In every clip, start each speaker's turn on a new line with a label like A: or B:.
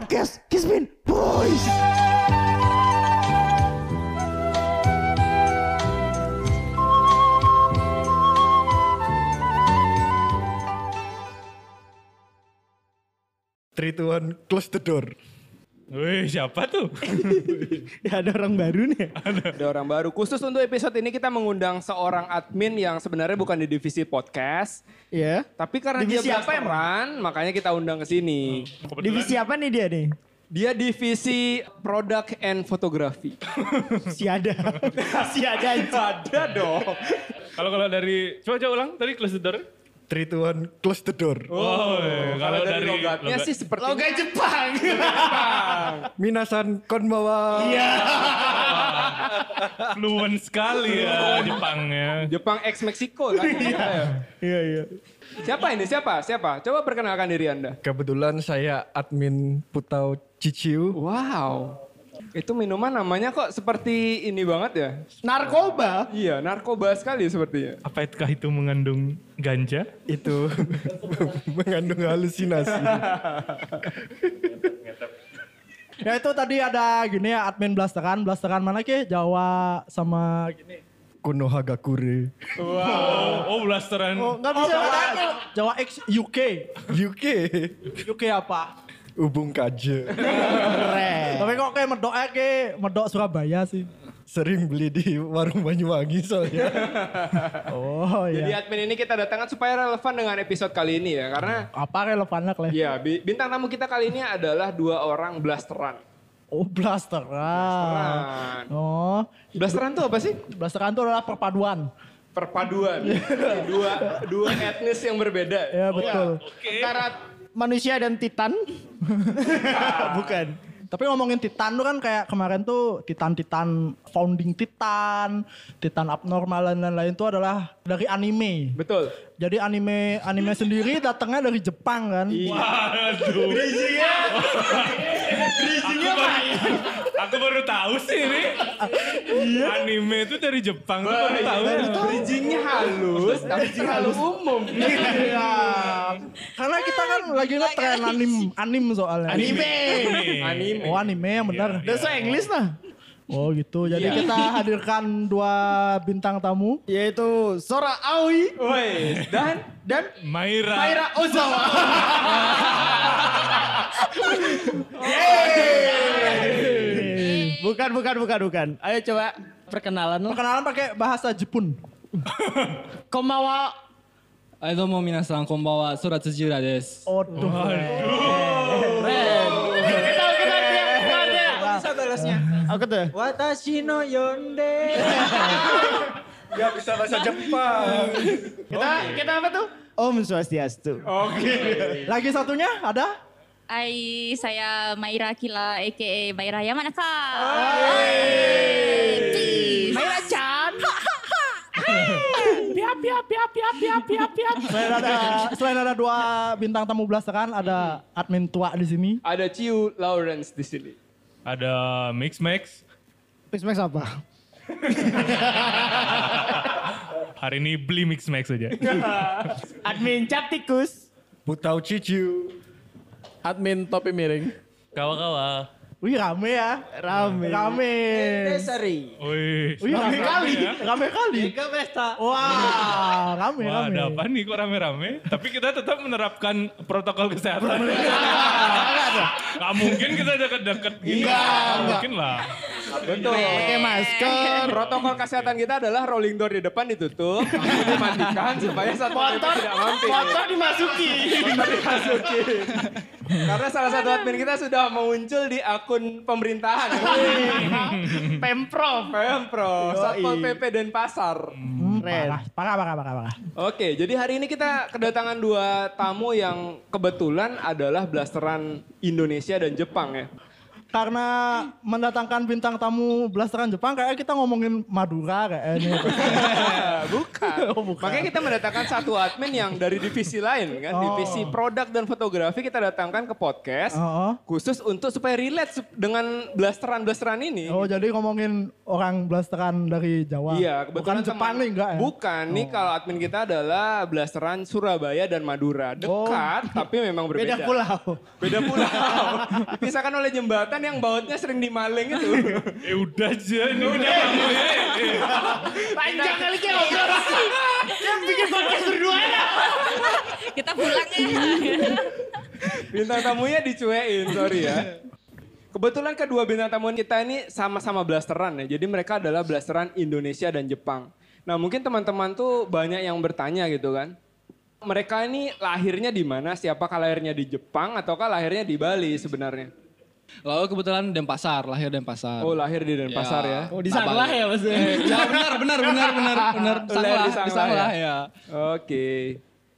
A: Kiss me, boys.
B: Three, two, one, close the door.
C: Wih, siapa tuh?
A: Ya ada orang baru nih.
D: Ada orang baru. Khusus untuk episode ini kita mengundang seorang admin yang sebenarnya bukan di divisi podcast,
A: Ya.
E: Iya.
D: tapi karena
A: Divisi
D: dia
A: apa emang?
D: berperan, makanya kita undang ke sini.
A: Divisi apa nih dia nih?
D: Dia divisi product and fotografi.
A: Si ada. si ada.
D: Ada dong.
C: Kalau kalau dari coba coba ulang tadi close the door.
B: Three, two, one, close the door.
C: Oh, iya. kalau dari,
D: logatnya
C: logat-
D: sih seperti
A: Logat Jepang.
B: Minasan konbawa.
C: Iya. fluent sekali ya Jepangnya.
D: Jepang ex Meksiko kan?
A: Iya iya.
D: Siapa ini? Siapa? Siapa? Coba perkenalkan diri Anda.
B: Kebetulan saya admin Putau Ciciu.
D: Wow. Itu minuman namanya kok seperti ini banget ya?
A: Narkoba.
D: Iya, narkoba sekali sepertinya.
C: Apakah itu mengandung ganja?
B: Itu mengandung halusinasi.
E: Ya itu tadi ada gini ya admin blasteran, blasteran mana ke Jawa sama gini.
B: Konohagakure.
C: Oh, oh blasteran.
E: Enggak bisa
D: Oh,
E: Jawa, Jawa X UK.
B: UK.
E: UK apa?
B: Ubung kaje.
E: Tapi kok kayak medok aja ke medok Surabaya sih.
B: Sering beli di warung Banyuwangi soalnya.
E: Oh
D: Jadi
E: iya.
D: admin ini kita datangkan supaya relevan dengan episode kali ini ya. Karena
E: Apa relevannya kle?
D: ya bi- bintang tamu kita kali ini adalah dua orang blasteran.
E: Oh blasteran.
D: Blasteran.
E: Oh,
D: Blasteran tuh apa sih? Iya.
E: blasteran itu adalah perpaduan.
D: Perpaduan. dua dua etnis yang berbeda.
E: Ya betul.
D: Iya.
A: Antara manusia dan titan. Bukan.
E: Tapi ngomongin Titan tuh kan kayak kemarin tuh Titan-Titan founding Titan, Titan abnormal dan lain-lain itu adalah dari anime.
D: Betul.
E: Jadi anime anime sendiri datangnya dari Jepang kan?
A: Iya.
C: Aduh. Bridgingnya. aku, baru, aku baru tahu sih ini.
E: iya.
C: Anime itu dari Jepang. Aku baru tahu.
D: Iya. Bridgingnya halus, tapi halus umum.
E: Iya. Karena kita kan lagi ngetren anim anim soalnya.
A: Anime. Iya.
D: Anime.
E: Oh anime yang benar.
A: Bahasa Inggris nah. Iya. lah.
E: Oh gitu. Jadi kita hadirkan dua bintang tamu.
A: Yaitu Sora Aoi
D: Woi, dan
A: dan
C: Maira.
A: Aira Ozawa. Yeay. Bukan, bukan, bukan, bukan. Ayo coba perkenalan lo.
E: Perkenalan pakai bahasa Jepun.
A: Komawa.
F: はい、どうも皆さん、こんばんは。空辻浦です。
E: Waduh.
A: Kita kita kita kita.
D: bisa balasnya.
A: Aku tuh.
D: Watashi no yonde.
B: Gak bisa bahasa Jepang.
A: Kita kita apa tuh? Om Swastiastu.
E: Lagi satunya ada?
G: Hai, saya Maira Kila aka Maira Yamanaka. Maira Chan.
E: Selain ada selain ada dua bintang tamu blasteran, ada admin tua di sini.
D: Ada Ciu Lawrence di sini.
C: Ada Mix Max.
A: Pismax apa?
C: Hari ini beli Mix Max aja.
A: Admin cap tikus.
B: Putau Ciciu.
H: admin topi miring.
C: Kawa-kawa.
E: Wih rame ya.
A: Rame. Eh,
E: Rame.
C: Wih.
E: Wih rame kali. Rame kali. Wah, rame
C: Wah,
E: rame.
C: ada apa nih kok rame-rame? Tapi kita tetap menerapkan protokol kesehatan. Gak mungkin kita deket-deket gini. Gak mungkin lah.
D: Betul.
A: Pakai masker.
D: Protokol kesehatan kita adalah rolling door di depan ditutup, lampu dimatikan supaya satu motor tidak mampir.
A: Foto dimasuki.
D: Dimasuki. Karena salah satu admin kita sudah muncul di akun pemerintahan.
A: Pemprov.
D: Pemprov, Satpol
A: Yoi.
D: PP dan Pasar.
E: Hmm,
A: Keren.
E: parah, parah, parah, parah, parah.
D: Oke, jadi hari ini kita kedatangan dua tamu yang kebetulan adalah blasteran Indonesia dan Jepang ya.
E: karena mendatangkan bintang tamu blasteran Jepang kayak kita ngomongin Madura kayaknya.
D: bukan.
E: Oh,
D: Makanya kita mendatangkan satu admin yang dari divisi lain kan,
E: Oh.
D: divisi produk dan fotografi kita datangkan ke podcast
E: Oh.
D: khusus untuk supaya relate sup- dengan blasteran-blasteran ini.
E: Oh jadi ngomongin orang blasteran dari Jawa.
D: Iya,
E: Bukan
D: kebetulan
E: Jepang
D: teman-
E: nih enggak ya?
D: Bukan, nih kalau admin kita adalah blasteran Surabaya dan Madura.
E: Oh.
D: Dekat, tapi memang berbeda.
A: Beda pulau.
D: Beda pulau. Dipisahkan oleh jembatan yang bautnya sering dimaling itu.
C: Eh udah aja ini punya kamu ya. Eh,
A: Panjang kali kayak ngobrol. Yang bikin podcast berdua ya.
G: Kita pulang ya.
D: Bintang tamunya dicuekin, sorry ya. Kebetulan kedua bintang tamu kita ini sama-sama blasteran ya. Jadi mereka adalah blasteran Indonesia dan Jepang. Nah mungkin teman-teman tuh banyak yang bertanya gitu kan. Mereka ini lahirnya di mana? Siapakah lahirnya di Jepang ataukah lahirnya di Bali sebenarnya?
F: Lalu kebetulan Denpasar, lahir Denpasar.
D: Oh lahir di Denpasar ya.
F: Oh, di Sanglah ya maksudnya. ya benar, benar, benar, benar, benar. Sanglah,
D: Lahir
F: di Sanglah ya.
D: Oke.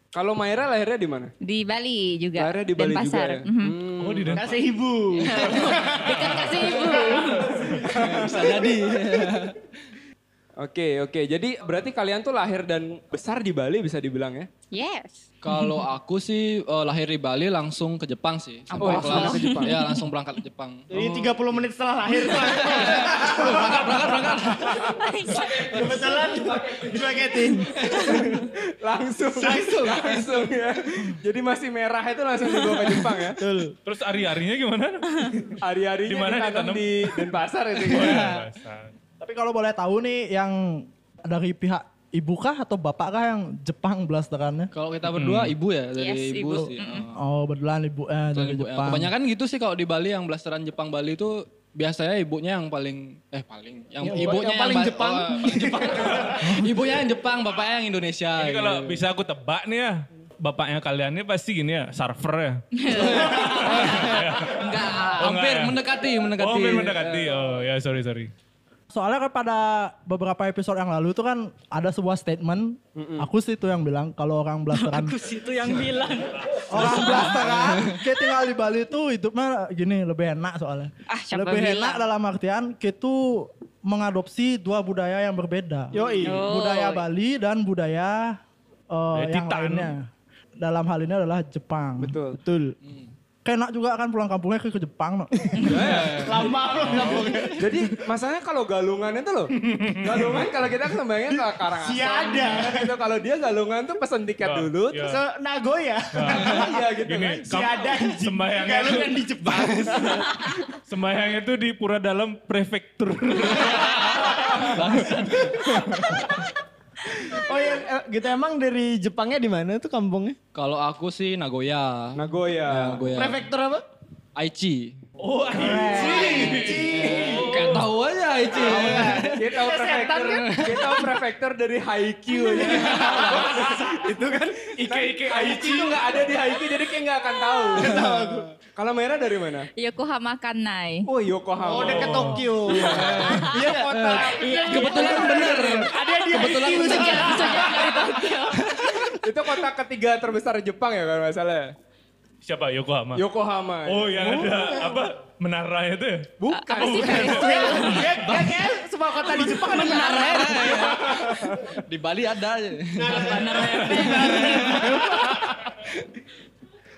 D: Kalau Maira lahirnya di mana?
G: Di Bali juga.
D: Lahirnya di Bali juga
G: Denpasar.
D: ya.
G: Mhm.
D: Hmm.
C: Oh di Denpasar.
A: Kasih ibu.
G: Dekat kasih ibu.
F: Ya, Bisa jadi.
D: Oke oke. Jadi berarti kalian tuh lahir dan besar di Bali bisa dibilang ya?
G: Yes.
F: Kalau aku sih eh, lahir di Bali langsung ke Jepang sih.
D: Oh,
F: Sampai
D: langsung
F: kelas-
D: ke Jepang.
F: Iya, langsung berangkat ke Jepang.
A: Jadi 30 menit setelah lahir. Kebetulan dipaketin.
D: langsung langsung langsung ya jadi masih merah itu langsung dibawa ke Jepang ya
C: Terus ari-arinya gimana? Oh,
D: hari-harinya
C: Di mana Iya.
D: ditanam
C: ditanam?
D: di Denpasar itu
F: Iya.
D: ya.
C: Denpasar.
E: Tapi kalau boleh tahu nih yang dari pihak ibu kah atau bapak kah yang Jepang blasterannya?
F: Kalau kita berdua ibu ya dari
G: Yes,
F: ibu,
G: ibu. Hmm.
F: sih. eh.
E: Oh betulan ibu eh
F: Dari
E: dari
F: ibu-
E: Jepang.
F: Kebanyakan gitu sih kalau di Bali yang blasteran Jepang Bali itu biasanya ibunya yang paling eh paling yang ibunya yang, paling Jepang. Jepang. ibunya yang Jepang, bapaknya yang Indonesia.
C: Ini
F: gitu.
C: kalau bisa aku tebak nih ya, bapaknya kalian ini pasti gini ya, server ya.
F: enggak,
C: Oh,
F: Ah, hampir
C: enggak ya?
F: mendekati, mendekati.
C: Oh, hampir mendekati. Oh, ya sorry sorry.
E: Soalnya kan pada beberapa episode yang lalu itu kan ada sebuah statement, aku sih itu yang bilang kalau orang blasteran
I: itu yang bilang.
E: orang blasteran kayak tinggal di Bali itu hidupnya gini lebih enak soalnya.
G: Ah, siapa
E: lebih
G: bilang?
E: enak dalam artian kita mengadopsi dua budaya yang berbeda.
A: Yoi.
E: Budaya Bali dan budaya eh,
C: Budaya
E: yang
C: Titan.
E: lainnya. Dalam hal ini adalah Jepang.
D: betul
A: Betul.
E: Kayak enak juga kan pulang kampungnya ke, ke Jepang. No.
A: Lama lo ngomongnya.
D: jadi masalahnya kalau galungan itu loh galungan kalau kita kebayangnya ke Karangasem
A: Si ada.
D: itu kalau dia galungan tuh pesen tiket
C: Wah,
D: dulu
C: iya.
D: terus
A: Ke Eh, Nagoya.
D: iya gitu
C: Gini,
D: kan
A: Si ada anjing.
C: sembayangnya
A: Kalau
C: tuh,
A: kan di Jepang.
C: sembayangnya tuh di Pura Dalam Prefektur.
A: Oh ya, eh, gitu emang dari Jepangnya di mana tuh kampungnya?
F: Kalau aku sih Nagoya.
D: Nagoya
F: Iya, Nagoya.
A: Prefektur apa?
F: Aichi.
C: Oh,
F: Gak tahu aja Aichi.
D: kita prefektur kita prefektur dari Haikyuu ya. itu kan Ike Ike Aichi itu nggak ada di Haikyuu jadi kayak nggak akan tahu kalau Mera dari mana
G: Yokohama Kanai.
D: Oh Yokohama.
A: Oh, dekat Tokyo.
D: Iya kota.
F: Kebetulan bener.
A: Ada di Kebetulan
D: itu kota ketiga terbesar Jepang ya kalau nggak salah.
C: siapa Yokohama?
D: Yokohama.
C: Oh, yang ada apa? Menara itu ya?
D: bukan. Ya, kan?
A: semua kota di Jepang ada menara.
F: Di Bali ada.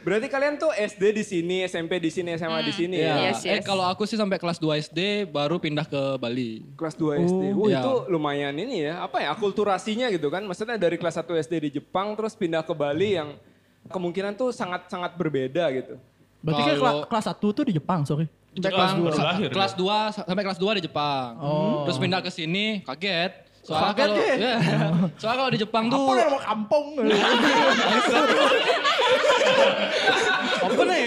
D: Berarti kalian tuh SD di sini, SMP di sini, SMA di sini ya.
F: Iya.
G: Yes,
F: Eh
G: yes.
F: kalau aku sih sampai kelas 2 SD baru pindah ke Bali.
D: Eh, Kelas 2 SD. Wah,
F: Iya.
D: itu lumayan ini ya. Apa ya akulturasinya gitu kan. Maksudnya dari kelas 1 SD di Jepang terus pindah ke Bali yang kemungkinan tuh sangat-sangat berbeda gitu.
E: Berarti kan kela-
F: Kalau-
E: kelas 1 tuh di Jepang, sorry.
C: Kelas
F: Jepang
C: dua.
F: sa-
C: Lahir,
F: kelas 2 sampai kelas 2 di Jepang. Terus pindah ke sini kaget. Soalnya
E: Kaget
F: kalau
E: ya?
F: iya. soalnya kalau di Jepang tuh
E: Apa lu mau kampung?
F: apa nih?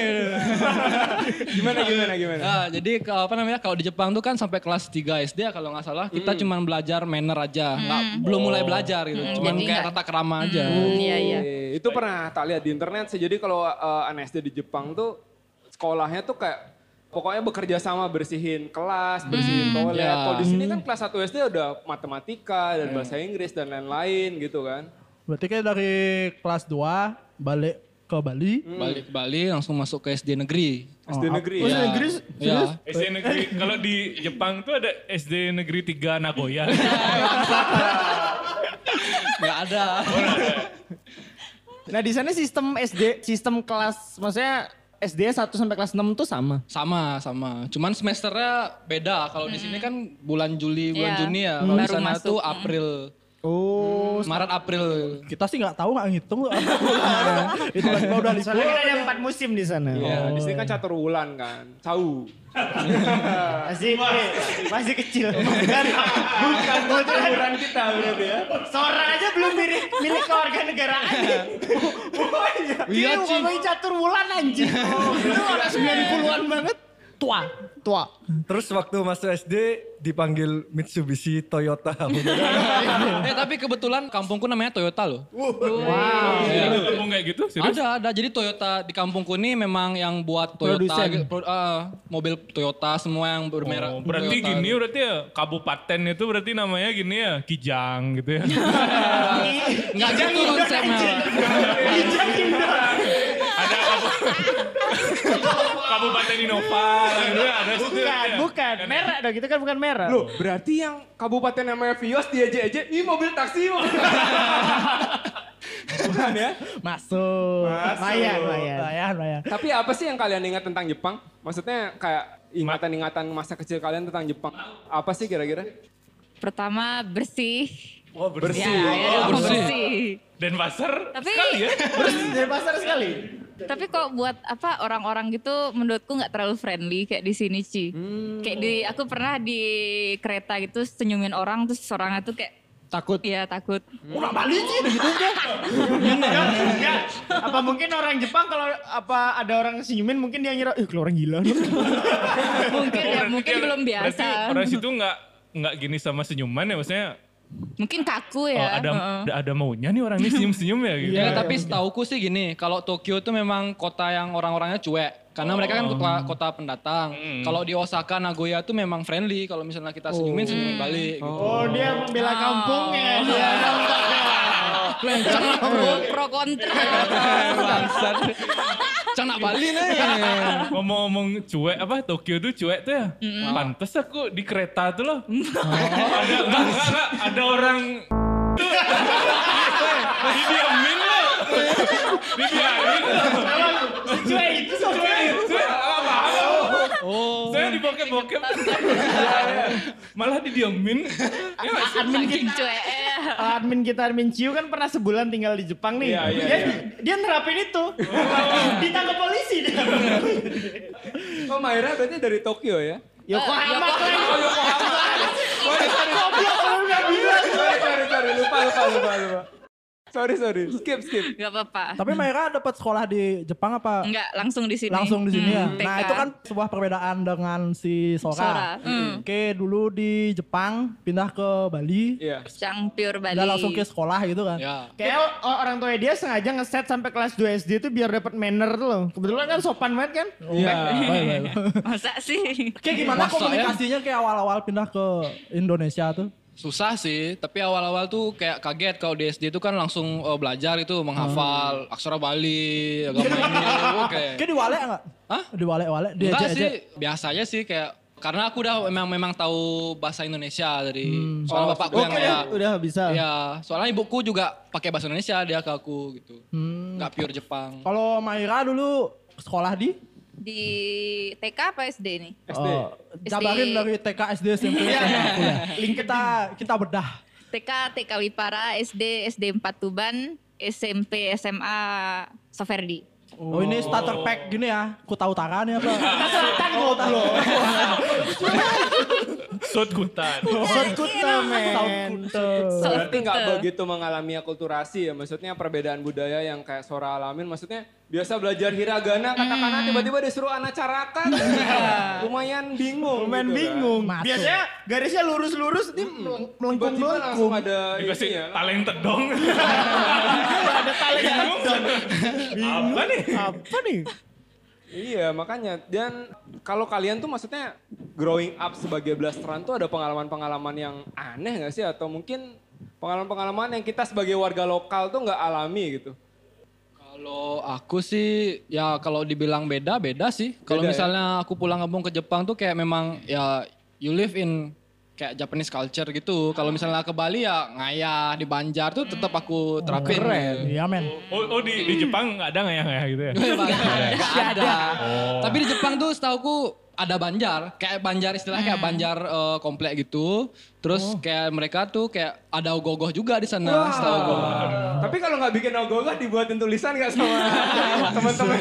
D: Gimana gimana gimana?
F: Nah, jadi ke- apa namanya kalau di Jepang tuh kan sampai kelas 3 SD ya kalau nggak salah kita cuman belajar manner aja, nggak belum mulai belajar gitu. Cuman
G: jadi
F: kayak
G: nggak-
F: tata kerama aja.
G: Hmm, Iya, iya.
D: Eh, itu pernah tak lihat di internet sih. Jadi kalau eh, anak SD di Jepang tuh sekolahnya tuh kayak pokoknya bekerja sama bersihin kelas, bersihin toilet.
F: ya.
D: Kalau di sini kan kelas 1 SD udah matematika dan bahasa Inggris dan lain-lain gitu kan.
E: Berarti kayak dari kelas 2 balik ke ke Bali.
F: Balik ke Bali langsung masuk ke SD negeri.
D: SD negeri. ya.
A: Oh,
F: Iya.
A: SD negeri?
F: Iya.
C: SD negeri kalau di Jepang tuh ada SD negeri 3 Nagoya.
F: Ya. Nggak ada.
A: Nah di sana sistem SD, sistem kelas, maksudnya SD 1 sampai kelas 6 tuh sama.
F: Sama, sama. Cuman semesternya beda. Kalau di sini kan bulan Juli, bulan
G: Iya.
F: Juni ya. Kalau di
G: Baru
F: sana
G: masuk.
F: tuh April. Mm,
A: Oh.
F: Maret, April.
E: Kita sih nggak tahu nggak ngitung. Iya. Itu lagi mau udah
A: Soalnya kan ada empat musim di sana.
D: Iya, di sini kan catur wulan kan. Cau.
A: Masih, masih kecil. Bukan, bukan, bukan.
D: Kan kita berarti ya.
A: Seorang aja belum milik, milik keluarga negara anjing. Oh iya. Iya, ngomongin catur bulan anjing. Itu orang 90-an banget. Tua, tua.
B: Terus waktu masuk SD dipanggil Mitsubishi Toyota.
C: Iya.
F: eh tapi kebetulan kampungku namanya Toyota loh.
C: Ada ngomong kayak gitu serius?
F: Ada, ada. Jadi Toyota di kampungku ini memang yang buat Toyota,
A: Produsen.
F: pro- eh, mobil Toyota semua yang bermerek.
C: Oh, berarti
F: Toyota.
C: gini berarti ya kabupaten itu berarti namanya gini ya Kijang gitu ya.
F: Nggak gitu konsepnya.
C: ada kabu- kabupaten Innova gitu ya, ada situ
A: Bukan,
C: ya.
A: kan? bukan. Merah dong, itu kan bukan merah.
D: Loh, berarti yang kabupaten namanya Vios diajak-ajak, ih mobil taksi. Bukan ya?
E: Masuk.
A: Mayan, mayan.
E: Mayan, mayan.
D: Tapi apa sih yang kalian ingat tentang Jepang? Maksudnya kayak ingatan-ingatan masa kecil kalian tentang Jepang. Apa sih kira-kira?
G: Pertama bersih.
C: Oh, bersih.
G: Ya, ya,
F: bersih.
C: Dan pasar
G: Tapi- iya,
C: sekali ya.
A: Dari pasar sekali.
G: Tapi kok buat apa orang-orang gitu menurutku nggak terlalu friendly kayak di sini Ci.
E: Hmm.
G: Kayak di aku pernah di kereta gitu senyumin orang terus orangnya tuh kayak
F: Takut.
G: Iya takut.
E: Hmm.
A: Orang Bali sih
E: gitu
A: begitu
E: kan.
A: enggak? Enggak. Iya, Apa mungkin orang Jepang kalau apa ada orang senyumin mungkin dia ngira, "Eh, kalau orang gila." nih."
G: Mungkin ya, mungkin belum
C: Berarti
G: biasa.
C: orang situ nggak nggak gini sama senyuman ya maksudnya
G: Mungkin
C: oh,
G: kaku ya.
C: ada
G: heeh.
C: ada- ada maunya nih orang ini senyum-senyum ya gitu.
F: Ya, tapi setauku sih gini, kalau Tokyo itu memang kota yang orang-orangnya cuek. Karena mereka kan kota, kota pendatang. Kalau di Osaka, Nagoya tuh memang friendly. Kalau misalnya kita senyumin, senyumin balik. gitu.
A: Oh, dia membela kampungnya. Dia
G: pro kontra.
F: Gitu. Bangsat. Cana Bali nih.
C: Ngomong-ngomong cuek apa Tokyo tuh cuek tuh ya. Pantes aku di kereta tuh loh. Oh. ada enggak, enggak, enggak, ada orang didiamin loh. Didiamin loh.
A: cuek itu
C: Cuek itu apa Oh. Saya dibokep-bokep. Malah didiamin. Ya, nggak sih?
A: admin
G: Saking
A: kita
G: cuek. ya.
A: admin kita admin Ciu kan pernah sebulan tinggal di Jepang nih.
D: Iya, iya,
A: dia,
D: iya.
A: dia nerapin itu. Ditangkap polisi dia.
G: ya.
D: Oh Maira berarti dari Tokyo ya?
A: Yokohama keren.
D: Sorry, sorry. Sorry, sorry, sorry. Lupa, lupa, lupa, lupa. Sorry, sorry. Skip, skip.
G: Gak apa-apa.
E: Tapi Maira dapat sekolah di Jepang apa?
G: Enggak, langsung di sini.
E: Langsung di sini ya.
G: Hmm,
E: Nah,
G: TK.
E: itu kan sebuah perbedaan dengan si Sora.
G: Sora, hmm.
E: Oke, dulu di Jepang pindah ke Bali,
D: Iya.
G: Cang Pure Bali.
E: udah langsung ke sekolah gitu kan.
F: Ya.
A: Kayak o- orang tua dia sengaja ngeset sampai kelas 2 SD itu biar dapat manner tuh loh. Kebetulan kan sopan banget kan.
E: Oh,
D: Iya.
G: Masa sih?
E: Kayak gimana
F: Masa ya?
E: komunikasinya kayak awal-awal pindah ke Indonesia tuh?
F: Susah sih, tapi awal-awal tuh kayak kaget kalau di SD itu kan langsung eh, belajar itu menghafal aksara Bali, agama ini, oke.
E: Kayak diwalek enggak?
F: Hah?
E: Diwalek-walek,
F: Enggak sih,
E: diajak-ajak.
F: biasanya sih kayak karena aku udah memang memang tahu bahasa Indonesia dari soalnya
E: oh,
F: bapakku
E: iya.
F: yang
A: udah,
F: ya,
A: udah bisa.
F: ya, soalnya ibuku juga pakai bahasa Indonesia dia ke aku gitu. Enggak pure Jepang.
E: Kalau Maira dulu sekolah di
G: Di TK apa SD nih?
D: SD.
E: Eh, jabarin
G: SD.
E: dari TK SD SMP SMA kuliah. Kita kita bedah.
G: TK, TK Wipara, SD, SD 4 Tuban, SMP, SMA, Soferdi.
E: Oh, ini starter pack gini ya, Kuta Utara nih apa?
A: Selatan goblok.
C: Sot kutan.
A: Oh, Sekuta men.
E: Kuta.
D: Berarti nggak
G: Soft gitu.
D: begitu mengalami akulturasi ya. Maksudnya perbedaan budaya yang kayak Sora alamin. Maksudnya biasa belajar hiragana,
G: Hmm.
D: katakana tiba-tiba disuruh anacarakan.
G: Iya.
D: Lumayan bingung.
A: Lumayan
D: gitu kan.
A: bingung.
E: Masuk.
A: Biasanya garisnya lurus-lurus ini meleng-
D: Tiba-tiba langsung
A: melengkung-melengkung.
D: ada
C: Dikasih
D: ini ya.
A: iya.
C: talent dong.
A: Ada tarik
C: Apa nih?
A: Apa nih?
D: Iya makanya dan kalau kalian tuh maksudnya growing up sebagai blasteran tuh ada pengalaman-pengalaman yang aneh gak sih atau mungkin pengalaman-pengalaman yang kita sebagai warga lokal tuh nggak alami gitu.
F: Kalau aku sih ya kalau dibilang beda beda sih. Kalau
D: Beda ya?
F: misalnya aku pulang kampung ke Jepang tuh kayak memang ya you live in kayak Japanese culture gitu. Kalau misalnya ke Bali ya ngayah di Banjar tuh tetap aku terapin. Keren.
E: Iya men.
C: Oh, oh, di, di Jepang nggak ada nggak ya kayak gitu ya?
F: ada. Oh. Tapi di Jepang tuh setauku ada banjar, kayak banjar istilahnya kayak banjar eh, komplek gitu. Terus kayak mereka tuh kayak ada ogoh-ogoh juga di sana, setauku.
D: Tapi kalau nggak bikin ogoh-ogoh dibuatin tulisan nggak sama teman-teman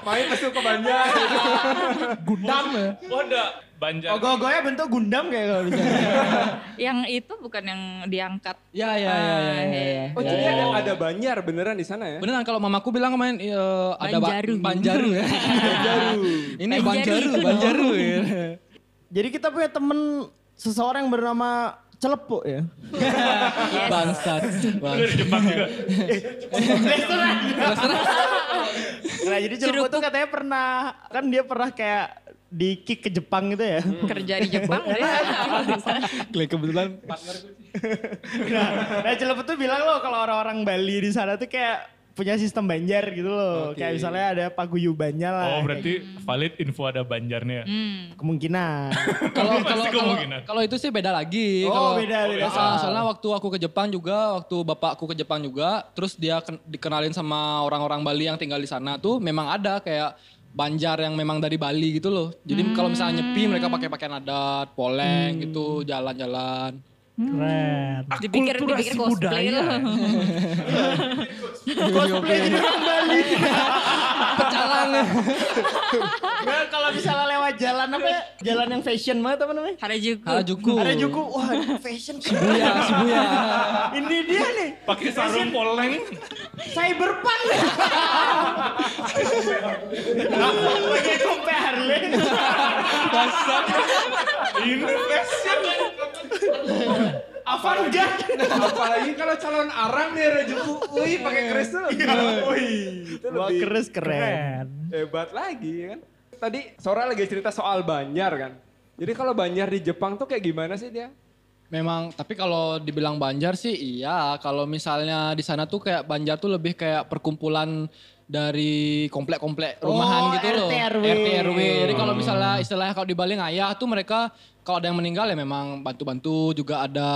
D: main pesu ke Banjar gitu.
E: Gundam ya.
C: Wah ada banjar.
A: Ogoh-ogohnya bentuk Gundam kayak kalau bisa.
G: Yang itu bukan yang diangkat.
F: Ya ya ya ya.
G: Ah,
F: ya, ya. Iya.
D: Oh, jadi ada, ada Banjar beneran di sana ya?
F: Beneran kalau mamaku bilang kemarin eh, ada ba-
G: Banjaru.
F: banjaru ya.
D: Banjaru.
F: Ini
G: Banjaru
F: banjaru,
G: itu dong.
F: banjaru. ya.
A: Jadi kita punya temen seseorang yang bernama Celepuk ya.
F: Bangsat.
C: Itu dari
F: Bangsat.
C: Jepang juga.
A: Restoran. nah jadi Celepuk tuh katanya pernah, kan dia pernah kayak di kick ke Jepang gitu ya.
G: Kerja di Jepang ya? dia.
A: Nah, nah Celepuk tuh bilang loh kalau orang-orang Bali di sana tuh kayak punya sistem banjar gitu loh. Kayak misalnya ada paguyubannya lah.
C: Oh berarti valid info ada banjarnya.
A: Hmm. Kemungkinan.
F: Kalau kalau
C: Pasti
F: kalau-
C: kemungkinan.
F: kalau itu sih beda lagi.
A: Oh,
F: Kalau-
A: beda, beda.
F: Ah, soalnya waktu aku ke Jepang juga, waktu bapakku ke Jepang juga, terus dia ken- dikenalin sama orang-orang Bali yang tinggal di sana tuh memang ada kayak banjar yang memang dari Bali gitu loh. Jadi kalau misalnya nyepi mereka pakai pakaian adat,
G: Hmm.
F: poleng gitu, jalan-jalan.
E: Keren.
G: dipikir dipikir cosplay loh.
A: Cosplay jadi orang Bali.
F: Pecalang.
A: Nah, kalau misalnya lewat jalan apa ya? Jalan yang fashion banget apa namanya?
G: Harajuku.
F: Harajuku.
A: Ada Juku, wah fashion keren.
F: Shibuya,
E: ya.
F: Shibuya.
A: Ini dia nih,
C: Pakai sarung poleng.
A: cyberpunk. Pakai dompet Harley.
C: Bangsat. Ini fashion.
A: Avanza.
D: Apalagi kalau calon arang nih Rejuku. Wih, pakai keris tuh. Wih, itu
A: Wah
D: lebih
A: keres keren.
D: hebat lagi ya kan. Tadi Sora lagi cerita soal Banjar kan. Jadi kalau Banjar di Jepang tuh kayak gimana sih dia?
F: Memang, tapi kalau dibilang Banjar sih iya. Kalau misalnya di sana tuh kayak Banjar tuh lebih kayak perkumpulan dari komplek-komplek rumahan
A: Oh,
F: gitu loh.
A: RT, RW.
F: RW. Jadi kalau misalnya istilahnya kalau di Bali ngayah tuh mereka kalau ada yang meninggal ya memang bantu-bantu juga ada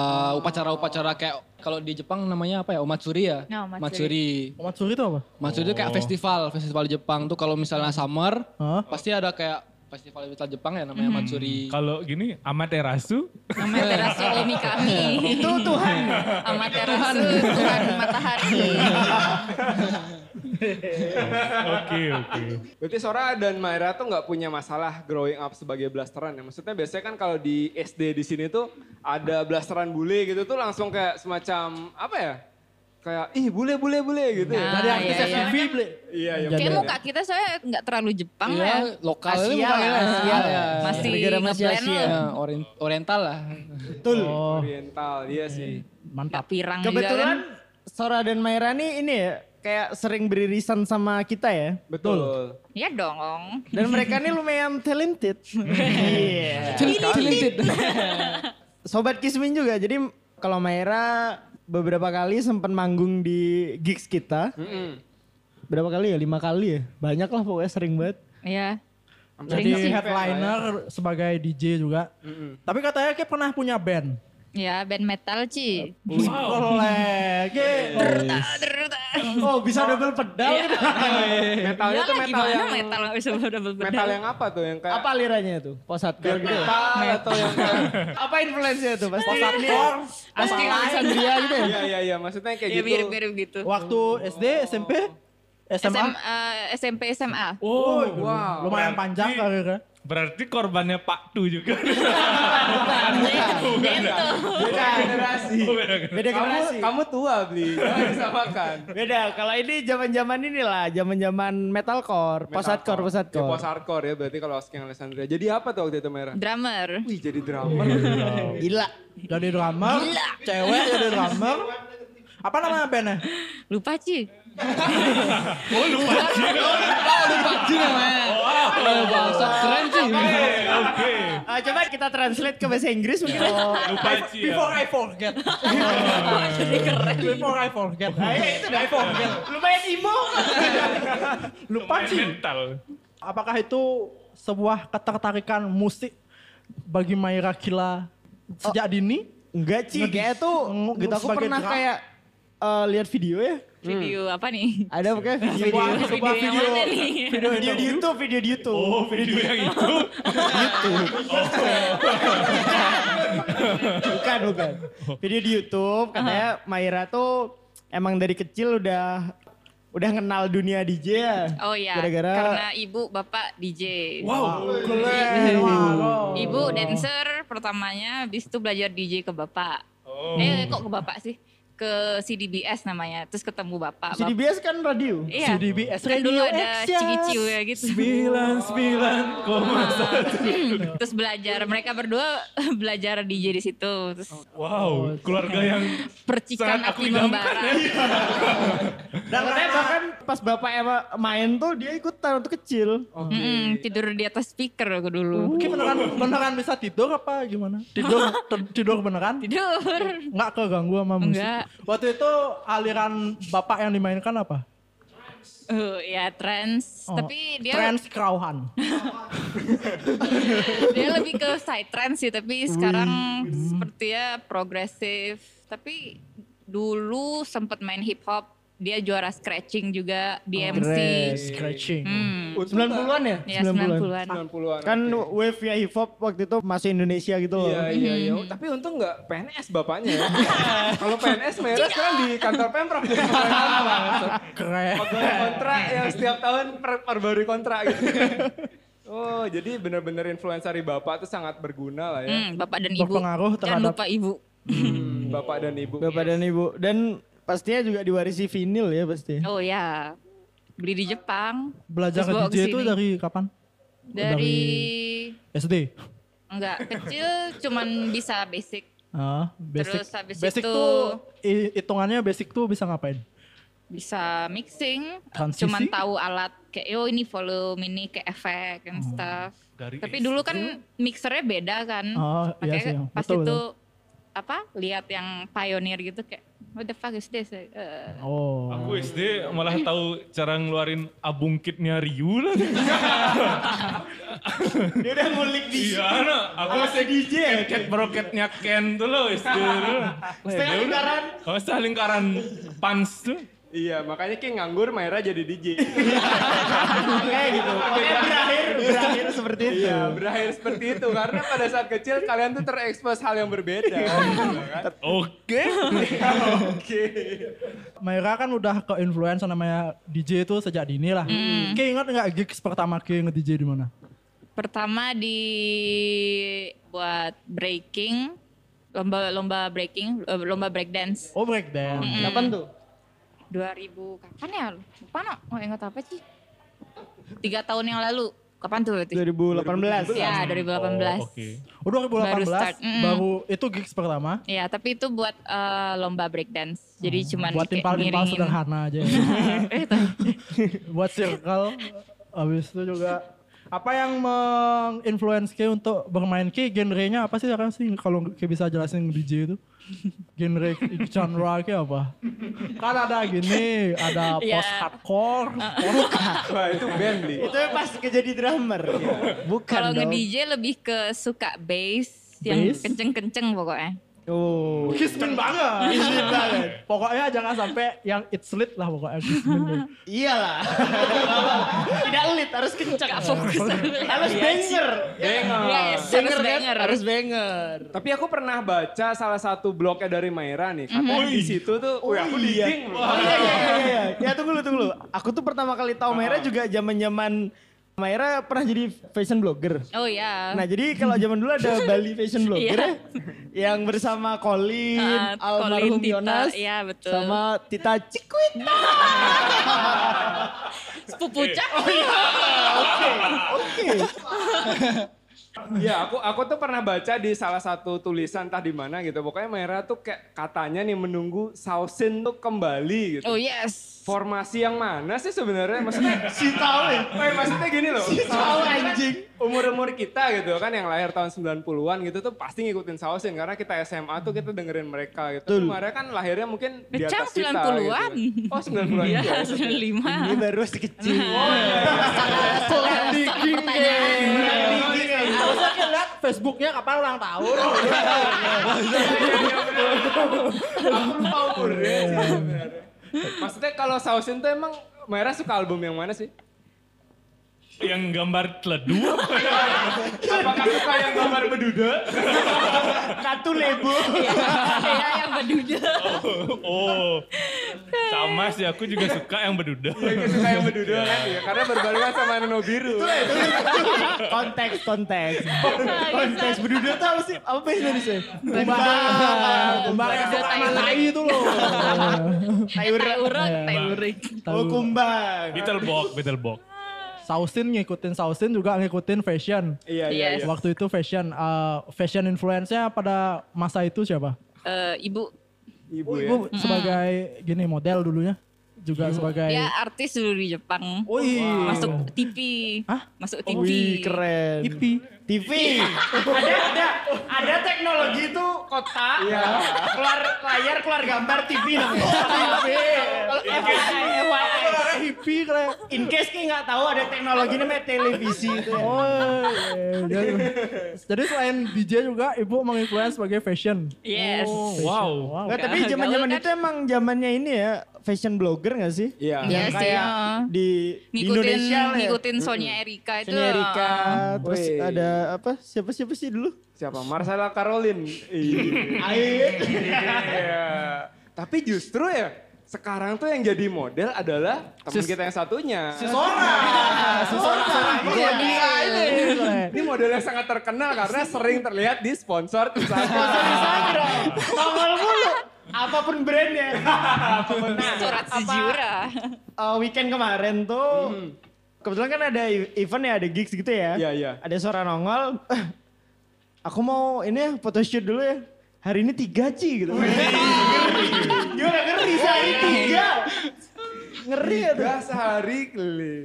F: upacara-upacara kayak kalau di Jepang namanya apa ya? Omatsuri ya?
G: Ya, omatsuri.
F: Matsuri.
E: Omatsuri itu apa?
F: Matsuri itu kayak festival, festival Jepang tuh kalau misalnya summer
E: Hah?
F: pasti ada kayak festival festival Jepang ya namanya Matsuri.
C: Kalau gini Amaterasu.
G: Amaterasu Omi kami. Itu Tuhan. Amaterasu Tuhan matahari.
C: Oke oke.
D: Berarti Sora dan Maira tuh nggak punya masalah growing up sebagai blasteran ya. Maksudnya biasanya kan kalau di SD di sini tuh ada blasteran bule gitu tuh langsung kayak semacam apa ya? Kayak ih bule bule bule gitu ya.
G: Nah, iya, iya.
D: Iya iya.
G: Kayak muka kita soalnya nggak terlalu Jepang ya.
F: Iya, lokal
A: Asia
F: bukan
A: lah,
F: ya.
A: Asia lah.
F: Iya.
G: Masih
A: Negara masih
G: ngeblend
A: Asia.
G: loh.
F: Ya, orien- oriental lah.
A: Betul.
D: Oriental dia sih.
G: Nggak
E: Mantap.
G: pirang juga kan.
A: Kebetulan Sora dan Maira nih ini ya kayak sering beririsan sama kita ya.
D: Betul.
G: Ya dong.
A: Dan mereka nih lumayan talented. Iya. Sobat Kismin juga. Jadi kalau Maira beberapa kali sempat manggung di gigs kita.
D: Mm-mm.
A: Berapa kali ya? Lima kali ya? Banyak lah pokoknya sering banget.
G: Ya.
E: Jadi headliner sebagai DJ juga. Tapi katanya kayak pernah punya band.
G: Ya band metal Ci.
A: Oleh.
E: gitu.
A: Oh bisa double pedal gitu.
E: Oh, iya.
D: Iya. Metalnya
G: Ya
D: tuh
G: lah,
D: metal
G: gimana
D: yang
G: metal nggak bisa double
D: metal
G: pedal.
D: yang apa tuh yang kayak
A: Apa alirannya tuh? Post hardcore gitu ya?
D: metal atau yang kayak
A: Apa influensinya tuh? Pasti ini ya. Pasti Alexandria gitu ya?
D: Iya iya iya maksudnya kayak
G: Ya
D: gitu.
G: mirip-mirip gitu.
E: Waktu SD, SMP,
G: SM,
E: SMA.
G: eh, SMP SMA.
E: Oh, lumayan panjang
C: Berarti-
E: karirnya.
C: Berarti korbannya Pak Tu juga.
D: Beda generasi.
A: Beda
D: Kamu
A: generasi.
D: kamu tua beli. Jangan disamakan.
A: Beda. Kalau ini zaman-zaman inilah, zaman-zaman metalcore, post hardcore, post
D: Ya,
A: hardcore.
D: post hardcore ya berarti kalau Asking Alessandria. Jadi apa tuh waktu itu Merah?
G: Drummer.
D: Wih jadi drama.
A: Gila.
E: Jadi drummer, cewek jadi drummer. Apa namanya bandnya?
G: Lupa Ci.
C: Oh lupa.
F: Lupaji namanya. Oh, bahasa keren sih.
C: Oke.
A: Ah, coba kita translate ke bahasa Inggris mungkin.
C: Lupa Ci. ya.
E: Before I forget.
G: Jadi keren.
E: Before I forget.
A: Ayo, itu dah. Lumayan imo. Lupa
C: Lumayan
A: sih.
C: Mental.
E: Apakah itu sebuah ketertarikan musik bagi Maira Kila sejak dini?
A: Enggak sih, kayak tuh
E: Nge-
A: gitu aku
E: sebagai
A: pernah
E: drama.
A: kayak eh, lihat video ya.
D: Hmm.
G: Video apa nih?
A: Ada pokoknya video
G: Sebuah-
A: video,
G: sebuah video yang mana nih?
A: video, video di YouTube, video di YouTube.
C: Oh video yang itu.
A: bukan, bukan. Video di YouTube katanya Maira tuh emang dari kecil udah udah kenal dunia DJ ya.
G: Oh ya,
A: Gara-gara
G: karena ibu bapak DJ.
C: Wow.
A: keren. Wah,
G: Ibu dancer pertamanya, habis itu belajar DJ ke bapak.
D: Oh.
G: Eh kok ke bapak sih? Ke CDBS namanya, terus ketemu bapak. Bap-
A: CDBS kan radio.
G: Iya.
E: CDBS
G: Kan dulu
E: Radio
G: ada
E: X, yes.
G: ciki-ciu ya gitu. terus belajar, mereka berdua belajar DJ di situ. Terus
C: Wow.
A: Oh,
C: Keluarga yang
G: percikan
C: sangat aku
G: api
C: idamkan
G: membara.
C: ya.
E: Iya.
A: Dan katanya bahkan pas bapak emang main tuh dia ikutan waktu kecil.
G: Mm-mm, tidur di atas speaker aku dulu.
E: Mungkin beneran beneran bisa tidur apa gimana? Tidur ter- tidur beneran?
G: Tidur.
E: Nggak keganggu sama musik.
G: Nggak.
E: Waktu itu aliran bapak yang dimainkan apa?
G: Oh, ya trans,
E: Oh,
G: tapi dia
E: Trans Krauhan.
G: dia lebih ke side trend sih tapi sekarang sepertinya progresif tapi dulu sempat main hip hop dia juara scratching juga DMC
E: Oh, Keren, Iya. Scratching.
G: hmm.
A: 90-an ya?
G: ya 90-an
D: 90-an.
A: Kan wave ya hip hop waktu itu masih Indonesia gitu loh.
D: Iya, iya, iya. Tapi untung nggak PNS bapaknya ya. Kalau PNS merah sekarang di kantor Pemprov. Jadi
E: Keren.
D: Pegawai kontrak yang setiap tahun per- perbarui kontrak gitu. Oh, jadi benar-benar influencer dari bapak itu sangat berguna lah ya.
G: Hmm, bapak dan ibu
E: Berpengaruh
G: jangan
E: terhadap-
G: lupa ibu
D: Bapak dan ibu.
A: Bapak dan Ibu. Dan pastinya juga diwarisi vinil ya pasti.
G: oh ya beli di Jepang
E: Belajar
G: Terus bawa
E: ke DJ itu
G: kesini.
E: dari kapan?
G: dari
E: SD.
G: enggak kecil cuman bisa basic
E: Ah, basic.
G: Terus habis
E: basic
G: itu-
E: tuh i- hitungannya basic tuh bisa ngapain?
G: bisa mixing
E: Transisi?
G: cuman tahu alat kayak oh ini volume ini kayak
E: Oh,
G: efek and stuff
C: Dari
G: tapi dulu kan mixernya beda kan
E: Oh, iya
G: makanya
E: sih,
G: pas
E: betul,
G: itu
E: betul.
G: apa lihat yang pioneer gitu kayak what the fuck is this Eh,
E: Oh.
C: Aku SD malah tahu cara ngeluarin abungkitnya Ryu lah.
A: Dia udah ngulik di
C: Iya, nah, aku
A: Alas DJ ya?
C: ket broketnya Ken tuh loh SD dulu.
A: Setengah lingkaran.
C: Oh, setengah lingkaran pans tuh.
D: Iya, makanya kayak nganggur Maira jadi DJ.
A: kayak gitu. Pokoknya berakhir, berakhir seperti itu.
D: Iya, berakhir seperti itu karena pada saat kecil kalian tuh terekspos hal yang berbeda. gitu kan.
C: Oke.
E: Maira kan udah ke influencer namanya DJ itu sejak dini lah.
G: Hmm.
E: Ki ingat nggak gigs pertama Ki nge-DJ di mana?
G: pertama di buat breaking lomba lomba breaking eh, lomba breakdance
E: Oh
G: Hmm.
E: breakdance.
A: Kapan tuh?
G: 2000 kapan ya lupa no mau ingat apa sih tiga tahun yang lalu kapan tuh berarti
A: 2018.
G: ya 2018
C: Oh, Oke.
E: Oh 2018 baru,
G: Baru start, mm.
E: itu gigs pertama.
G: Ya, tapi itu buat eh, lomba breakdance. Jadi cuman
E: buat
G: kayak
E: timpal-timpal
G: ngiringin.
E: sederhana aja. buat circle habis itu juga apa yang menginfluence Ki untuk bermain Ki genrenya apa sih sekarang sih kalau Ki bisa jelasin DJ itu genre genre Ki apa kan ada gini ada
G: Iya.
E: post hardcore
D: Wah, itu band Li.
A: Itu pas kejadi drummer. Bukan
G: Kalau
A: dong.
G: nge-DJ lebih ke suka bass yang
E: Bass?
G: kenceng-kenceng pokoknya.
A: Oh.
E: kismin banget
A: Kismin banget.
E: pokoknya jangan sampai yang it's lit lah pokoknya kismin
A: Iyalah. Tidak elit, harus kencang.
G: Fokus.
A: Harus banger.
D: Iya,
G: Yes, harus
A: Banger kan?
G: banger.
A: Harus banger.
D: Tapi aku pernah baca salah satu blognya dari Maira nih. Katanya di situ tuh, wih aku
A: iya.
D: digging. loh.
A: Oh, iya, iya, iya, Oh. iya. Ya tunggu lu, tunggu lu. Aku tuh pertama kali tahu Maira juga zaman-zaman Maira pernah jadi fashion blogger.
G: Oh ya.
A: Nah jadi kalau zaman dulu ada Bali Fashion Blogger ya, yang bersama Colin,
G: Ah, Colin,
A: almarhum
G: Tita,
A: Yonas,
G: iya, betul.
A: sama Tita Cikwit.
G: Sepupu Cak.
A: Oke.
D: Iya, aku aku tuh pernah baca di salah satu tulisan entah di mana gitu. Pokoknya Maira tuh kayak katanya nih menunggu Sausin tuh kembali gitu.
G: Oh yes.
D: formasi yang mana sih sebenarnya? Maksudnya,
A: Si tahu ya.
D: Woy, maksudnya gini loh. kan
A: Tahu anjing.
D: Umur-umur kita gitu kan yang lahir tahun 90-an gitu tuh pasti ngikutin Sausin karena kita SMA tuh kita dengerin mereka gitu. Tapi mereka kan lahirnya mungkin di
G: Becang
D: atas kita
G: 90-an.
D: gitu. Oh 90-an
G: Iya,
D: juga.
G: 95.
A: baru masih kecil.
G: Salah pertanyaan.
D: Iya,
E: Harusnya dia lihat Facebooknya kapan ulang tahun.
D: Aku lupa umurnya sih sebenarnya. Maksudnya kalau Sausin tuh emang Merah suka album yang mana sih?
C: Yang gambar teledu.
D: Apakah suka yang gambar beduda?
A: Katu lebo.
G: Saya yang berduda.
C: Oh. Sama sih aku juga suka yang beduda.
D: Yang suka yang beduda kan? Ya, karena berbarengan sama Nono Biru.
G: ya?
A: konteks konteks. Konteks beduda tuh apa sih? Apa bahasa Indonesia? Kumbang.
E: Kumbang yang
G: Ada
E: sama
G: tai.
E: tai itu loh.
G: Tai
A: Iya,
G: urek, tai urek.
A: Oh kumbang.
C: Beetlebox, Beetlebox.
E: Sausin ngikutin Sausin juga ngikutin fashion.
D: Iya, iya,
G: Yes.
D: iya.
E: Waktu itu fashion eh, fashion influence-nya pada masa itu siapa?
G: Eh, Ibu,
D: Ibu ya.
E: Ibu sebagai gini model dulunya juga sebagai
G: dia artis dulu di Jepang.
E: Wih,
G: Masuk TV.
E: Hah?
G: Masuk TV.
A: Wih keren.
E: hippie.
A: TV. ada ada ada teknologi itu kotak. Keluar layar keluar gambar TV namanya. TV. Kalau FYI, FYI.
E: Orang hippie keren.
A: In case ki nggak tahu ada teknologi namanya televisi itu. ya.
E: Oh, iya, iya. jadi selain DJ juga ibu menginfluence sebagai fashion.
G: Yes.
A: Oh.
C: Wow.
E: Wow.
A: Nggak, tapi
G: Gaul
A: zaman-zaman
G: kan?
A: itu emang zamannya ini ya fashion blogger nggak sih?
D: Iya.
G: Iya
A: Yang
G: sih.
A: kayak
G: ya.
A: di, di
G: Ngikutin,
A: Indonesia lah ya.
G: ngikutin Sonya Erika itu.
A: Sonya Erika, terus
D: Wih.
A: ada apa? Siapa siapa sih dulu?
D: Siapa? Marcella Caroline. Iya. Iya. Tapi justru ya sekarang tuh yang jadi model adalah teman kita yang satunya. Si
G: Iya,
E: Keren.
D: Ini model yang sangat terkenal karena sering terlihat di sponsor Instagram.
A: Tongol mulu. Apapun brandnya.
G: Nah, Surat
A: apa-
G: Sejura.
A: Eh, weekend kemarin tuh kebetulan kan ada e- event ya, ada gigs gitu ya.
D: Hmm. Iya, iya.
A: Ada suara nongol. "Eh, aku mau ini ya foto shoot dulu ya. Hari ini tiga Ci gitu. Gimana ngeri sehari tiga. Ngeri ya tuh.
D: Tiga sehari kali.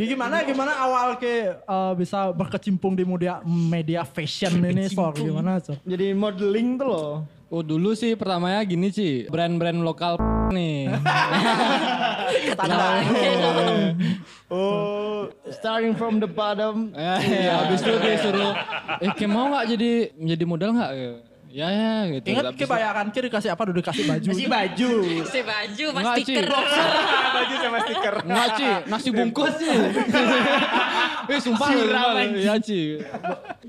E: Gimana gimana awal ke eh, bisa berkecimpung di media media fashion ini Sor? Gimana Sor?
A: Jadi modeling tuh loh.
F: Oh dulu sih pertamanya gini Ci, brand-brand lokal nih.
A: Oh, starting from the bottom.
D: Eh,
F: Ya, ya, habis itu disuruh, eh Kim mau nggak jadi menjadi model nggak? Ya ya gitu.
E: Ingat
F: Habis itu-
E: kebayangan kiri dikasih apa? Udah dikasih baju.
A: Si baju.
G: Si baju, mas
F: Enggak, Ci.
G: stiker.
D: Baju sama stiker.
G: Iya,
F: Nggak Ci, nasi bungkus Ci. Eh sumpah. sumpah. Ya Ci.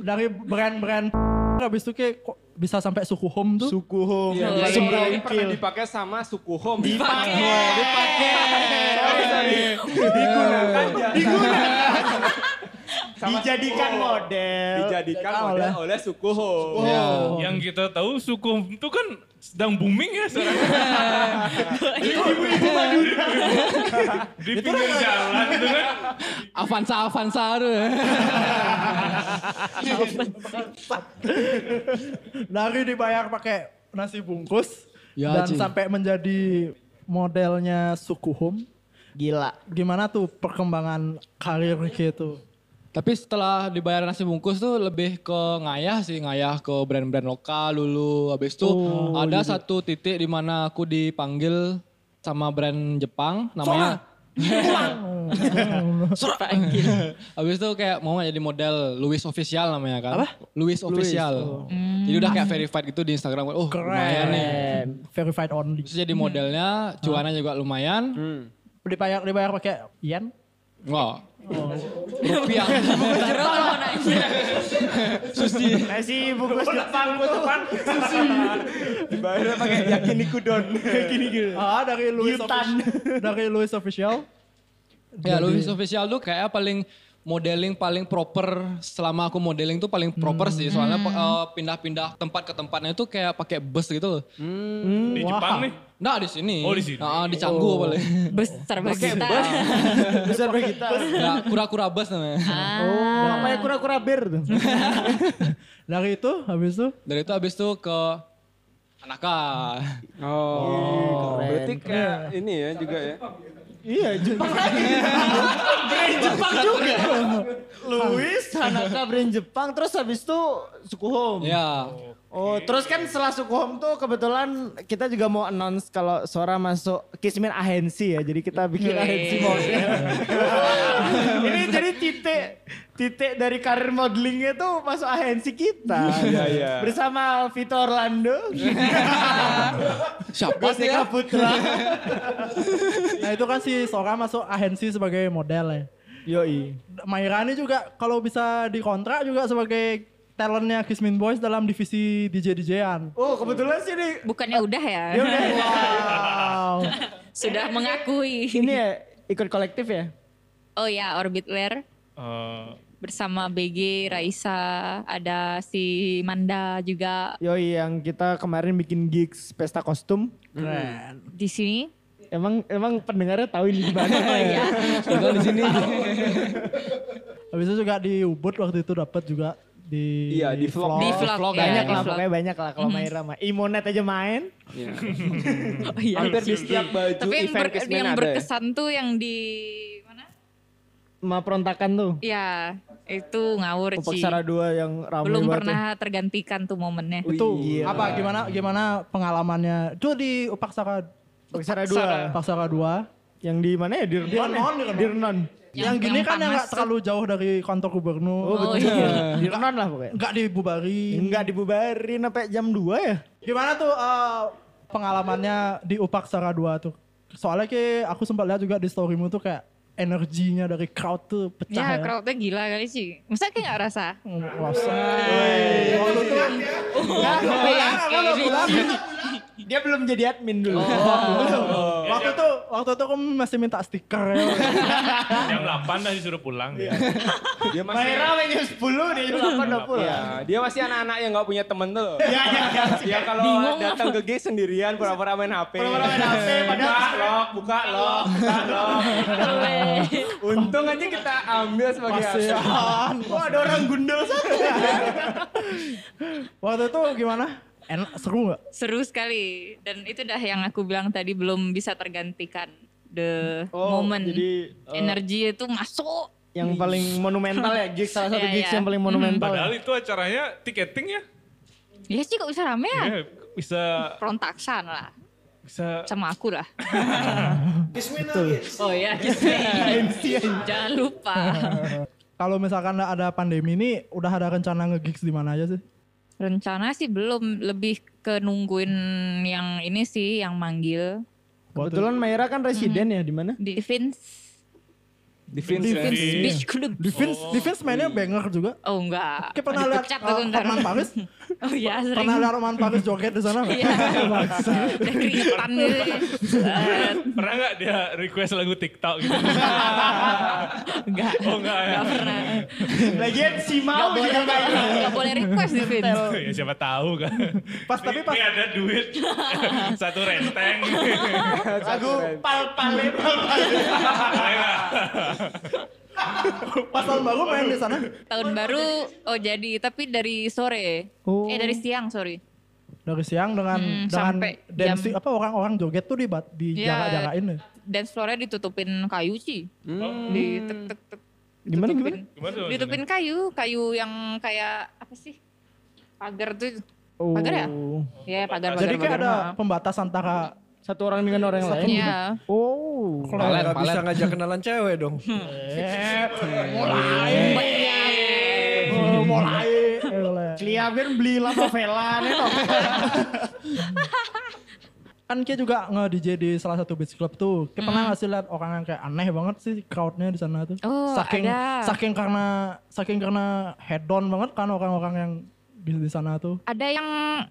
E: Dari brand-brand habis itu kayak kok bisa sampai suku home tuh.
A: Suku home.
G: Iya,
D: Baju
G: Sembrono.
D: ini pernah dipakai sama suku Home.
G: Pakai.
D: Sorry, sorry. Digunakan jasa. Sama
A: Dijadikan model.
D: dijadikan model oleh suku Home.
F: Iya.
E: Oh.
F: ya.
C: Yang kita tahu suku itu kan sedang booming ya sekarang. Ibu-ibu Madura. Di pinggir jalan itu kan.
F: Avanza Avanza tuh.
E: Dari dibayar pakai nasi bungkus
F: Ya,
E: dan
F: Ci.
E: sampai menjadi modelnya suku home.
A: Gila.
E: Gimana tuh perkembangan karir gitu?
F: Tapi setelah dibayar nasi bungkus tuh lebih ke ngayah sih, ngayah ke brand-brand lokal dulu. Habis itu ada satu titik di mana aku dipanggil sama brand Jepang namanya Habis itu kayak mau nggak jadi model Louis official namanya kan. Apa? Louis official. Jadi udah kayak verified gitu di Instagram. Oh, lumayan nih.
E: Keren. Verified only.
F: Terus jadi modelnya, cuannya juga lumayan.
E: Dibayar dibayar pakai yen.
F: Wah. Rupiah.
G: Kalau nanya.
F: Susi.
A: Nasi bungkus Jepang.
D: Dibayar pakai yakinikudon. Yakinikudon.
E: Ah, dari Louis
A: Yutan.
E: Official. Dari Louis Official.
F: Ya, Louis official tuh kayak paling modeling paling proper selama aku modeling tuh paling proper sih
C: Hmm.
F: soalnya eh, pindah-pindah tempat ke tempatnya tuh kayak pakai bus gitu loh.
C: Di Jepang nih.
F: Nah di sini.
C: Oh, di sini.
F: Ah, di Canggu paling.
G: Besar banget.
A: Besar bagi kita.
F: Nah, kura-kura bus namanya.
G: Ah.
A: Oh, apa ya kura-kura bir tuh.
E: Dari itu habis itu
F: Dari itu abis itu ke Tanaka.
D: Oh,
A: keren,
D: berarti kayak ini ya juga ya.
A: Iya, Jepang lagi. brand Jepang juga. Louis, Hanaka brand Jepang. Terus habis itu Sukuhom.
F: Ya.
A: Oh, terus kan setelah Sukuhom tuh kebetulan kita juga mau announce kalau Sora masuk Kismin Ahensi ya. Jadi kita bikin agensi model. Ini jadi titik titik dari karir modelingnya tuh masuk agensi kita.
D: Iya, iya.
A: Bersama Alvito Orlando,
F: Siapa sih
A: Goseka
F: ya?
A: Putra.
E: Nah itu kan si Sora masuk agensi sebagai model ya.
A: Yoi.
E: Mairani juga kalau bisa dikontrak juga sebagai talentnya Kismin Boys dalam divisi DJ DJ-an.
A: Oh, kebetulan sih nih.
G: Bukannya udah ya?
A: Ya udah. Wow.
G: Sudah mengakui.
A: Ini ya ikut kolektif ya?
G: Oh ya, Orbitware
C: Eh,
G: bersama BG, Raisa, ada si Manda juga
A: Yoi yang kita kemarin bikin gigs pesta kostum.
G: di sini.
A: Emang emang pendengarnya tahu ini di mana?
F: Tinggal di sini.
E: Habis itu juga di Ubud waktu itu dapat juga di
D: Iya, di vlog.
G: Di vlog, ya,
A: Oh, banyak
G: di
A: lah,
G: vlog.
A: pokoknya banyak lah kalau Maira mah. Imonet aja main.
D: Iya.
G: Oh iya.
D: Hampir di setiap baju
G: Tapi yang,
D: event
G: ber-
D: Kismin
G: yang
D: ada ya.
G: berkesan tuh yang di mana?
A: Ma perontakan tuh.
G: Ya, itu ngawur
A: Opak
G: sih.
A: Sara 2 yang ramai
G: Belum
A: banget tuh.
G: pernah tergantikan tuh momennya.
E: itu
A: Wih,
D: Iya.
E: apa gimana gimana pengalamannya itu di Upaksara
A: Opak Sara
G: Sara.
A: 2.
E: Upaksara 2
A: Yang di mana ya? Di Renon. ya?
E: Renon, di Renon.
A: Di Renon.
E: yang, gini kan yang nggak terlalu jauh dari kantor gubernur
A: Oh, betul.
G: iya.
A: Di Renon lah pokoknya.
E: nggak dibubari
A: Enggak dibubarin sampai jam 2 ya?
E: gimana tuh eh, pengalamannya di Upaksara 2 tuh soalnya ke aku sempat lihat juga di storymu tuh kayak energinya dari crowd tuh pecah
G: Ya,
E: ya, Hmm,
G: crowdnya gila kali sih. Masa kayak gak rasa?
E: Rasa. Waktu itu
A: Enggak, pulang, aku udah pulang. Dia belum jadi admin dulu.
G: Oh,
E: waktu itu waktu itu aku masih minta stiker ya.
C: jam 8 dah disuruh pulang.
D: Dia masih
G: iya.
A: Maira main jam 10 nih, jam 8 udah
D: Iya,
A: pulang.
D: dia masih anak-anak yang nggak punya temen tuh. loh.
A: Ya, ya, ya.
D: Dia kalau datang ke gig sendirian pura-pura main HP.
A: Pura-pura main HP,
G: Iya.
A: padahal-
D: buka lock, buka lock, buka lock. Untung aja kita ambil sebagai aset.
E: Kasihan.
A: Kok ada orang gundul satu?
E: Waktu itu gimana? Enak seru nggak?
G: Seru sekali. Dan itu dah yang aku bilang tadi belum bisa tergantikan. The moment.
A: Oh, jadi, eh,
G: Energi itu masuk.
A: yang paling monumental ya gigs salah satu
G: Iya,
A: gigs
G: iya.
A: yang paling monumental
C: Padahal itu acaranya tiketing ya.
G: Ya sih kok bisa rame ya?
C: Ya, bisa
G: Prontaksan lah.
C: bisa
G: Sama aku lah.
A: betul
G: Oh iya, Kismin. Jangan lupa.
E: Kalau misalkan nggak ada pandemi ini, udah ada rencana nge-gigs di mana aja sih?
G: Rencana sih belum. Lebih ke nungguin yang ini sih, yang manggil.
A: kebetulan Maira kan residen ya di mana
G: Di Vince.
D: Di Vince. ya.
G: Vince Beach Club.
E: Di Vince, di Vince mainnya banger juga.
G: Oh enggak.
E: Kayak pernah lihat
G: Dipecat
E: uh,
G: aku ntar.
E: Roman Paris?
G: Oh iya sering.
E: Pernah lihat Roman Paris joget di sana? nggak?
G: Iya. Udah keringetan gitu. Set.
C: pernah nggak dia request lagu TikTok gitu?
G: Enggak.
C: Oh, enggak ya.
G: Enggak pernah.
A: lagian si
G: Enggak
A: mau
G: boleh,
A: juga
G: enggak boleh, enggak boleh request di Vince.
C: ya siapa tahu kan.
E: Pas tapi
C: Ini-
E: pas
C: Ini ada duit satu renteng.
A: lagu pal pale pal pale
E: pas tahun baru main di sana.
G: Tahun baru oh jadi tapi dari sore.
E: Oh.
G: Eh dari siang sorry.
E: Dari siang dengan
G: Hmm,
E: dengan
G: sampai jam-
E: dancing apa orang-orang joget tuh di bat- di
G: Iya.
E: jaga-jagain ya.
G: Dance floor-nya ditutupin kayu sih. Di tek tek tek.
A: Gimana,
G: ditutupin.
A: gimana?
C: Gimana tuh
G: Ditutupin kayu, kayu yang kayak apa sih? Pagar tuh. Pagar ya? Ya, pagar-pagar.
E: Jadi kayak ada pembatas antara
A: satu orang dengan orang yang lain
G: Iya.
A: oh
E: kalau
F: Palet,
B: Nggak bisa
F: palet.
B: ngajak kenalan cewek dong.
G: Iya. Eh,
A: Oh, mulai
E: Eh, oleh.
A: Lihat kan beli lama vela nih loh.
E: kan kayak juga nge-DJ di salah satu beach club tuh. Kayak pernah
G: Hmm.
E: nggak sih lihat orang yang kayak aneh banget sih crowdnya di sana tuh.
G: Oh,
E: saking
G: ada.
E: saking karena saking karena head on banget kan orang-orang yang di, di sana tuh.
G: Ada yang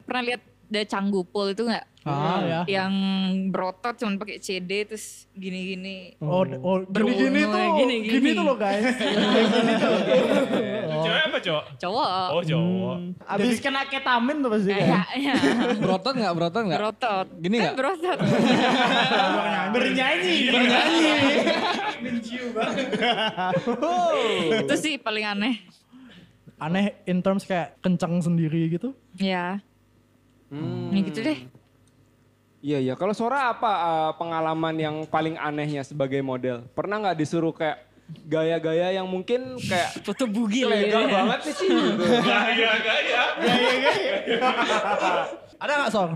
G: pernah lihat The Canggupul itu nggak?
E: Ah ya.
G: Yang berotot cuman pakai CD terus gini-gini.
E: Oh, d- oh gini gini
G: Berulang,
E: tuh, gini,
G: gini, gini.
E: tuh loh guys.
C: Cewek apa cowok?
G: Cowok.
C: Oh cowok.
A: Abis kena ketamin tuh pasti.
G: Iya,
A: kan.
G: iya.
F: Berotot nggak? Berotot nggak?
G: Berotot.
F: Gini
G: kan
F: nggak?
G: berotot.
A: Bernyanyi.
G: itu sih paling aneh.
E: aneh in terms kayak kencang sendiri gitu.
G: Ya. Ya gitu deh.
D: Hmm. Iya iya. Kalau Sora apa eh, pengalaman yang paling anehnya sebagai model? Pernah nggak disuruh kayak gaya-gaya yang mungkin kayak
I: Foto bugil ya.
D: legal banget nih sih gitu.
E: Ada nggak Sor?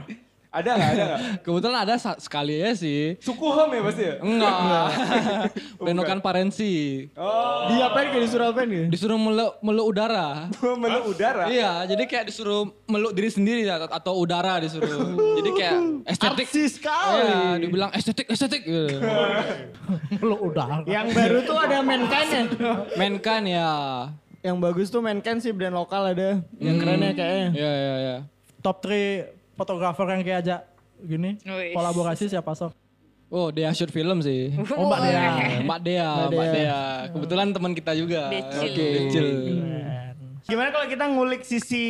D: Ada nggak? Ada nggak?
F: Kebetulan ada sa- sekali ya sih.
D: Sukuham ya pasti ya?
F: Enggak. Penokan parensi.
C: Oh.
A: Diapain kayak disuruh apain gitu?
F: Disuruh meluk, meluk udara.
D: Menu udara?
F: Iya, jadi kayak disuruh meluk diri sendiri atau, atau udara disuruh. jadi kayak estetik.
A: Artsy sekali.
F: Iya, dibilang estetik, estetik. gitu.
E: Lu udah.
A: Yang baru tuh ada
E: ya?
A: Mankind-nya.
F: Menkan ya.
A: Yang bagus tuh Mankind sih brand lokal ada. Yang kerennya kayaknya.
F: Iya, iya, iya.
E: Hmm. Top 3 fotografer yang kayak aja gini.
G: Wih.
E: Kolaborasi siapa Sor?
F: Oh, dia shoot film sih.
E: Oh Mbak Dea.
F: Mbak Dea, Mbak Dea. Kebetulan teman kita juga.
G: Decil.
F: Decil.
A: Gimana kalau kita ngulik sisi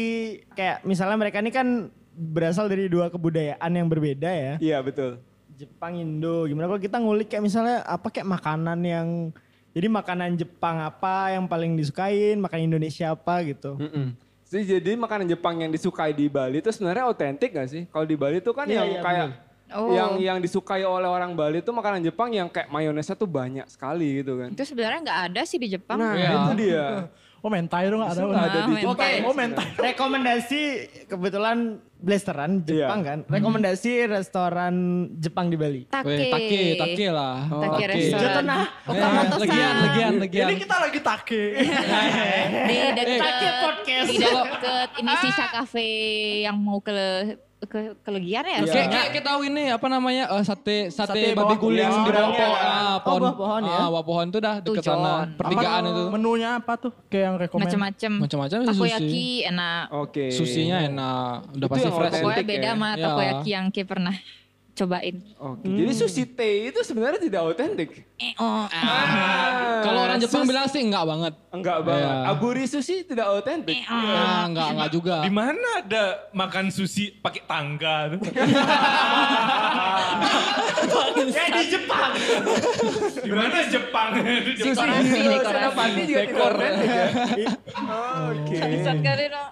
A: kayak misalnya mereka ini kan berasal dari dua kebudayaan yang berbeda ya.
D: Iya betul.
A: Jepang Indo. Gimana kalau kita ngulik kayak misalnya apa kayak makanan yang jadi makanan Jepang apa yang paling disukain, makanan Indonesia apa gitu.
D: Mm-mm. Jadi, jadi makanan Jepang yang disukai di Bali itu sebenarnya otentik gak sih? Kalau di Bali itu kan
A: Iya,
D: yang
A: iya,
D: kayak
G: Oh.
D: yang yang disukai oleh orang Bali itu makanan Jepang yang kayak mayonesnya tuh banyak sekali gitu kan.
G: Itu sebenarnya nggak ada sih di Jepang.
D: Nah,
F: Iya.
D: itu dia.
E: Oh mentai dong nggak ada.
D: Nggak ada di
G: mentai.
D: Jepang.
E: Oh mentai.
A: Rekomendasi kebetulan blasteran Jepang
D: Iya.
A: kan. Rekomendasi restoran Jepang di Bali.
G: Take.
F: Weh, take, take lah. Oh,
G: Take restoran.
A: Jatuh, nah.
G: Okamoto-san.
F: legian, legian, legian.
E: Ini kita lagi take.
G: Di
F: Eh.
G: dekat
A: Take podcast.
G: Di dekat ini Shisha Cafe yang mau ke ke kelegian ya?
F: Oke, kayak kayak tahu ini apa namanya eh, sate sate,
E: Sate bawah-
F: babi guling
D: ya,
F: di bawah
D: seberangnya
F: pohon,
D: kan.
F: ah,
A: Oh,
F: pohon,
A: bawah pohon ya.
F: Ah, bawah pohon itu dah dekat
G: Tujon.
F: sana. Pertigaan
E: Apa
F: itu.
E: Menunya apa tuh? Kayak yang rekomend.
G: Macam-macam.
F: Macam-macam sih
G: Takoyaki enak.
D: Oke.
F: Susinya ya? enak, udah
D: Itu
F: pasti
D: yang
F: fresh.
D: otentik.
G: Pokoknya beda
D: ya.
G: sama
F: Ya.
G: takoyaki yang Ki pernah cobain.
D: Oke. Jadi sushi tei itu sebenarnya tidak otentik.
G: Eh, oh,
D: Ah,
F: Kalau orang Jepang
D: sus-
F: bilang sih enggak banget.
D: enggak banget.
F: Iya.
D: Aburi sushi tidak otentik.
F: Nah, enggak enggak juga.
C: Di mana ada makan sushi pakai tangga tuh? Eh,
A: Ya di Jepang.
C: Di mana Jepang? Di Jepang.
D: Kalau senapati juga tidak otentik ya. Oke.
G: Bangsat kali dong.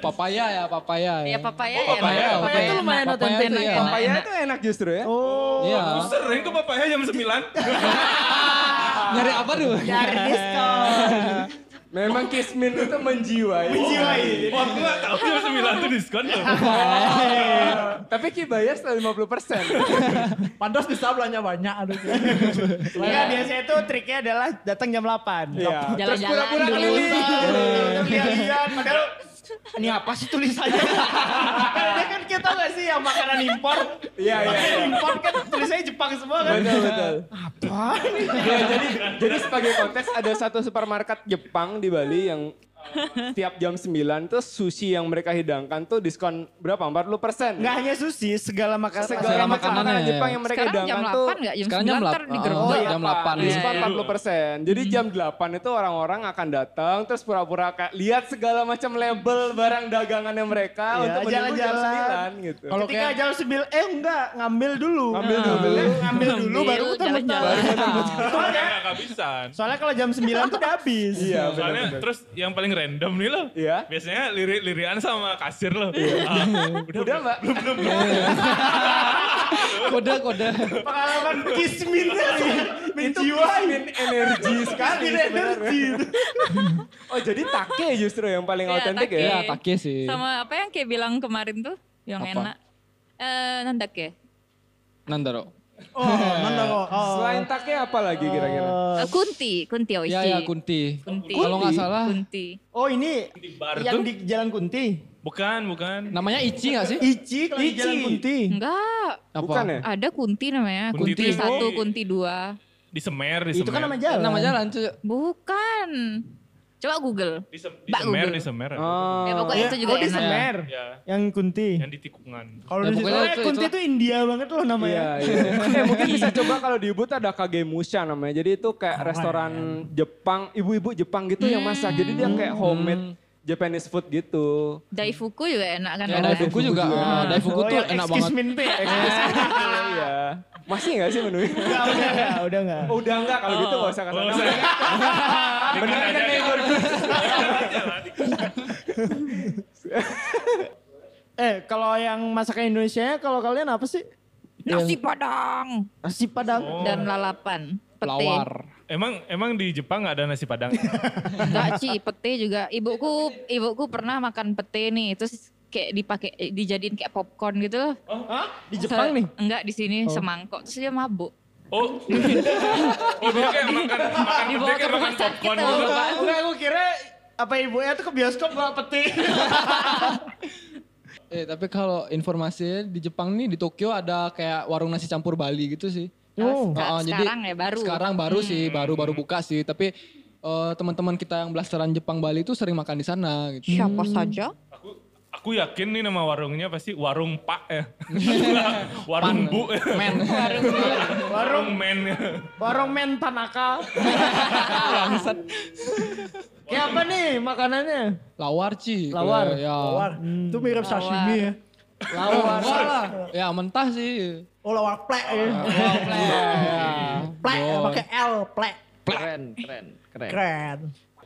F: Papaya ya, papaya ya.
G: Ya papaya
C: Oh, papaya.
G: ya.
F: Papaya
G: itu lumayan otentik.
F: tuh ya.
D: Papaya itu enak justru ya.
F: Iya.
C: Aku sering ke papaya jam 9.
F: Nyari apa dulu?
G: Ya.
A: Dari diskon.
D: Memang kismin itu menjiwai.
A: iya.
C: Wah, aku gak tahu jam 9 tuh diskon loh.
D: Tapi Ki bayar setelah 50 persen.
E: Pantas bisa belanja banyak. Aduh.
G: Nah,
A: Enggak biasanya itu triknya adalah datang jam 8.
D: Iya. Terus
G: Jalan-jalan
D: pura-pura
G: dulu.
D: keliling.
A: Lihat-lihat Iya, padahal ini apa sih tulisannya? Dia kan kita gak sih yang makanan impor?
D: Iya, iya, iya.
A: Impor kan tulisannya Jepang semua kan?
D: Betul, betul. Ya, jadi, jadi sebagai konteks ada satu supermarket Jepang di Bali yang tiap jam 9 tuh sushi yang mereka hidangkan tuh diskon berapa? 40 persen.
A: Enggak hanya sushi, segala makanan.
D: Segala
F: makanannya,
D: makanan
F: ya.
D: Jepang yang mereka
G: Sekarang jam
D: hidangkan tuh Oh,
G: 8 enggak? Jam
F: Sekarang jam
G: 9 ntar
F: delapan.
G: di
F: Ah,
G: gerobak.
F: jam 8.
D: Diskon
G: Iya, iya.
D: 40 persen. Jadi jam 8 itu orang-orang akan datang terus pura-pura kayak lihat segala macam label barang dagangannya mereka
A: Iya,
D: untuk menunggu jam
A: jalan-jalan.
D: 9 gitu.
A: Kalau Ketika jam 9, eh enggak, ngambil dulu.
D: Ambil dulu.
A: Ngambil dulu baru
G: Ambil,
A: muter-muter.
G: jalan-jalan.
C: Soalnya gak kehabisan.
A: Soalnya kalau jam 9 tuh udah habis.
D: Iya,
C: Soalnya
D: benar-benar.
C: terus yang paling random nih loh.
D: Iya.
C: Biasanya lirik-lirian sama kasir loh. Ah, udah,
D: Udah, Mbak.
F: Kode kode.
A: Pengalaman kismin tadi. Menjiwai.
D: Min energi sekali
A: Min energi.
D: sebenarnya. Oh, jadi take justru yang paling
G: Iya,
D: autentik
G: take.
D: ya.
F: Ya, take sih.
G: Sama apa yang kayak bilang kemarin tuh yang
F: Apa?
G: enak. Eh, nandak ya?
F: Nandaro.
E: Oh, mana kok.
D: Selain take apa lagi kira-kira?
G: Eh, kunti, kunti oishi.
F: Ya ya Kunti.
G: Kunti.
F: Kalau nggak salah
G: Kunti.
A: Oh ini
C: bar
A: yang
C: tuh.
A: di Jalan Kunti.
C: Bukan, bukan.
F: namanya Ichi nggak sih?
A: Ici kalau di Jalan Kunti.
G: Enggak,
F: Apa?
D: Bukan ya?
G: ada kunti namanya.
C: Kunti
G: Kunti,
F: ya?
C: itu-
G: satu, kunti dua.
C: Di Semer, di Semer.
A: Itu kan nama jalan.
F: Nama jalan cuy.
G: Iya, Bukan. Coba Google.
C: Di, Sem- di
G: Mbak
C: Semer,
G: Google.
C: di Semer. ada.
D: Oh.
G: Ya, pokoknya
E: Iya.
G: itu juga
A: Oh di
G: enak.
A: Semer.
C: Ya,
A: Yang Kunti.
C: yang di tikungan.
E: Kalau
F: Ya,
E: di situ
F: pokoknya-
A: Soalnya
F: itu-
A: Kunti
F: itu-
A: itu India banget loh
G: ya.
D: Iya,
A: namanya.
D: iya. Eh, mungkin bisa coba kalau di Ubud ada Kagemusha namanya. Jadi itu kayak restoran Jepang, ibu-ibu Jepang gitu
G: Hmm.
D: yang masak. Jadi dia kayak homemade Japanese food gitu.
G: Daifuku juga enak kan.
F: Ya,
G: ada.
F: Daifuku juga. Ah, Daifuku
A: Oh,
F: tuh
A: yang
F: enak
A: excuse
F: banget.
A: me, Pe.
D: Eh,
G: Ah.
D: Iya. Masih nggak sih menu?
A: Enggak, udah enggak, udah enggak.
D: Oh, udah nggak kalau gitu nggak usah
C: Oh,
D: kesana.
C: saya-
D: Bener
C: Dekat
D: kan
C: aja.
D: neighbor?
A: Eh Eh, kalau yang masakan Indonesia kalau kalian apa sih?
G: Nasi Padang
A: Nasi Padang.
G: dan lalapan. Pete.
F: Lawar.
C: Emang emang di Jepang nggak ada nasi padang?
G: Enggak Ci, pete juga. Ibuku ibuku pernah makan pete nih, terus kayak dipakai eh, dijadiin kayak popcorn gitu loh.
A: Di Jepang nih.
G: Enggak di sini semangkok, terus dia mabuk.
C: Oh, oh dia kayak makan makan
G: Dibawa
C: dia
G: ke
C: kayak makan
G: rumah sakit
C: popcorn
G: loh,
C: gitu.
G: Bapak.
A: Enggak, aku kira apa ibunya tuh ke bioskop bawa peti.
F: Eh tapi kalau informasinya di Jepang nih di Tokyo ada kayak warung nasi campur Bali gitu sih.
G: Oh.
F: Heeh,
G: Sekarang ya, baru. Hmm.
F: Sekarang baru sih, baru-baru buka sih. Tapi eh, teman-teman kita yang blasteran Jepang Bali itu sering makan di sana gitu.
G: Siapa saja?
C: Aku aku yakin nih nama warungnya pasti warung Pak ya. warung Bu.
F: Men.
C: warung Men. ya.
A: Warung men Tanaka. Kayak apa nih makanannya?
F: Lawar Ci.
A: Lawar.
F: Kalau- Ya.
E: Lawar. Itu mirip sashimi ya.
A: Lawar.
F: Lawar lah. Ya mentah sih.
E: Oh lawar plek ya. Plek
F: Boy.
E: pakai L, plek.
H: Keren, keren, keren.
E: Keren.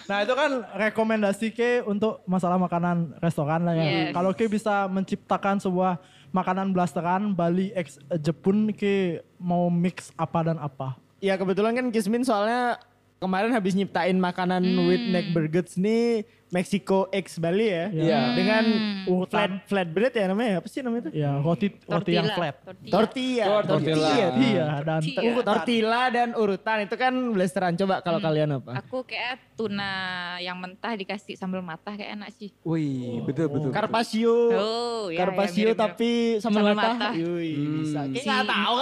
E: Nah itu kan rekomendasi Ke untuk masalah makanan restoran lah ya.
G: Yes.
E: Kalau Ke bisa menciptakan sebuah makanan blasteran Bali X Jepun Ke mau mix apa dan apa?
A: Ya kebetulan kan Kismin soalnya kemarin habis nyiptain makanan
G: Hmm.
A: with neck burgers nih Mexico X Bali ya.
E: Iya.
A: Dengan
G: Hmm.
A: flat
E: Urutan.
A: flatbread ya namanya apa sih namanya itu?
E: Ya roti roti yang
G: Tortilla.
E: flat.
G: Tortilla.
A: Oh, Tortilla.
F: Tortilla.
E: Iya dan
G: Tortilla. Hmm.
E: urutan.
A: Tortilla dan urutan itu kan blasteran coba kalau kalian apa?
G: Aku kayak tuna yang mentah dikasih sambal matah kayak enak sih.
D: Wih, betul betul.
A: Carpaccio.
G: Oh, ya, ya, mirip-mirip.
A: Carpaccio
G: Iya,
A: tapi sambal
G: Sambal
A: matah.
G: matah.
A: Yui,
E: Hmm.
A: bisa. Kayak
G: Si-
A: nggak tahu.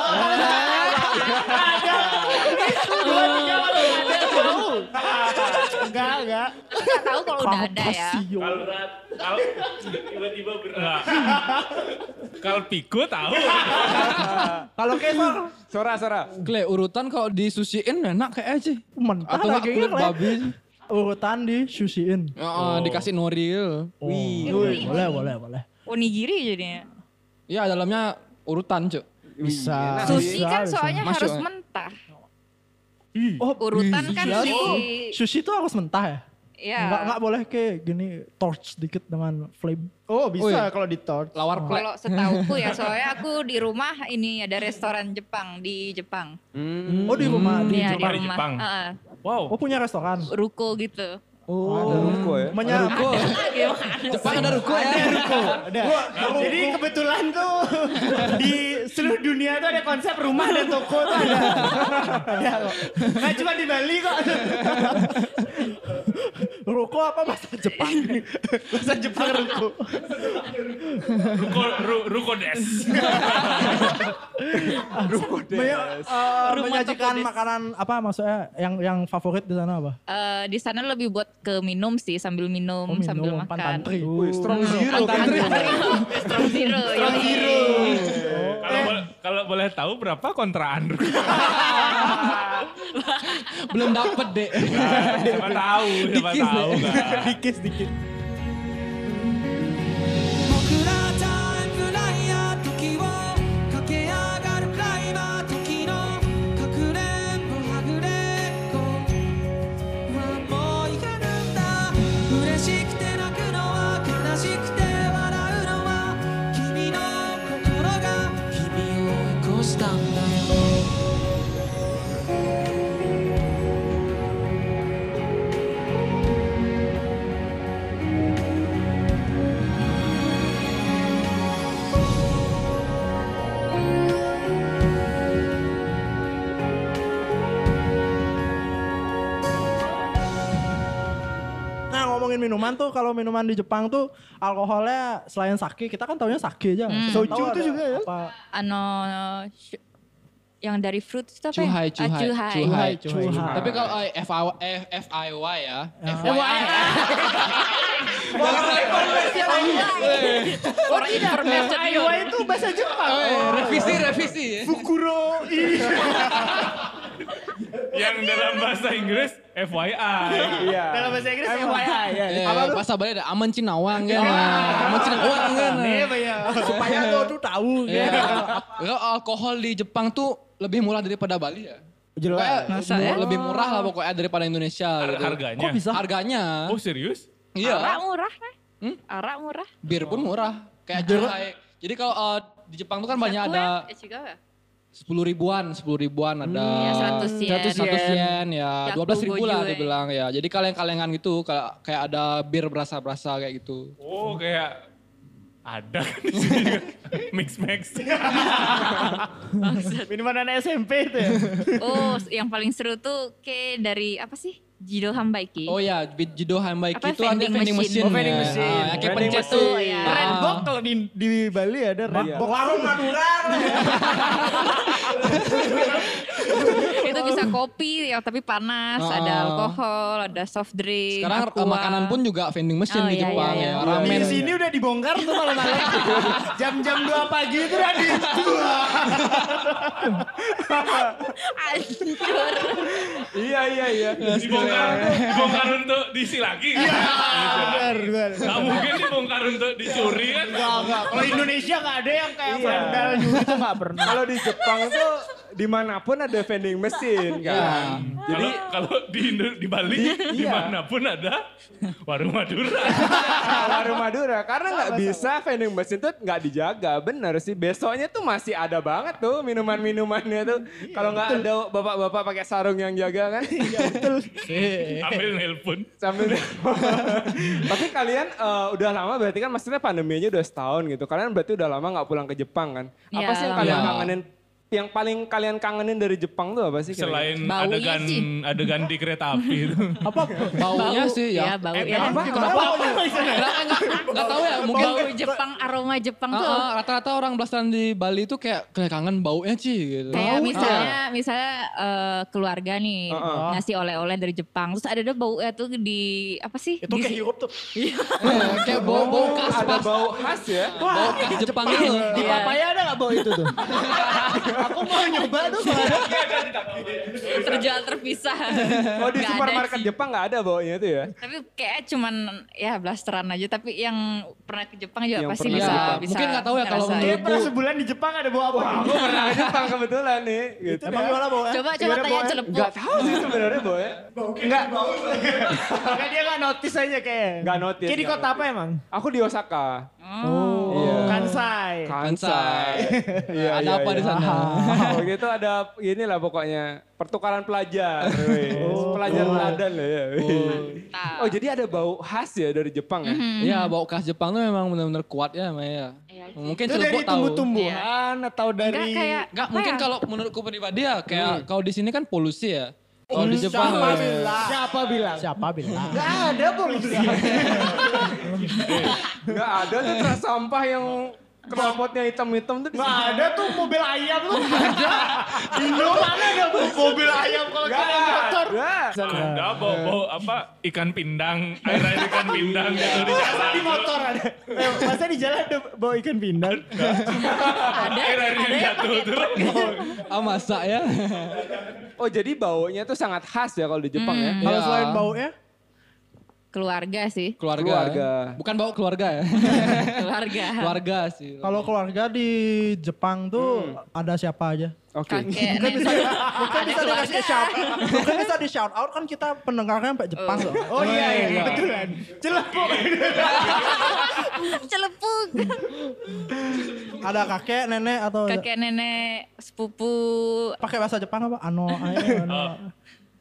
A: Ada. Itu dua tiga orang nggak ada yang tahu. Enggak, enggak.
G: Nggak tahu kalau udah ada ya.
E: Carpaccio.
C: Kalau tiba-tiba berat. Kalpiku tahu.
E: Kalau Ke Sor,
D: Sora, Sora.
F: Kle urutan kalau disusiin enak kayak aja.
E: mentah
F: Atau nggak
E: dagingnya
F: kulit
E: Cle.
F: babi.
E: Urutan di sushiin.
F: Ya,
G: Oh.
F: dikasih nori. gitu.
E: Wih, Oh, boleh boleh boleh.
G: Onigiri jadinya.
F: Iya dalamnya urutan cuk.
A: Bisa.
G: Sushi
E: bisa,
G: kan
E: Ah, iya, bisa.
G: soalnya
F: Masuk,
G: harus
F: ya?
G: mentah.
E: Oh,
G: Urutan kan
E: iya.
G: di
E: Sushi itu harus mentah ya?
G: ya.
E: Enggak, enggak boleh kayak gini torch dikit dengan flame.
A: Oh, bisa
F: Ui.
A: kalau di tort.
F: Lawar plek.
G: Kalau setauku ya, soalnya aku di rumah ini ada restoran Jepang di Jepang.
D: Hmm.
E: Oh di rumah di
G: Iya,
E: Jepang.
C: Jepang. Di Jepang.
G: Heeh,
E: Oh
C: Wow.
E: punya restoran. Oh.
G: ruko gitu. Iya,
D: Ada ruko ya.
E: Menya
G: Gimana?
F: Jepang ada ruko ya.
A: Jadi kebetulan tuh di seluruh dunia tuh ada konsep rumah dan toko tuh ada. ada
E: Ya,
A: kok. Nggak cuma di Bali kok.
E: ruko apa bahasa Jepang?
A: Bahasa Jepang ruko.
C: Ruko, ru, ruko des.
E: Menya, eh,
G: Rumah
E: menyajikan
G: toko
E: makanan apa maksudnya yang yang favorit di sana apa?
G: Eh, di sana lebih buat ke minum sih, sambil minum,
E: Oh, minum, Uh.
G: sambil
E: umpan
G: makan.
E: tantri.
D: Wih, strong zero kan.
G: Strong zero. iya. Strong zero.
C: Kalau boleh- kalau boleh tahu berapa kontraan ruko?
F: Belum dapet deh.
C: siapa tahu, siapa
F: Dikis,
C: tahu
F: Le.
C: kan.
A: Dikis dikit.
I: 僕らタイムライアー時を駆け上がるクライマー時のかくれんぼはぐれっこはもういかるんだ嬉しくて泣くのは悲しくて笑うのは君の心が君を起こしたんだよ
E: Nah ngomongin minuman tuh kalau minuman di Jepang tuh alkoholnya selain sake kita kan taunya sake aja.
G: Hmm.
E: Siapa tahu
A: Soju
E: ada
A: tuh juga ya?
E: Apa?
G: Ano, sh- yang dari fruit itu apa ya?
F: Cuhai,
G: Ah,
F: cuhai,
G: cuhai.
F: cuhai.
E: Cuha.
F: Tapi kalau eh, FIY, eh, FIY ya. FYI.
G: For information
A: Aiwa
G: your-
A: itu bahasa Jepang.
F: Eh, Revisi, revisi.
A: Fukuro.
C: Yang dalam bahasa Inggris FYI.
D: Iya.
A: Dalam bahasa Inggris FYI ya.
F: Eh, Bahasa Bali ada aman Cinawang kan.
G: Iya.
F: Aman Cinawang kan.
D: Iya,
A: Apa ya?
E: Supaya lo tuh tahu.
F: Iya. Kalau alkohol di Jepang tuh lebih murah daripada Bali
E: Iya.
F: ya.
A: Jelas.
F: Pokoknya
G: Masa
F: mu-
G: ya?
F: lebih murah lah pokoknya daripada Indonesia
C: Har-
F: gitu.
C: Harganya.
E: Kok bisa?
F: Harganya.
C: Oh serius?
F: Iya.
G: Arak murah lah. Arak murah.
F: Bir pun murah. Kayak
E: Jero-
F: Chuhai. Jadi kalau eh, di Jepang tuh kan banyak
G: Aku
F: ada
G: ya, Ichigawa.
F: sepuluh ribuan, sepuluh ribuan ada.
G: Ya 100 yen.
F: 100 yen ya,
G: Yaku
F: dua belas ribu lah
G: Gojoe.
F: dia bilang ya. Jadi kaleng-kalengan gitu, kayak kayak ada bir berasa-berasa kayak gitu.
C: Oh kayak ada kan di sini juga. mix mix.
A: Minuman anak SMP itu ya.
G: Oh, yang paling seru tuh ke dari apa sih? Jido Hambaiki.
F: Oh ya, Jido Hanbaiki
G: Apa,
F: itu ada gitu,
G: vending
F: vending machine.
G: machine.
A: Oh, vending
F: ya.
A: machine.
F: Ah, kayak
D: Vending
F: pencet
D: machine.
F: tuh.
G: Oh, ya.
F: Ah.
A: Red box kalau di, di Bali ada red
E: Iya.
A: box.
D: Warung Madura.
G: itu bisa kopi ya tapi panas,
F: Ah.
G: ada alkohol, ada soft drink.
F: Sekarang
G: aqua.
F: eh, makanan pun juga vending machine
G: Oh,
F: di
G: iya,
F: Jepang
G: iya,
F: ya.
G: iya.
F: Ramen.
A: Di sini udah dibongkar tuh malam-malam. Jam-jam 2 pagi itu udah di
G: hancur.
D: Iya iya iya.
C: Dibongkar, dibongkar untuk diisi lagi. Iya.
A: Bener, bener.
C: Gak mungkin dibongkar untuk dicuri kan.
A: Enggak, enggak. Kalau Indonesia enggak ada yang kayak
D: Iya.
A: vandal juga itu enggak pernah.
D: Kalau di Jepang tuh dimanapun ada vending machine kan.
C: Kalau kalau di Indo- di Bali dimanapun ada warung Madura.
D: warung Madura karena nggak bisa vending machine tuh nggak dijaga bener sih besoknya tuh masih ada banget tuh minuman-minumannya tuh kalau nggak ada bapak-bapak pakai sarung yang jaga kan
C: Ambil nelpon.
D: sambil tapi kalian eh, udah lama berarti kan maksudnya pandeminya udah setahun gitu kalian berarti udah lama nggak pulang ke Jepang kan apa
G: Iya,
D: sih yang kalian
F: lama.
D: kangenin yang paling kalian kangenin dari Jepang tuh apa sih kira-kira?
C: Selain
G: Baunya
C: adegan
G: sih.
C: adegan di kereta api itu.
F: Baunya sih ya.
G: Iya, bau.
D: Eh,
G: ya.
D: apa? Kenapa?
F: Kenapa enggak enggak tahu ya mungkin
G: Bau Jepang, aroma Jepang
F: Ah,
G: tuh.
F: ah, rata-rata orang belasan di Bali itu kayak kayak kangen baunya sih gitu.
G: Kayak
F: Bau,
G: misalnya
D: iya.
F: ah.
G: misalnya eh, keluarga nih ngasih oleh-oleh dari Jepang terus ada ada bau eh, tuh di apa sih?
E: Itu
G: Di-
E: kayak
D: gitu.
E: Europe tuh.
F: Eh, kayak bau bau khas
D: ada
F: pas
D: bau khas ya
F: bau khas Jepang gitu. itu.
A: Di
G: Iya.
A: papaya ada enggak bau itu tuh? Aku mau nyoba tuh kalau ada.
G: terjual terpisah.
D: oh di
G: Nggak ada
D: supermarket
G: sih.
D: Jepang nggak ada baunya tuh ya
G: Tapi kayak cuman ya blasteran aja tapi yang pernah ke Jepang juga
D: Yang
G: pasti
D: pernah
G: bisa,
D: ke
F: Jepang.
G: bisa.
F: Mungkin nggak tahu ya kalau
G: ngerasain.
A: Kayak pernah Iya, sebulan di Jepang ada bau apa?
D: aku pernah ke Jepang kebetulan nih gitu
A: Emang gimana bau?
G: Coba coba tanya celepuk.
D: Gak tahu sih sebenarnya boy. Enggak.
A: Enggak dia enggak notice aja kayaknya.
D: Nggak notice,
A: Kayak di
D: nggak
A: kota apa emang?
D: Aku di Osaka.
F: Hmm.
D: Iya.
A: Oh, Kansai.
F: Kansai.
D: Iya,
F: Ada
D: iya,
F: apa
D: iya.
F: di sana?
D: Kalau gitu ada inilah pokoknya pertukaran pelajar. weh. Pelajar London lah ya. weh.
G: Mantap.
D: Oh jadi ada bau khas ya dari Jepang ya?
F: Iya, bau khas Jepang tuh memang benar-benar kuat ya, Maya.
G: Iya sih.
F: Mungkin
A: Itu dari
F: celebok tahu.
A: tumbuh-tumbuhan atau dari
G: Enggak kayak
F: Enggak,
G: apa
F: mungkin
G: ya? Hmm.
F: kalau menurutku pribadi ya kayak kalau di sini kan polusi ya. Kalau di Jepang
A: Siapa
F: eh,
A: bilang? Siapa bilang?
E: Siapa bilang?
A: Enggak ada polusi.
D: Enggak ada tuh teras sampah yang knalpotnya hitam-hitam tuh. di
A: Enggak
D: sini.
A: ada tuh mobil ayam tuh. nggak Ada. Indo mana ada mobil ayam kalau
D: Nggak
A: kayak motor.
D: ada.
C: Ada bau-bau apa ikan pindang, air air ikan pindang gitu di
A: Masa
C: jalan.
A: di motor ada. Eh, masa di jalan ada bawa ikan pindang.
C: Air air yang jatuh tuh. Oh,
F: ah masa ya.
G: Hmm.
D: Oh jadi baunya tuh sangat khas ya kalau di Jepang ya?
E: Kalau
G: Oh.
F: Iya.
E: selain baunya,
G: keluarga sih,
F: keluarga.
D: Keluarga.
F: Bukan bau keluarga ya.
G: keluarga.
F: keluarga sih.
E: kalau keluarga di Jepang tuh ada siapa aja?
D: Oke.
G: Kakek,
E: Mungkin bisa,
G: nenek.
E: mungkin
G: Ada
E: bisa dikasih
G: keluarga.
E: shout, mungkin bisa di shout out kan kita pendengarnya sampai Jepang loh.
A: Oh iya, iya, kebetulan. Celah kok.
G: celepuk.
E: Ada kakek, nenek atau
G: Kakek nenek, sepupu.
E: pakai bahasa Jepang apa? Ano, ae, ano.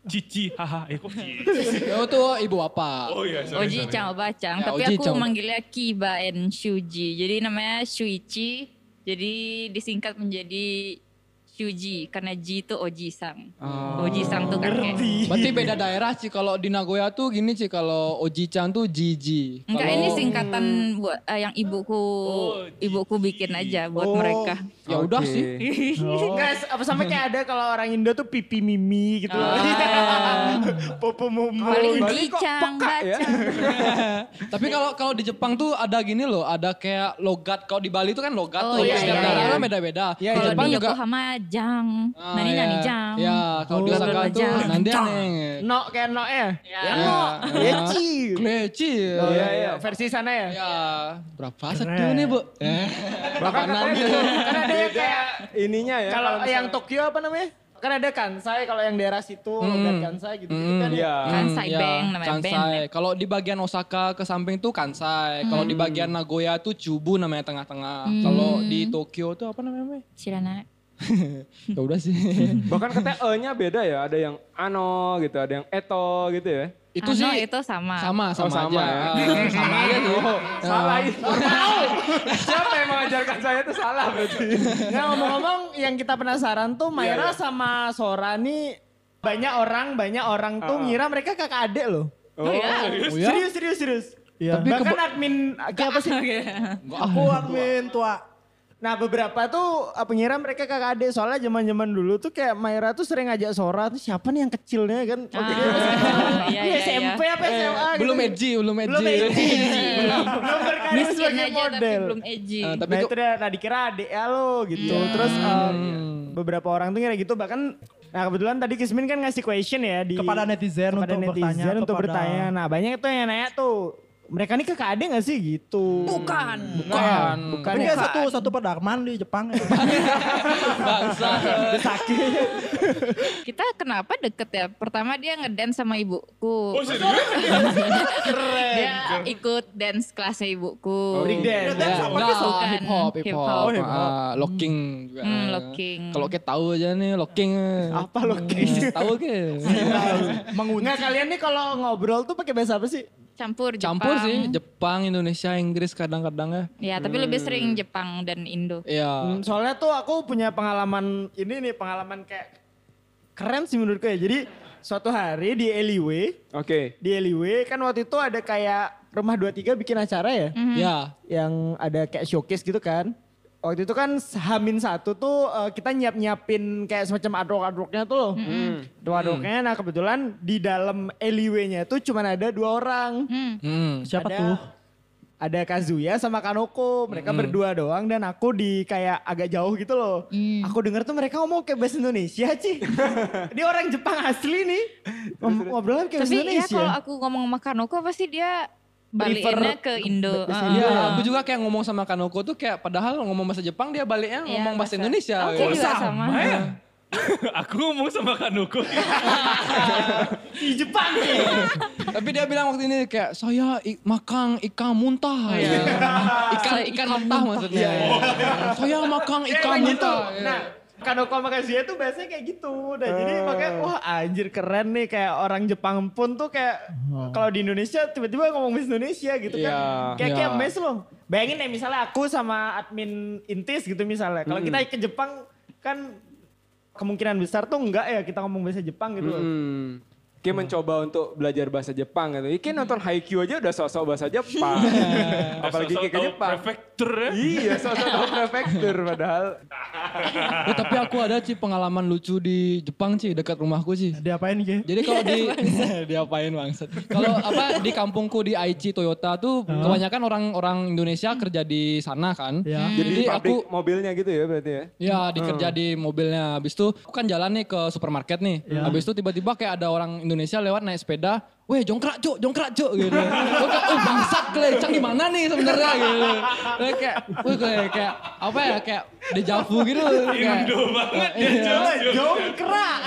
C: Cici, haha, eh kok cici?
F: Oh, Itu tuh ibu apa?
C: Oh iya, sorry,
G: Oji
C: sorry.
G: Chang, Oba Chang.
F: Ya,
G: Tapi
F: Oji
G: aku
F: Chang.
G: manggilnya Kiba and Shuji. Jadi namanya Shuichi. Jadi disingkat menjadi Shuji. Karena Ji itu Oji Sang.
F: Oh.
G: Oji Sang tuh kakek.
F: Berarti beda daerah sih kalau di Nagoya tuh gini sih kalau Oji-chan tuh Jiji.
G: Enggak,
F: Kalau-
G: ini singkatan buat eh, yang ibuku ibuku bikin aja buat mereka.
F: Ya udah
D: Oke.
F: sih.
G: Iya.
D: Oh.
A: Guys, apa sama kayak ada kalau orang Indo tuh pipi mimi gitu.
D: Ah.
A: Popo mumu.
G: Paling
D: Bali
G: Ji
D: kok
G: Chang,
D: peka ya?
G: Bacang.
F: Tapi kalau kalau di Jepang tuh ada gini loh, ada kayak logat. Kalau di Bali tuh kan logat
G: Oh,
F: tuh.
G: iya,
F: Setiap
G: iya,
F: daerah
G: iya.
F: kan beda-beda. di
G: Kalau
F: Jepang
G: di
F: juga.
G: Yokohama Jang,
F: Ah,
G: nani
F: iya.
G: nani Jang.
F: Iya, kalau di
G: Oh,
F: Osaka
G: Osaka
F: tuh Iya.
G: Jang.
F: nanti aneh.
A: No kayak no ya.
G: Ya.
A: Ya no. Ya ci.
F: Kleci.
A: Oh iya, iya. Versi sana ya.
F: Ya, berapa sekian nih, Bu? Eh,
D: Iya. Bahkan
F: Apaanan
D: katanya
F: gitu.
D: ada yang kayak ininya ya.
A: Kalau
D: misalnya-
A: yang Tokyo apa namanya? kan ada Kansai kalau yang daerah situ,
F: Hmm.
A: logat Kansai gitu, gitu
F: Hmm.
A: kan ya.
D: Iya.
G: Kansai
F: Hmm, ya,
G: Bank namanya,
F: Kansai. Kalau di bagian Osaka ke samping tuh Kansai. Kalau
G: Hmm.
F: di bagian Nagoya tuh Chubu namanya tengah-tengah. Kalau di Tokyo tuh apa namanya? Mei?
G: Shirana.
F: ya udah sih.
D: Bahkan katanya E-nya beda ya, ada yang ano gitu, ada yang eto gitu ya.
F: itu
G: Ano
F: sih
G: itu sama.
F: sama
D: Oh,
F: sama,
D: sama
F: aja.
D: ya.
F: Eh, sama aja tuh.
D: Salah itu. Siapa yang mengajarkan saya itu salah berarti.
A: Nah ngomong-ngomong yang kita penasaran tuh Maira sama Sora nih banyak orang banyak orang tuh ngira mereka kakak adik loh.
D: Oh,
G: ya.
A: Serius serius serius.
E: Iya.
A: Tapi Bahkan admin kayak apa sih?
E: Aku admin tua.
A: Nah beberapa tuh eh, pengira mereka kakak adik soalnya zaman zaman dulu tuh kayak Maira tuh sering ngajak Sora tuh siapa nih yang kecilnya kan?
G: Ah,
A: Waktu dia masih-
G: iya,
A: Dia
G: iya,
A: SMP apa SMA? gitu.
F: Belum edgy, belum edgy.
A: Belum edgy. belum belum berkarir
G: Miskin
A: sebagai
G: aja tapi
A: model.
G: belum edgy.
F: Eh, tapi
A: nah
F: kok-
A: itu dia, nah dikira adik ya lo gitu. Terus em, beberapa orang tuh ngira gitu bahkan nah kebetulan tadi Kismin kan ngasih question ya di
E: Kepada netizen
A: kepada
E: untuk
A: netizen
E: bertanya,
A: untuk
E: kepada-
A: bertanya. Nah banyak tuh yang nanya tuh mereka nih kakak adik gak sih gitu? Bukan. Bukan. Bukan.
E: Tapi
A: ya,
E: kayak satu satu pada Darman di Jepang. ya.
F: Bangsa.
G: Kita kenapa deket ya? Pertama dia ngedance sama ibuku.
C: Oh serius?
G: dia ikut dance kelasnya ibuku.
A: break dance.
F: Ya, enggak,
G: Bukan.
F: hip hop, hip hop.
G: Hip hop.
F: Ah, locking juga.
G: Hmm, locking.
F: Kalau kita tahu aja nih locking.
A: Apa lo gitu?
F: Eh, Tahu ke?
A: Nggak kalian nih kalau ngobrol tuh pakai bahasa apa sih?
G: Campur Jepang.
F: Campur sih Jepang, Indonesia, Inggris kadang-kadang ya.
G: Ya, tapi lebih sering Jepang dan Indo.
F: Iya.
A: Hmm, soalnya tuh aku punya pengalaman ini nih pengalaman kayak keren sih menurutku ya. Jadi suatu hari di Eliwe,
D: Oke.
A: di Eliwe kan waktu itu ada kayak rumah 23 bikin acara ya
F: Ya.
A: yang ada kayak showcase gitu kan. Waktu itu kan Hamin satu tuh eh, kita nyiap-nyiapin kayak semacam adrok-adroknya tuh loh.
D: Hmm.
A: Adrok-adroknya nah kebetulan di dalam Eliwe-nya tuh cuman ada dua orang.
F: Hmm.
E: Siapa
A: Ada-
E: tuh?
A: Ada Kazuya sama Kanoko, mereka berdua doang dan aku di kayak agak jauh gitu loh.
E: Mm.
A: Aku denger tuh mereka ngomong kayak bahasa Indonesia, Ci. Dia orang Jepang asli nih. Ngom- Ngobrolan kayak bahasa
G: Tapi ya
A: Indonesia.
G: kalau aku ngomong sama Kanoko pasti dia balikinnya ke Indo. Ah,
A: bahasa
G: Heeh.
F: Iya, aku juga kayak ngomong sama Kanoko tuh kayak padahal ngomong bahasa Jepang dia baliknya
G: Iya,
F: ngomong bahasa Indonesia.
G: Aku
F: gitu.
G: juga sama.
C: ya? Aku ngomong sama Kanoko.
A: di Jepang nih.
F: Tapi dia bilang waktu ini kayak saya i- makan ikan muntah. ya. Ikan ikan mentah maksudnya. Saya makan ikan
A: Kayak gitu.
F: muntah. ya.
A: Nah, Kanoko sama Kazuya tuh biasanya kayak gitu. Nah, jadi makanya wah anjir keren nih kayak orang Jepang pun tuh kayak kalau di Indonesia tiba-tiba ngomong bahasa Indonesia gitu kan.
D: Iya.
A: Kayak kayak
F: Iya.
A: amazed loh. Bayangin deh misalnya aku sama admin Intis gitu misalnya. Kalau kita ke Jepang kan kemungkinan besar tuh enggak ya kita ngomong bahasa Jepang gitu loh.
D: Hmm. Kayak mencoba untuk belajar bahasa Jepang gitu. Kayak nonton Haikyuu aja udah sosok bahasa Jepang. Apalagi kayak ke Jepang.
C: Prefektur ya.
D: Iya, sosok tahu prefektur padahal.
F: Ya, tapi aku ada sih pengalaman lucu di Jepang sih dekat rumahku sih.
E: Diapain gitu?
F: Jadi kalau di diapain bangsat. Kalau apa di kampungku di Aichi Toyota tuh kebanyakan orang-orang Indonesia kerja di sana kan.
E: Ya.
D: Hmm. Jadi,
F: Jadi
D: pabrik
F: aku
D: mobilnya gitu ya berarti ya.
F: Ya dikerja di mobilnya. Habis itu aku kan jalan nih ke supermarket nih. Habis itu tiba-tiba kayak ada orang Indonesia lewat naik sepeda. Weh jongkrak cuk, jongkrak cuk gitu. Gue kayak, oh bangsat kelecang di mana nih sebenarnya gitu. Gue kayak, weh gue kayak apa ya kayak deja vu gitu. Kayak, iya.
C: Indo banget ya jauh-jauh.
A: Jongkrak.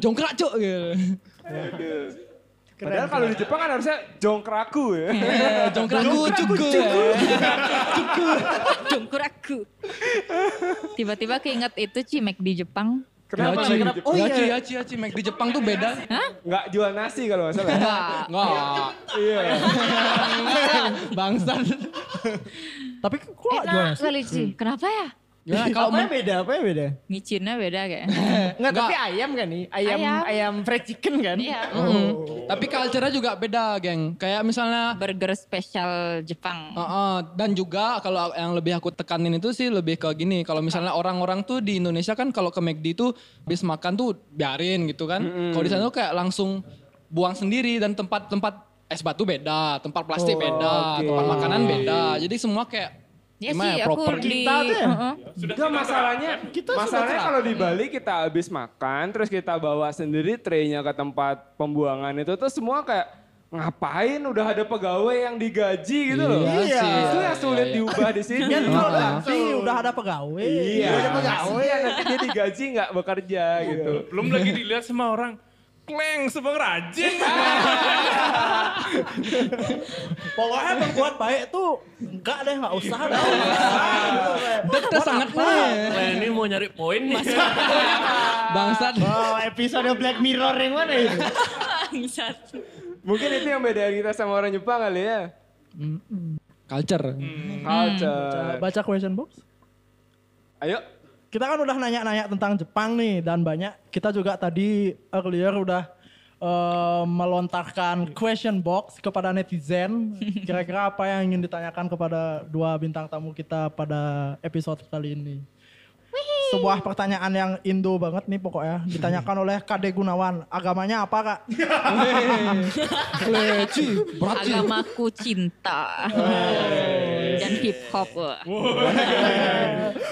F: jongkrak cuk gitu.
D: Padahal kalau di Jepang kan harusnya jongkraku ya.
F: Eh, jongkrak ku cukup.
G: Jongkuraku. Tiba-tiba keinget itu Cimek di Jepang.
D: Kenapa?
F: Yaci,
D: Kenapa?
F: oh iya. Yaci, yaci, yaci. Mac di Jepang tuh beda.
D: Nggak jual nasi kalau nggak salah.
G: Wah,
F: Enggak.
D: Iya.
F: Bangsat.
E: Tapi kok
G: Eh,
E: jualan
G: enak kali sih. Kenapa ya?
E: Nah,
F: Gimana kalau
A: Kalau apa beda? Apa beda?
G: Micinnya beda kayak.
A: Enggak, tapi ayam kan nih? Ayam ayam,
G: Ayam.
A: fried chicken kan?
D: Oh.
G: Iya.
F: Mm-mm. Hmm. Tapi culture-nya juga beda, geng. Kayak misalnya
G: Burger spesial Jepang.
F: Heeh, dan juga kalau yang lebih aku tekanin itu sih lebih ke gini kalau misalnya orang-orang tuh di Indonesia kan kalau ke McD tuh habis makan tuh biarin gitu kan kalau di sana tuh kayak langsung buang sendiri dan tempat-tempat es batu beda
D: Oh,
F: tempat plastik beda tempat makanan beda jadi semua kayak
G: Ya
F: gimana
G: sih,
F: ya,
G: aku
F: proper
G: di...
A: Kita tuh ya?
G: Heeh.
D: Enggak masalahnya, masalahnya kalau di Bali kita habis makan, terus kita bawa sendiri traynya ke tempat pembuangan itu, tuh semua kayak ngapain udah ada pegawai yang digaji gitu loh.
F: Iya sih,
D: Itu
F: iya,
D: yang sulit
F: iya.
D: diubah di sini.
E: Ya
F: Iya.
E: dulu nanti udah ada pegawai.
D: Iya. Kasihan nanti dia digaji nggak bekerja gitu.
C: Belum lagi dilihat sama orang. Kleng, sebang rajin.
E: Pokoknya berbuat baik tuh enggak deh, enggak usah deh.
F: Kita sangat nih.
J: Nah, ini mau nyari poin nih.
F: Bangsat.
A: Wow, Oh, episode Black Mirror yang mana itu?
G: Bangsat.
D: Mungkin itu yang beda kita sama orang Jepang kali ya.
F: Culture.
D: Culture.
E: Baca question box.
D: Ayo.
E: Kita kan udah nanya-nanya tentang Jepang nih dan banyak kita juga tadi earlier udah eh, melontarkan question box kepada netizen. Kira-kira apa yang ingin ditanyakan kepada dua bintang tamu kita pada episode kali ini? Sebuah pertanyaan yang Indo banget nih pokoknya ditanyakan oleh Kade Gunawan. Agamanya apa kak?
G: Agamaku cinta. Dan hip hop. wah.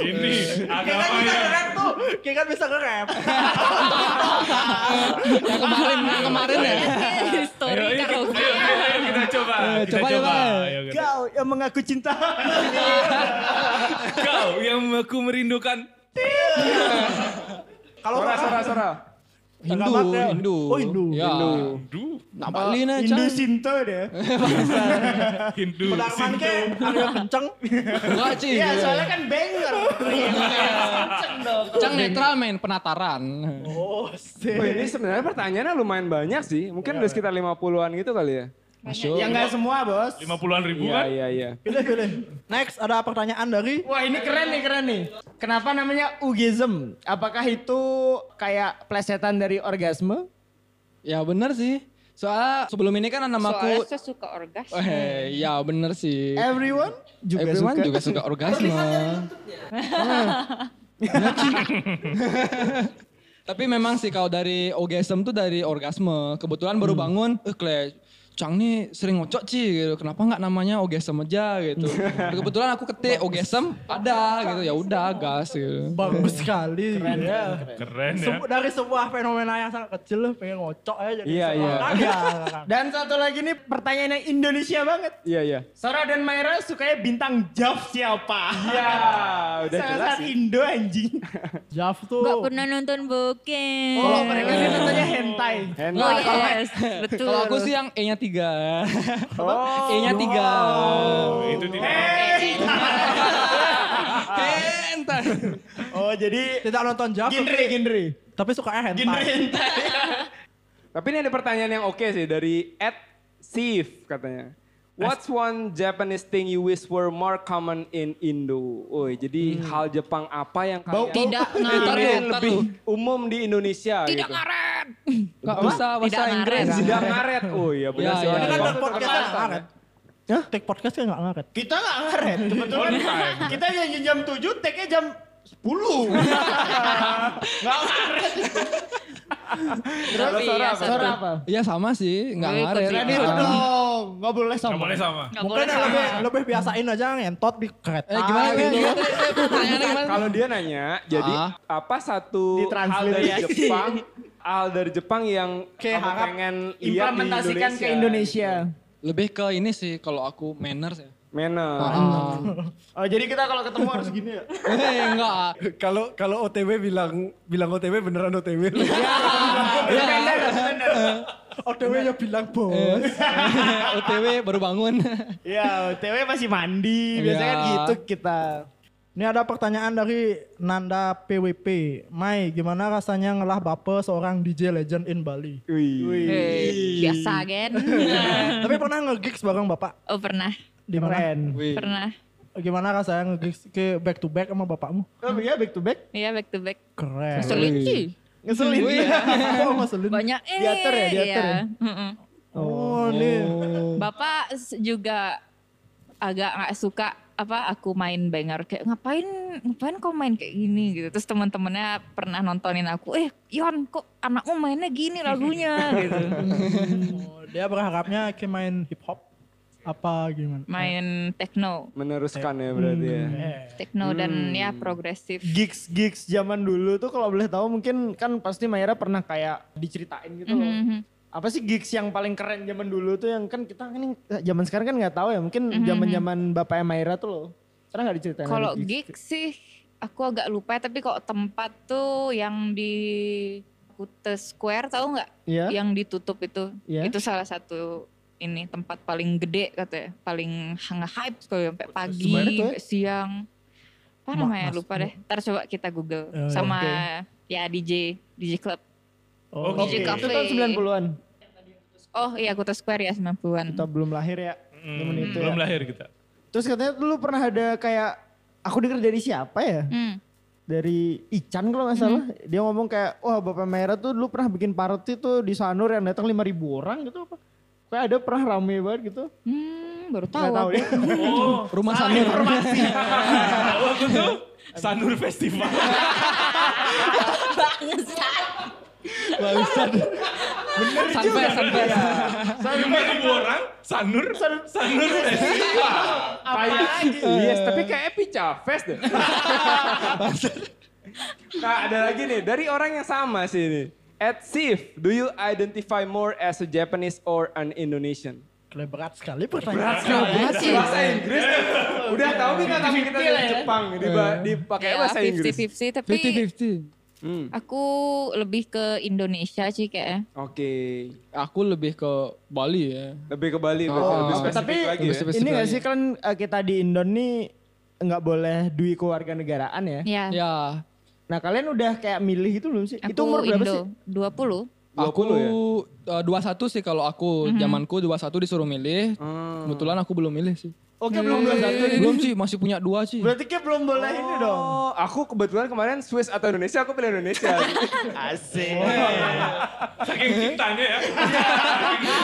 C: Ini ya? agama yang
E: tuh, kayak kan bisa nge-rap.
F: Yang kemarin, yang kemarin ya.
G: Kayak
C: Ayo,
G: Iya, Story
C: ayo,
G: karaoke.
C: ayo, ayo, ayo, kita coba. Kita
F: coba,
C: coba.
F: coba.
C: Ayo, kita-
A: Kau yang mengaku cinta.
C: Kau yang aku merindukan.
E: Kalau
D: Sora, sora, sora.
F: Hindu,
E: Agama apa?
F: Hindu.
E: Oh, Hindu.
F: Ya.
C: Duh,
F: Napalin aja.
A: Hindu Sinto dia.
C: Hindu.
E: Pedarman ke, agak kenceng.
F: Enggak, Ci.
A: Iya, soalnya kan banger.
F: Cang netral main penataran.
E: Oh,
D: Oh,
E: sih.
D: ini sebenarnya pertanyaannya lumayan banyak sih.
F: Iya.
D: Mungkin ada sekitar 50-an gitu kali ya.
F: Masuk.
A: Yang enggak semua, Bos.
C: 50-an
D: Iya,
C: ribu kan?
D: iya, iya.
E: Pilih, pilih. Next, ada pertanyaan dari
A: Wah, ini keren nih, keren nih. Kenapa namanya ugism? Apakah itu kayak plesetan dari orgasme?
F: Ya bener sih. Soalnya sebelum ini kan
G: Soalnya
F: namaku...
G: saya suka orgas.
F: Eh, ya bener sih.
A: Everyone juga
F: Everyone
A: suka.
F: juga suka orgasme.
G: kan
F: Bener, Ci. Ah. Tapi memang sih kalau dari orgasm tuh dari orgasme. Kebetulan baru
A: Hmm.
F: bangun, eh Kle, Cang nih sering ngocok Ci gitu. Kenapa nggak namanya orgasm aja gitu. Kebetulan aku ketik orgasm ada gitu. Ya udah gas gitu.
E: bagus sekali. ya.
C: Keren ya.
E: Sebu- dari sebuah fenomena yang sangat kecil lah, pengen ngocok aja jadi
D: Iya, iya.
E: seorang. Ya,
A: Dan satu lagi nih pertanyaan yang Indonesia banget.
D: Iya, iya.
A: Sarah dan Myra sukanya bintang Jav siapa?
D: Ya, udah jelas
A: Sangat
D: sih.
A: Indo anjing.
E: Jaf tuh
G: Gak pernah nonton bokeh.
A: Oh, mereka kan nontonnya hentai.
G: Oh
D: Handle.
G: yes, betul.
F: Kalau aku sih yang E-nya tiga.
A: Oh.
F: E-nya tiga.
C: Itu tidak.
F: Eh, entar.
A: Oh, jadi
E: tidak nonton Jaf,
A: genre genre.
E: tapi suka hentai.
A: Genre hentai.
D: Tapi ini ada pertanyaan yang oke sih dari at Sif katanya. What's one Japanese thing you wish were more common in Indo? Oi, jadi hal Jepang apa yang kalian
G: Tidak
F: Ntar lu,
G: ngaret.
D: ingin
F: ntar
D: lebih
F: lu.
D: umum di Indonesia
G: Tidak
D: gitu?
G: ngaret.
F: Nggak bisa bahasa
G: Tidak
F: Inggris.
G: ngaret.
D: Tidak ngaret. Oh iya benar
F: Ya,
D: sih.
F: ya,
D: orang
E: Kan
D: Jepang
E: buat
D: tuh
E: podcast
D: terkenal
E: nggak
D: kan.
E: ngaret. Take podcast kan nggak ngaret.
A: Kita nggak ngaret. Kebetulan kita janji jam 7, take-nya jam 10. Nggak ngaret.
G: Tapi ya, satu.
A: Sarah apa?
F: Iya sama sih, nggak
G: Lu ikut
F: ngaret.
G: sih.
A: Tadi
F: Ah.
A: dong, nggak boleh sama.
C: Gak boleh sama.
G: Nggak
E: Mungkin
G: boleh
E: yang
G: sama.
E: lebih lebih biasain aja ngentot di kereta. Ah,
F: Eh gimana
A: Ah,
F: gitu?
A: iya,
F: Pertanyaannya gimana?
D: Kalau dia nanya, jadi
F: Ah.
D: apa satu hal
A: Ditranslate
D: dari
A: ya.
D: Jepang, hal dari Jepang yang
A: Kayak
D: kamu
A: harap
D: pengen lihat di
A: Implementasikan ke Indonesia.
F: Lebih ke ini sih kalau aku manners ya.
D: Manner.
F: Ah.
A: Oh, jadi kita kalau ketemu harus gini ya?
F: Eh enggak.
B: Kalau kalau OTW bilang bilang OTW beneran OTW. lu.
E: OTW ya bilang
F: Iya.
E: bos.
F: Eh, OTW baru bangun.
A: Ya, TW masih mandi. Biasanya kan
F: Iya.
A: gitu kita.
E: Ini ada pertanyaan dari Nanda PWP. Mai, gimana rasanya ngelah bape seorang DJ legend in Bali?
D: Wih.
G: Eh, Biasa kan.
E: Tapi pernah nge-gigs bareng bapak?
G: Oh pernah,
E: Di mana?
A: Keren.
G: pernah.
E: Gimana rasanya nge-gigs ke back to back sama bapakmu?
A: Oh iya, back to back.
G: Iya back to back.
E: Eh, Keren.
G: Ngeselin sih.
A: Ngeselin.
E: Kok ngeselin?
G: Banyak eh.
A: Diatur ya,
G: iya.
A: diatur ya?
G: Mm-mm.
E: Oh, nih.
G: Bapak s- juga agak nggak suka apa aku main banger kayak ngapain ngapain kau main kayak gini gitu terus teman-temannya pernah nontonin aku eh Yon kok anakmu mainnya gini lagunya gitu
E: Oh, Dia berharapnya ke main hip hop apa gimana?
G: main techno
D: Meneruskan ya berarti ya.
G: techno dan ya progresif
A: gigs gigs zaman dulu tuh kalau boleh tahu mungkin kan pasti Mayra pernah kayak diceritain gitu loh.
G: Mhm.
A: apa sih gigs yang paling keren zaman dulu tuh yang kan kita kan zaman sekarang kan nggak tahu ya mungkin zaman zaman bapak Mayra tuh loh pernah nggak diceritain ada
G: Kalau
A: gigs?
G: gig sih aku agak lupa tapi kalau tempat tuh yang di Kute Square tahu nggak?
A: Iya.
G: Yang ditutup itu.
A: Iya.
G: Itu salah satu ini tempat paling gede katanya, paling nge-hype kalau sampai pagi,
A: Square itu ya?
G: sampai siang. Apa
E: Ma-
G: namanya
E: mas-
G: lupa deh. Ntar coba kita Google
E: Oh, iya.
G: sama ya DJ DJ Club.
E: Oh,
A: Oke,
G: Gigi
A: itu
G: Cafe.
A: tahun 90-an.
G: Oh iya Kute Square ya 90-an.
A: Kita belum lahir ya. zaman itu ya.
C: Belum lahir kita.
A: Terus katanya dulu pernah ada kayak aku denger dari siapa ya?
G: Hmm.
A: Dari Ican kalau nggak salah. Dia ngomong kayak, wah Bapak Merah tuh dulu pernah bikin party tuh di Sanur yang datang 5000 orang gitu apa. Kayak ada pernah rame banget gitu.
G: Hmm, baru
A: Nggak
G: tahu.
A: tahu ya.
G: aku. Iya.
A: deh.
C: Oh,
F: Rumah Sanur.
C: tahu aku tuh Sanur Festival.
F: Sanpes, sanpes.
A: Iya.
C: Lima ribu orang, Sanur, Sanur Festival.
D: Yes, tapi kayak Pica Fest deh. nah, ada lagi nih dari orang yang sama sih ini. At Sif, do you identify more as a Japanese or an Indonesian?
E: keren berat sekali pertanyaan.
D: Bahasa Inggris udah tahu kita tapi kita dari Jepang diba- dipakai
G: Ya,
D: bahasa Inggris.
G: 50-50 tapi
F: 50-50.
D: Hmm,
G: aku lebih ke Indonesia sih ya. kayaknya.
D: Oke,
F: Aku lebih ke Bali ya.
D: lebih ke Bali berarti
F: Oh,
D: lebih spesifik
A: tapi-
D: lagi
F: Lebih
D: ya.
F: spesifik
A: Ini gak
F: lagi.
A: sih kan eh, kita di Indon nih nggak boleh dui kewarganegaraan ya.
G: Ya.
F: Ya,
A: Nah kalian udah kayak milih gitu belum sih? itu umur berapa sih?
G: 20.
F: aku
D: 20 ya?
F: eh, 21 sih kalau aku. Zamanku 21 disuruh milih. Kebetulan aku belum milih sih.
A: Ah. Oke belum belum satu.
F: Belum sih, masih punya dua sih.
A: Berarti kayak belum boleh ini dong.
D: Oh, aku kebetulan kemarin Swiss atau Indonesia, aku pilih Indonesia.
A: Asik.
C: Saking cintanya ya. Saking cintanya.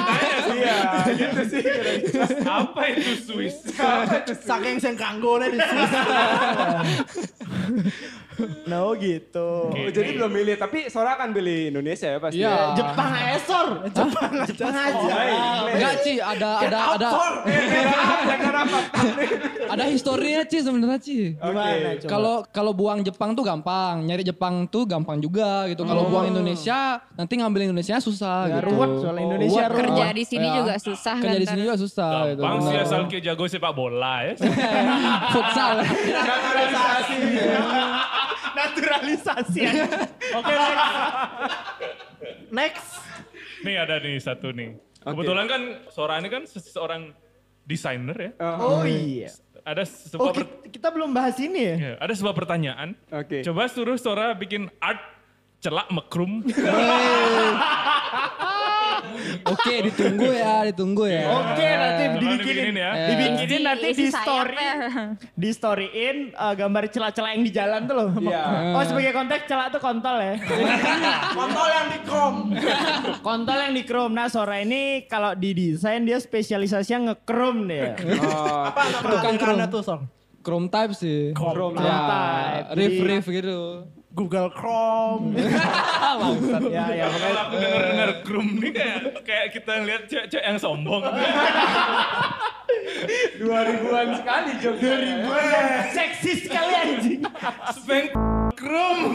D: Iya, gitu sih. kira-kira.
C: Apa itu Swiss?
D: Apa itu sih?
E: Saking sing kanggo nih di Swiss.
A: Nah oh gitu.
D: Oh, Jadi belum milih, tapi Sora akan pilih Indonesia ya pasti. Iya,
F: Iya.
D: ya?
A: Jepang esor. Jepang, Jepang aja.
F: Enggak Ci, ada ada ada
D: iya.
F: ada historinya Ci sebenarnya Ci.
A: Gimana coba?
F: Kalau kalau buang Jepang tuh gampang, nyari Jepang tuh gampang juga gitu. Kalau buang Indonesia, nanti ngambil Indonesia susah
A: Ya,
F: gitu.
C: Oh,
A: ruwet soal
E: Oh,
A: Indonesia,
F: ruwet.
G: Kerja
F: ruwet.
G: di sini
F: Ya.
G: juga susah
F: Kerja
G: kan.
F: di sini
G: Tar.
F: juga susah gitu.
C: Gampang sih ya,
F: Benar.
C: asal ke jago sepak bola ya.
F: Futsal.
A: naturalisasi. Oke next. next.
C: Nih ada nih satu nih. Kebetulan kan Sora ini kan seorang desainer ya.
A: Oh iya.
C: Ada sebuah
A: Oh
C: per-
A: kita, kita belum bahas ini ya.
C: ya, ada sebuah pertanyaan.
D: Oke.
C: Coba suruh Sora bikin art celak mekrum.
F: Oke, ditunggu ya, ditunggu ya.
A: Oke nanti
C: Tolong Iya. dibikinin
A: dibikinin,
C: ya.
A: dibikinin nanti
G: Iya. Isi
A: di
G: sayap
A: story,
G: ya.
A: di storyin eh, gambar celah-celah yang di jalan tuh loh.
D: Iya.
A: Oh sebagai konteks celah tuh kontol ya.
D: Kontol yang di kom.
A: kontol yang di chrome. Nah Sora ini kalau di desain dia spesialisasinya nge-chrome dia.
E: Apa nama angkarannya tuh, Song?
F: Chrome type sih.
D: Chrome
F: Ya, Riff
A: type. Nah, Jadi-
F: riff gitu.
E: Google Chrome.
A: ya ya pokoknya
C: Kalau aku denger-denger krum nih kayak kayak kita lihat cewek-cewek yang sombong.
D: Dua ribuan sekali Jok. Dua ribuan.
A: seksi sekali anjing.
C: Speng krum.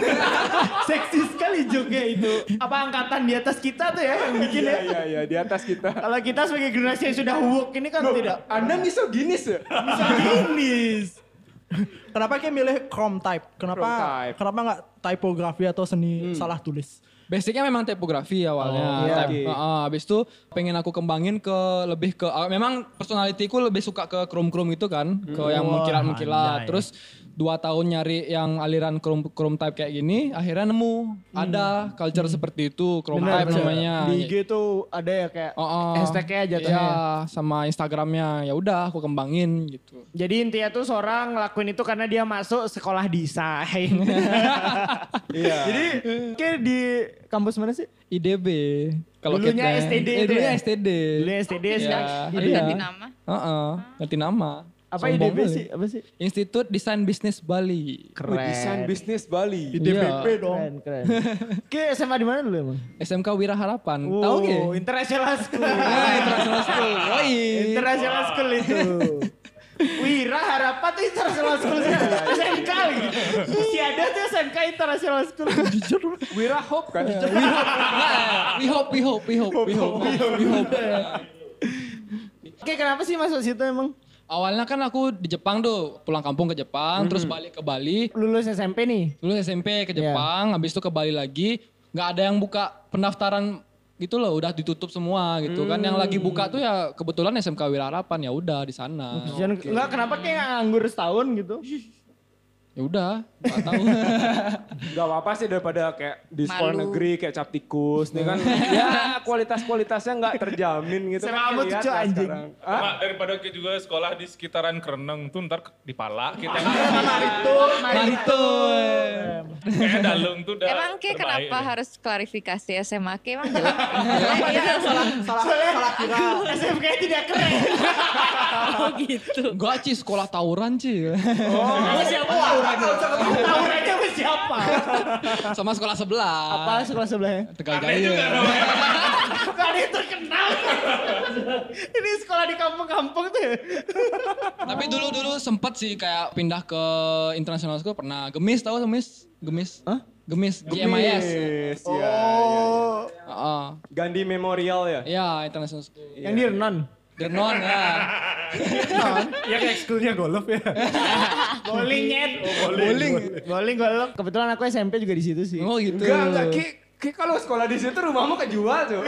A: Seksi sekali joknya itu. Apa angkatan di atas kita tuh ya yang bikin
D: Iya,
A: ya.
D: iya, iya. Di atas kita.
A: Kalau kita sebagai generasi yang sudah woke ini kan tidak
D: Anda misoginis ya?
A: misoginis.
E: Kenapa kayak milih Chrome type? Kenapa
D: Chrome type. Hmm.
E: kenapa nggak tipografi atau seni salah tulis?
F: Basicnya memang tipografi awalnya.
D: Oh, iya.
F: Type-
D: Oke.
F: Heeh, habis itu pengen aku kembangin ke lebih ke ah, memang personalitiku lebih suka ke krom-krom itu kan, ke
A: Hmm.
F: yang
E: Wah,
F: mengkilat-mengkilat.
E: anjay.
F: Terus dua tahun nyari yang aliran krom krom type kayak gini, akhirnya
A: Hmm.
F: nemu ada culture seperti itu, krom type namanya.
A: Di IG tuh ada ya kayak
F: Nah, iya. Oh, oh.
A: hashtagnya jatuhnya.
F: Iya, sama Instagramnya. Ya udah aku kembangin gitu.
A: Jadi intinya tuh seorang ngelakuin itu karena dia masuk sekolah desain.
D: Iya.
A: Jadi kayak di kampus mana sih?
F: IDB kalau kita.
A: Dulunya STD
F: Eh,
A: itu
F: dulunya
A: ya?
F: STD.
A: Dulu STD sekarang.
G: Tapi
F: Iya.
G: ganti nama.
F: Heeh, ganti nama.
A: Apa
F: Sombong
A: IDB
F: kali.
A: sih? Apa sih?
F: Institut Desain Bisnis Bali. Iya,
D: Wih, Desain bisnis Bali. Iya.
F: DPP
A: Keren, keren. Oke, SMA di mana dulu emang?
F: SMK Wira Harapan. Tahu nggak?
A: Wow, International school.
F: Ah, international school. Yoi.
A: international school itu. Wira harapan tuh international school
F: Iya.
A: sih. SMK lagi. Masih ada tuh SMK international school. Iya.
D: Wira Hope kan?
F: Nah, We hope hope, we hope, we hope, we hope, we hope.
A: Oke, kenapa sih masuk situ emang?
F: Awalnya kan aku di Jepang tuh, pulang kampung ke Jepang, terus balik ke Bali.
A: Lulus SMP nih.
F: Dulu SMP ke Jepang, habis itu ke Bali lagi. Nggak ada yang buka pendaftaran gitu loh, udah ditutup semua gitu kan. Yang lagi buka tuh ya kebetulan SMK Wiraharapan ya udah di sana.
A: Jangan, Enggak, kenapa kayak nggak nganggur setahun gitu?
F: Ya udah, nggak tahu.
D: Gak apa-apa sih daripada kayak di sekolah
G: Malu.
D: negeri kayak cap tikus nih kan. ya kualitas-kualitasnya nggak terjamin gitu kan.
A: Sama kamu tuh,
D: kelihatan
A: Cok, anjing.
D: sekarang. Hah?
C: Pak, daripada kita juga sekolah di sekitaran Kereneng tuh ntar ke- dipala kita.
A: Marito, Marito.
C: Kayak dalung tuh udah
G: Emang kayak
C: terbaik
G: kenapa
C: deh.
G: harus klarifikasi SMA kayak emang jelek? Jelek
A: Iya,
G: gitu.
E: Salah, salah kira.
A: SMK tidak keren.
G: Oh gitu.
F: Enggak Ci, sekolah tawuran Ci.
A: Sama siapa? Tahu aja sama siapa?
F: Sama sekolah sebelah.
A: Apa sekolah sebelahnya?
F: Tegal
C: Aneh juga
F: Jaya.
C: namanya.
A: Gak ada yang terkenal. Ini sekolah di kampung-kampung tuh. ya?
F: Tapi dulu-dulu sempet sih kayak pindah ke international school pernah. Gemis tahu Gemis? Gemis. Gemis, GMIS.
D: Yes, ya, ya, ya.
A: Oh.
F: Heeh.
D: Gandhi Memorial ya.
F: Ya, international school.
A: Yang di Renon.
F: Gernon ya.
B: Ya kayak ekskulnya golf ya.
A: Bowling, Nyet. Bowling. Bowling, golok. Kebetulan aku SMP juga di situ sih.
F: Oh gitu.
D: Enggak, enggak. Ki, Ki kalau sekolah di situ rumahmu kejual tuh.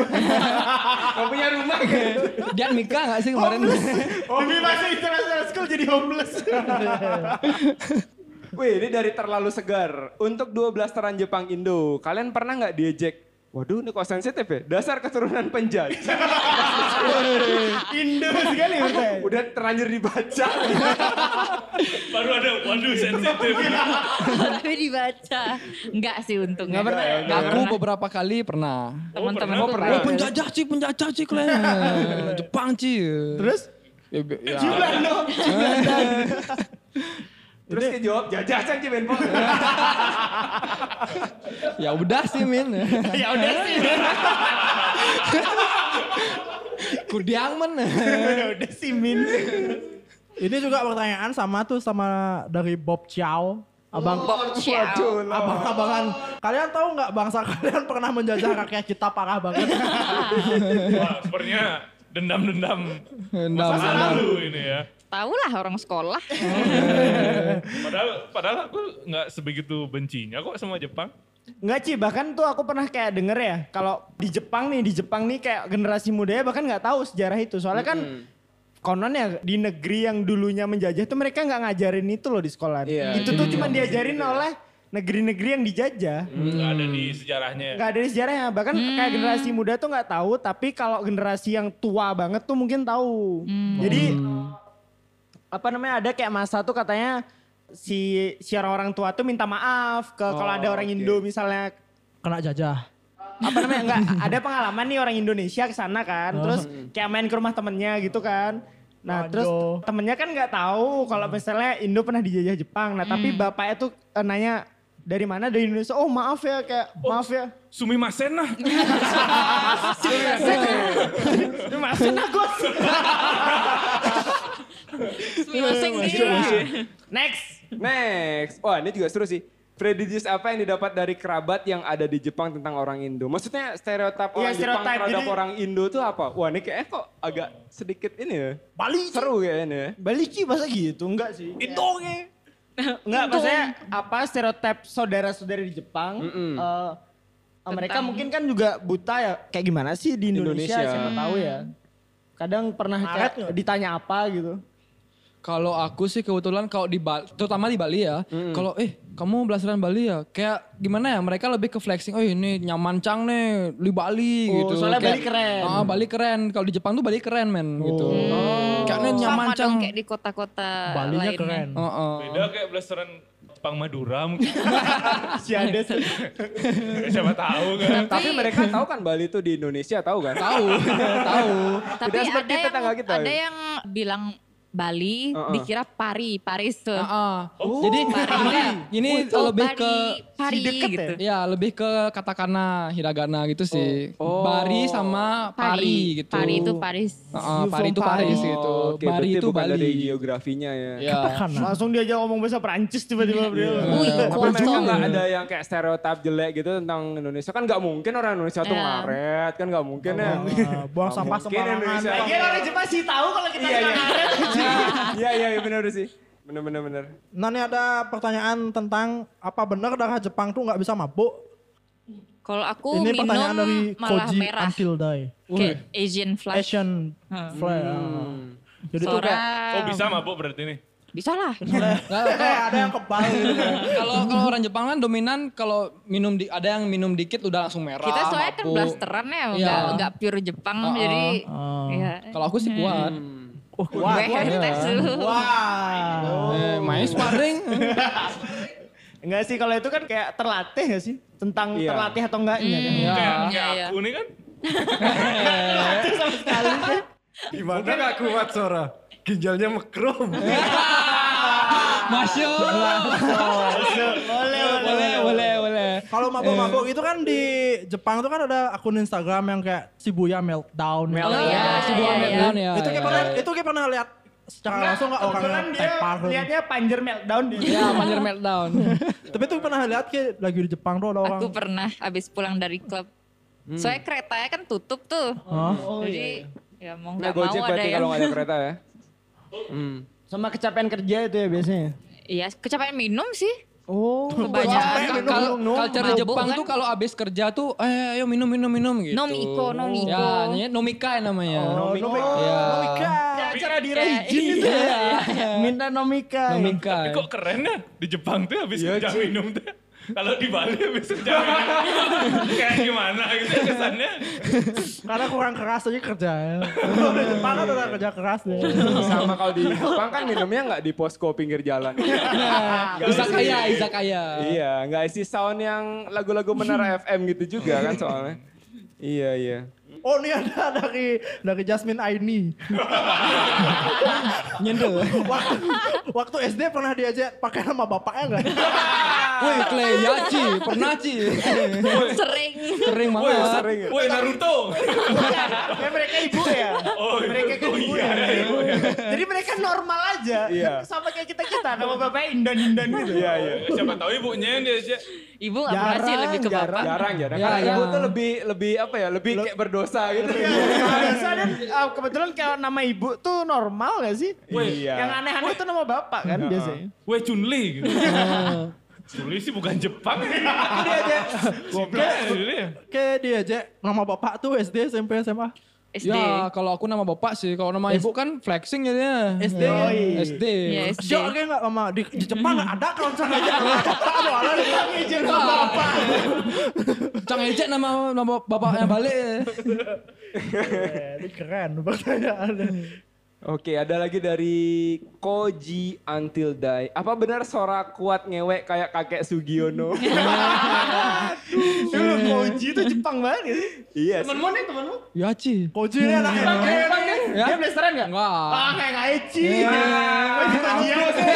D: Gak punya rumah kan.
F: Dia nikah gak sih kemarin?
A: Demi masuk Oh, international school jadi homeless.
D: Wih, ini dari terlalu segar. Untuk 12 teran Jepang Indo, kalian pernah nggak diejek? Waduh, ini kok sensitif ya? Dasar keturunan penjajah.
A: Indo sekali berarti.
D: Udah terlanjur dibaca.
C: Baru ada waduh sensitif.
G: Tapi dibaca. Enggak sih untungnya. Enggak pernah.
F: Aku beberapa kali pernah.
G: Teman-teman
C: Oh,
G: tuh
C: pernah.
F: Oh
G: banyak.
F: penjajah Ci, penjajah Ci kalian. Jepang Ci.
A: Terus?
F: Ya, be- ya.
D: Terus dia jawab, jajah Cang Cibenpong.
F: Ya udah sih Min.
A: Ya udah sih.
F: Kudiang men.
A: Ya udah sih, Min.
E: Ini juga pertanyaan sama tuh sama dari Bob Chow. Abang
A: Oh,
G: Ciao.
E: abang-abangan. Kalian tahu nggak bangsa kalian pernah menjajah rakyat kita parah banget?
C: Wah, sepertinya dendam-dendam
F: Dendam,
C: masa
F: dendam.
C: lalu ini ya.
G: Tahu lah orang sekolah.
C: Padahal padahal aku nggak sebegitu bencinya kok sama Jepang.
A: Enggak Ci, bahkan tuh aku pernah kayak denger ya, kalau di Jepang nih, di Jepang nih kayak generasi mudanya bahkan nggak tahu sejarah itu. Soalnya kan konon ya di negeri yang dulunya menjajah tuh mereka nggak ngajarin itu loh di sekolah.
D: Iya,
A: itu tuh cuma diajarin oleh negeri-negeri yang dijajah.
C: Nggak ada di sejarahnya.
A: Nggak ada di sejarahnya, bahkan kayak generasi muda tuh nggak tahu, tapi kalau generasi yang tua banget tuh mungkin tahu. Jadi apa namanya ada kayak masa tuh katanya si si orang-orang tua tuh minta maaf ke kalau ada orang Indo misalnya
E: Kena jajah.
A: apa namanya enggak ada pengalaman nih orang Indonesia ke sana kan terus kayak main ke rumah temennya gitu kan nah
E: Waduh.
A: terus temennya kan nggak tahu kalau misalnya Indo pernah dijajah Jepang nah tapi bapaknya tuh eh, nanya dari mana dari Indonesia oh maaf ya kayak maaf ya
C: Sumimasen lah.
A: itu masih nagus
G: Masing-masing dia.
A: next
D: Next. Wah, ini juga seru sih. Prejudice apa yang didapat dari kerabat yang ada di Jepang tentang orang Indo? Maksudnya stereotip
A: Iya,
D: orang Jepang
A: stereotip.
D: terhadap
A: Jadi-
D: orang Indo tuh apa? Wah, ini kayaknya kok agak sedikit ini ya.
A: Bali
D: Seru kayaknya ya.
A: baliki masa gitu enggak sih
D: Itu oke.
A: Enggak, maksudnya apa stereotip saudara-saudara di Jepang? eh, mereka mungkin kan juga buta ya. Kayak gimana sih di
D: Indonesia.
A: Indonesia? Siapa tahu ya. Kadang pernah
E: Karet
A: kayak
E: nggak?
A: ditanya apa gitu.
F: Kalau aku sih kebetulan kalau di Bali, terutama di Bali ya, kalau eh kamu belasaran Bali ya, kayak gimana ya mereka lebih ke flexing, oh ini nyaman cang nih di Bali
A: Oh,
F: gitu. Kayak,
A: soalnya Bali keren.
F: Ah Bali keren, kalau di Jepang tuh Bali keren men gitu.
A: Oh.
F: Kayaknya nyaman
G: Sama
F: cang.
G: dong kayak di kota-kota
E: Balinya
G: Eh, lainnya.
E: keren.
F: Oh, oh.
C: Beda kayak blasteran Jepang Madura mungkin.
A: Si ada sih.
C: Siapa tahu kan.
D: Tapi mereka tahu kan Bali tuh di Indonesia, tahu kan?
F: Tahu, tahu.
G: Tapi
D: Tidak seperti
G: ada yang,
D: tetangga kita,
G: ada
D: ya?
G: yang bilang Bali
D: Heeh.
G: dikira Pari, Paris tuh.
F: Heeh. Jadi ini, ini
G: Untuk
F: lebih ke
G: Bari,
A: si deket
G: Pari gitu.
F: ya lebih ke katakana hiragana gitu sih.
D: Oh. Oh.
F: Bari sama pari, gitu.
G: Pari itu Paris.
F: Heeh,
A: You
F: pari
A: from
F: itu Paris
A: Paris.
F: gitu.
D: Oh, oke,
F: Bari
D: berarti
F: itu
D: bukan
F: Bali.
D: dari geografinya ya.
F: Ya.
E: Katakana.
A: Langsung dia aja ngomong bahasa Perancis tiba-tiba beliau.
D: Iya.
G: Wih,
D: Tapi
G: kuat
D: mereka
G: tuh.
D: nggak ada yang kayak stereotip jelek gitu tentang Indonesia kan nggak mungkin orang Indonesia tuh
G: Iya.
D: ngaret kan nggak mungkin ya.
F: Oh,
E: Wah, Eh, buang sampah
D: Mungkin
E: sembarangan. Eh,
D: Indonesia.
A: Lagian orang Jepang sih tahu kalau kita
D: Iya,
A: suka
D: iya.
A: karet.
D: Iya iya iya, bener sih. Bener bener bener.
E: Nah ini ada pertanyaan tentang apa benar darah Jepang tuh nggak bisa mabuk?
G: Kalau aku
E: ini
G: Uh, minum
E: pertanyaan dari
G: malah
E: Koji
G: merah.
E: Until Die.
G: Kayak Asian flash. Hmm.
E: Asian Fly.
D: Hmm.
E: ah. Jadi tuh
G: Sora.
E: kayak
C: Oh bisa mabuk berarti nih.
G: Bisa lah.
E: kayak ada yang kebal gitu. kayak.
F: Nah, Kalau kalau orang Jepang kan dominan kalau minum di, ada yang minum dikit udah langsung merah.
G: Kita soalnya kan
F: mabuk.
G: blasteran ya,
F: Iya.
G: enggak enggak pure Jepang
F: Heeh.
G: jadi
E: Oh.
G: iya.
F: Kalau aku sih kuat.
E: Wah,
G: Wah,
E: kuat.
G: tes dulu.
E: Wah.
F: Eh, main sparring.
A: Enggak sih kalau itu kan kayak terlatih gak sih? Tentang
D: Iya.
A: terlatih atau enggaknya
E: Hmm.
F: Ya.
A: kan.
C: Kayak,
G: Iya,
C: kayak
G: iya.
C: aku nih kan.
B: Gimana gak kuat suara? Ginjalnya mekrom.
F: Masya Allah.
A: Boleh, boleh.
F: Boleh, boleh, boleh.
E: Kalau mabuk-mabuk itu kan di Jepang tuh kan ada akun Instagram yang kayak Shibuya Meltdown.
F: Oh
G: iya,
F: si buah
G: iya,
F: meltdown ya.
E: Itu kayak
F: ya.
E: pernah, itu kayak pernah lihat secara langsung nggak orang
A: Kebetulan
E: yang
A: dia
E: tepar. tuh. Iya.
A: liatnya panjer meltdown dia.
F: Ya, panjer meltdown.
E: Tapi tuh pernah lihat kayak lagi di Jepang tuh ada orang.
G: Aku pernah habis pulang dari klub. Soalnya keretanya kan tutup tuh.
E: Hah?
A: Oh,
G: Jadi ya mau
D: Nah
G: nggak
D: gojek
G: mau ada
D: berarti
G: yang
D: kalau nggak ada kereta ya. Hmm.
A: Sama kecapean kerja itu ya biasanya.
G: Iya, kecapean minum sih.
A: Oh.
G: Kebanyakan
F: Wah,
G: minum,
F: kalau
G: minum.
F: culture di
G: Mabuk
F: Jepang
G: kan.
F: tuh kalau abis kerja tuh eh ayo minum minum minum gitu.
G: Nomiko, nomiko.
F: Ya, namanya nomika namanya.
E: Oh.
A: Nomika.
F: Iya.
A: Acara di
E: Eh,
G: Kayak
A: Reji itu ya. Minta nomika.
F: Nomika.
G: Iya.
C: Tapi kok keren ya di Jepang tuh habis kerja minum tuh. Kalau di Bali habis kerja minum. kayak gimana gitu kesannya.
E: Karena kurang keras aja kerja. Di Jepang kan udah kerja keras deh.
D: Sama kalau di Jepang kan minumnya nggak di posko pinggir jalan. Nggak
F: Izakaya,
D: isi-
F: izakaya.
D: Iya nggak isi sound yang lagu-lagu Menara FM gitu juga kan soalnya. Iya iya.
E: Oh ini ada dari dari Jasmine Aini.
F: Nyendel.
E: Waktu, waktu SD pernah diajak pakai nama bapaknya nggak?
F: Woi, Clay, ya Ci, pernah Ci.
G: Sering.
F: Sering
D: Woi
F: banget.
D: sering. ya?
C: Woi Naruto.
A: Ya mereka ibu ya.
C: Oh,
A: mereka kan
C: oh,
A: ibu
C: iya,
A: ya.
C: ibu
A: Jadi mereka normal aja.
D: Iya.
A: Sama kayak kita-kita. Nama bapaknya Indan-Indan gitu.
D: Iya iya.
C: Eh, Siapa tahu ibunya yang dia aja.
G: Ibu nggak pernah sih lebih ke
A: Jarang,
G: bapak.
D: jarang jarang
F: Ya,
D: karena
F: ya.
D: ibu tuh lebih lebih apa ya lebih kayak berdosa gitu
A: Biasa dan uh, kebetulan kalau nama ibu tuh normal gak sih?
D: Wih.
A: Yang aneh-aneh Ya. itu nama bapak kan biasanya.
C: Woi Chunli gitu. Chunli sih bukan Jepang. ya.
E: Dia aja
C: Goblok ya. Chunli.
E: kayak diajak nama bapak tuh SD SMP SMA.
G: SD.
F: Ya, kalau aku nama bapak sih, kalau nama ibu kan flexing jadinya.
E: SD.
A: Oh, iya.
F: SD.
G: Ya, SD.
E: Syok kayak nggak sama di, di Jepang nggak ada kalau cara aja nama bapak soalnya di Jepang izin sama bapak.
F: Cang ejek nama nama bapaknya balik.
E: Eh, Ini keren pertanyaannya.
D: oke ada lagi dari Koji Until Die apa benar Sora kuat ngewek kayak kakek Sugiono
A: Dulu Koji itu Jepang banget gak sih?
D: iya sih.
A: Temenmu nih temenmu.
F: Ya Ci.
E: Koji ini anak enak.
A: Jepang nih.
F: Ya?
A: Dia blasteran gak?
F: Enggak.
A: Ah kayak gak Eci. Wah, Jepang dia sih.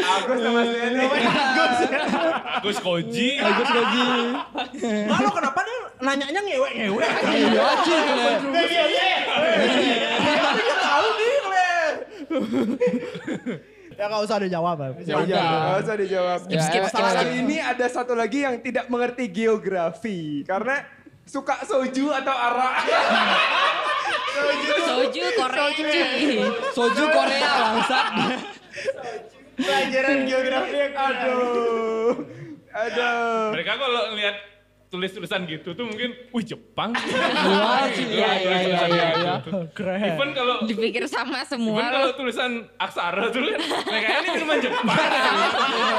D: Agus sama Iya. Sally
C: Agus Koji.
F: Agus Goji.
E: Lalu kenapa dia nanyanya ngewek ngewek?
F: Ya Ci. Kle.
A: Iya, iya, iya.
E: Tapi nggak tahu nih kle. Ya nggak usah dijawab. Ya.
D: Udah, nggak usah dijawab.
F: Skip,
A: Ya, eh,
F: skip, skip,
D: Masalah
F: skip.
D: ini ada satu lagi yang tidak mengerti geografi karena suka soju atau arak.
G: Soju Korea. cuy.
F: Soju Korea bangsat.
A: Pelajaran geografi yang
D: Aduh. Aduh.
C: Mereka kalau lihat tulis-tulisan gitu tuh mungkin, wih Jepang. gitu
F: Wah, Ci. Ya ya ya ya. ya.
E: Keren.
C: Even kalau
G: Dipikir sama
C: even
G: semua.
C: kalau tulisan aksara tuh lihat, mereka ini minuman Jepang.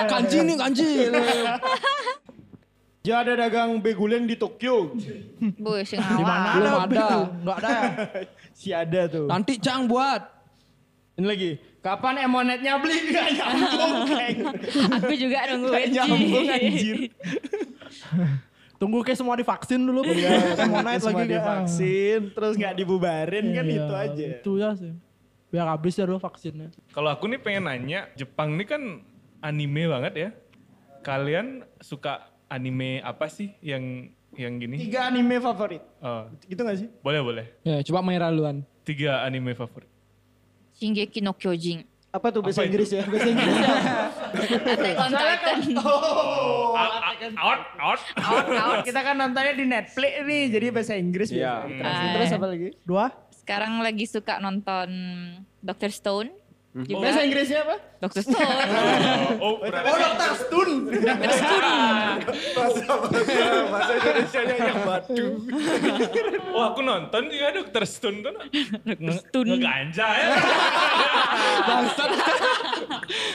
F: Kanji nih kanji.
A: Dia ada dagang beguleng di Tokyo.
G: Bu, sing
E: Di mana
G: awal.
E: ada?
F: Belum ada.
E: Nggak ada. ya?
A: Si ada tuh.
F: Nanti Cang buat.
A: Ini lagi. Kapan emonetnya beli? Gak nyambung kayak. gitu.
G: Aku juga nungguin.
A: Nggak nyambung, anjir.
E: Tunggu kayak semua divaksin dulu. Iya,
A: Semua
E: naik lagi
A: divaksin, terus nggak dibubarin kan
E: Iya,
A: itu aja.
E: Itu ya sih. biar habis ya dulu vaksinnya.
C: Kalau aku nih pengen nanya, Jepang nih kan anime banget ya. Kalian suka anime apa sih yang yang gini?
A: Tiga anime favorit.
C: Eh,
A: Gitu gak sih?
C: boleh boleh.
F: Ya, coba Maira duluan.
C: Tiga anime favorit.
G: Shingeki no Kyojin.
A: Apa tuh bahasa Inggris ya? Bahasa Inggris ya?
G: Attack on Titan.
A: Oh,
C: Ah,
A: kan?
C: ah, out out.
G: Out, out.
A: Kita kan nontonnya di Netflix nih, jadi bahasa Inggris
D: Iya.
A: biasanya. Terus, terus apa lagi?
E: Dua,
G: Sekarang lagi suka nonton Dr. Stone. Juga.
A: Bahasa Inggrisnya apa?
G: Dr. Stone.
C: Oh, berarti
A: Dr. Stun.
B: Bahasa Indonesia yang batu.
C: oh aku nonton juga Dokter Stone tuh.
G: Dr. Stone.
C: Ngeganja ya.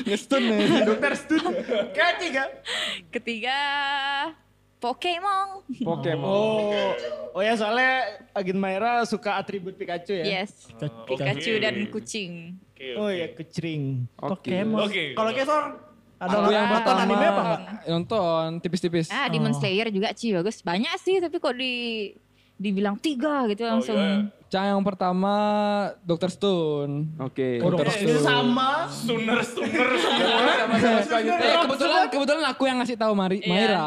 F: Ngestun
A: Dr. Stun. Ketiga.
G: Ketiga Pokemon.
D: Pokemon.
A: Oh, oh ya soalnya Agin Mayra suka atribut Pikachu ya?
G: Yes. Pikachu dan kucing.
A: Oh ya, kecering.
E: Pokemon.
C: Oke.
E: Kalau Kesor, ada orang
F: Aku yang
E: yang nonton
F: pertama.
E: anime apa enggak?
F: Nonton tipis-tipis.
G: Ah, Demon Slayer juga Ci bagus. Banyak sih tapi kok di dibilang tiga gitu langsung.
F: Cang yang pertama Dr. Stone.
D: Oke.
F: Oh, Dr. Stone.
A: Sama.
C: Suner suner.
F: Eh, kebetulan kebetulan aku yang ngasih tahu Mari,
G: Iya.
F: Maira.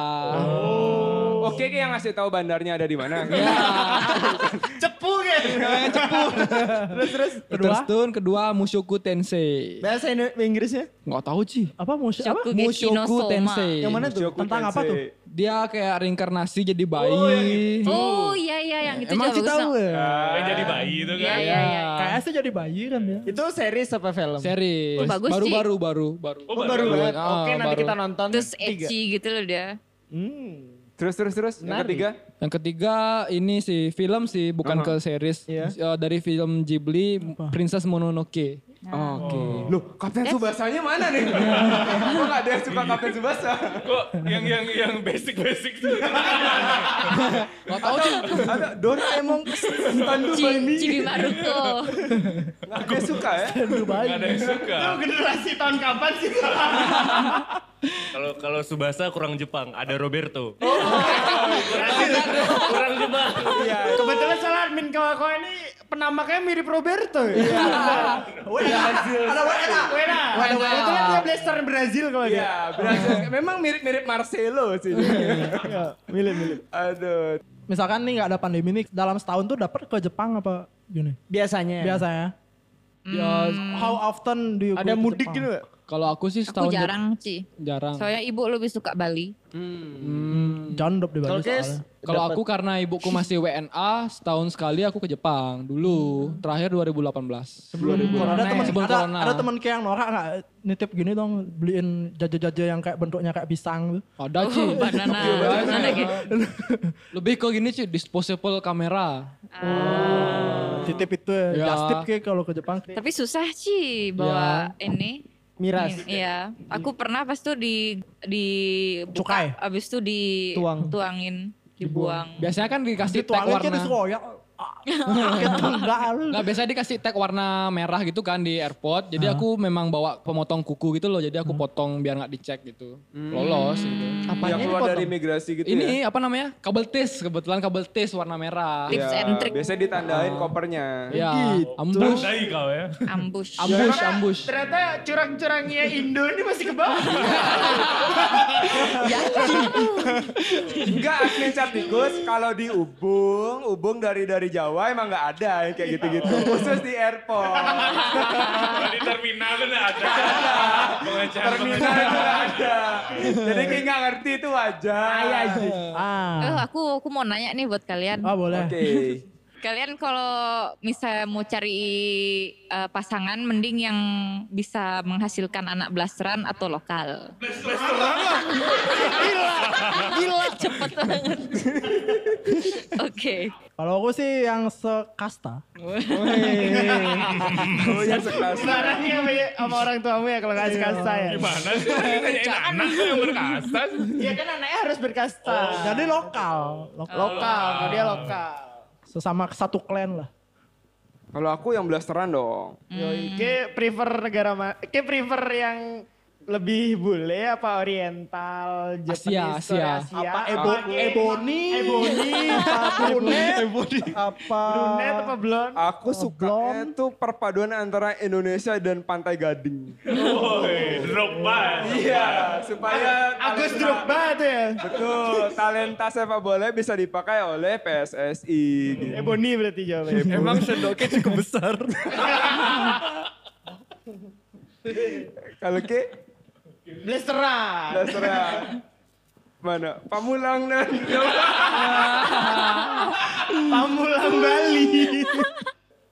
D: Oke, Ki, yang ngasih tahu bandarnya ada di mana?
A: Cepu kan?
F: Dr. Stone, kedua Mushoku Tensei.
A: Bahasa Indo- Inggrisnya?
F: Nggak tahu sih.
E: Apa musik? Apa?
G: Shokugeki no
F: Mushoku
G: Soma.
F: Tensei.
A: Yang mana tuh?
D: Joku
E: Tentang apa tuh?
D: Tensei.
F: Dia kayak reinkarnasi jadi bayi.
G: Oh iya iya yang itu
F: Emang sih
G: juga
F: tahu
G: bagus.
F: ya?
A: Ah.
C: Yang jadi bayi itu
G: Iya
C: kan.
G: iya iya.
E: Kayaknya sih jadi bayi kan ya.
A: Itu series apa film?
F: Serius.
G: Oh, bagus
F: baru,
G: sih.
F: baru baru baru
A: Oh, baru
F: Baru.
A: banget.
F: Ah,
A: Oke, nanti
F: baru.
A: kita nonton.
G: Terus
A: Tiga.
G: edgy gitu loh dia.
A: Hmm.
D: Terus terus terus yang
A: Menarik.
D: ketiga.
F: Yang ketiga ini sih film sih bukan ke series
A: Iya.
F: Eh, dari film Ghibli Princess Mononoke.
D: Oke. Loh, Kapten Subasanya mana nih? Kok gak ada yang suka Kapten Subasa?
C: Kok yang yang yang basic basic tuh. kan
F: Gak tahu sih.
D: Ada Doraemon Standu
G: Ci, Cibi Maruko.
D: Aku suka ya.
C: Gak ada yang suka.
A: Iya. generasi tahun kapan sih?
J: Kalau kalau Subasa kurang Jepang, ada Roberto.
C: Oh,
J: kurang, kurang Jepang.
A: Kebetulan soalnya admin Kawako ini penampaknya mirip Roberto ya. Iya. Ada Wena. Wena. Wena. Kebetulan dia blaster Brazil kalau dia.
D: Iya, berhasil. Memang mirip-mirip Marcelo sih.
A: Iya, Milih-milih.
D: Aduh.
E: Misalkan nih nggak ada pandemi nih, dalam setahun tuh dapat ke Jepang apa gini?
A: Biasanya.
E: Biasanya. Ya, how often do you go
A: Ada
E: to
A: mudik
E: Jepang?
A: gitu nggak?
F: Kalau aku sih
G: Aku
F: setahun
G: jarang Ci.
F: jarang.
G: Soalnya ibu lebih suka Bali.
E: Jandop di Bali
A: Kalau guys,
E: soalnya.
F: Kalau aku karena ibuku masih WNA, setahun sekali aku ke Jepang dulu. Terakhir 2018.
A: sebelum
E: Ada teman
F: Sebelum
E: ada,
F: corona.
E: ada teman kayak yang norak nggak nitip gini dong beliin jaja-jaja yang kayak bentuknya kayak pisang tuh.
F: Ada sih.
G: Oh, banana. banana gitu.
F: Lebih ke gini sih disposable kamera.
E: Titip itu ya,
A: Iya.
F: Ya.
E: just tip kayak kalau ke Jepang.
G: Tapi susah Ci bawa ini.
A: miras.
G: Ini, Iya, aku pernah pas tuh di di
E: Cukai.
G: abis tuh di
A: Tuang.
G: tuangin, dibuang.
F: Biasanya kan dikasih tag
E: Dituangin kayak
F: warna.
E: disoyak. Ah, kaget tuh, enggak.
F: Nggak, biasanya dikasih tag warna merah gitu kan di airport. Jadi aku memang bawa pemotong kuku gitu loh. Jadi aku potong biar nggak dicek gitu. Lolos gitu.
D: Yang keluar dari imigrasi gitu ya.
F: Ini apa namanya? Kabel tis. Kebetulan kabel tis warna merah.
G: Tips and trick.
D: Iya, Biasanya ditandain kopernya.
F: Ya, ambush.
C: Tandai kau ya.
G: ambush.
F: Ambush, ambush.
A: Ternyata curang-curangnya Indo ini masih ke bawah.
D: Enggak, admin cat tikus kalau di Ubung, Ubung dari dari Jawa emang nggak ada yang kayak gitu-gitu. Khusus di airport,
C: Kalau Di terminal kan ada. Pengacara.
D: terminal itu nggak ada. Jadi kayak nggak ngerti itu wajar. iya.
E: Ah,
G: Eh, aku aku mau nanya nih buat kalian.
E: ah boleh.
D: Oke.
G: Kalian kalau misalnya mau cari eh, pasangan mending yang bisa menghasilkan anak blasteran atau lokal? Gila, cepet banget. Oke.
E: Kalau aku sih yang sekasta.
D: Oh ya sekali.
A: Barangnya sama ya- sama orang tuamu ya kalau nggak kasta ya.
C: Gimana sih? Nanyain anak kok yang berkasta.
A: Iya kan anaknya harus berkasta.
E: Jadi lokal, lokal.
A: lokal, kalau dia lokal.
E: Sesama satu klan lah.
D: Kalau aku yang blasteran dong.
A: Yoi, ke prefer negara mana? Ke prefer yang lebih bule apa oriental, Japanese,
F: Asia.
A: Korea, Asia.
E: Apa
A: Ebo-
E: Ebo-
A: ebony, ebony, apa brunette,
E: Apa?
A: brunette apa blonde?
D: Aku suka itu perpaduan antara Indonesia dan Pantai Gading.
C: Woi, Drogba.
D: Iya, supaya
A: Ah, Agus
D: talenta-
A: Drogba tuh ya.
D: Betul, talenta sepak bola bisa dipakai oleh PSSI. gitu.
A: Ebony berarti jawabannya.
B: Emang sendoknya cukup besar.
D: Kalau ke,
A: Blasteran.
D: terserah. Mana? Pamulang dan
A: Pamulang Bali.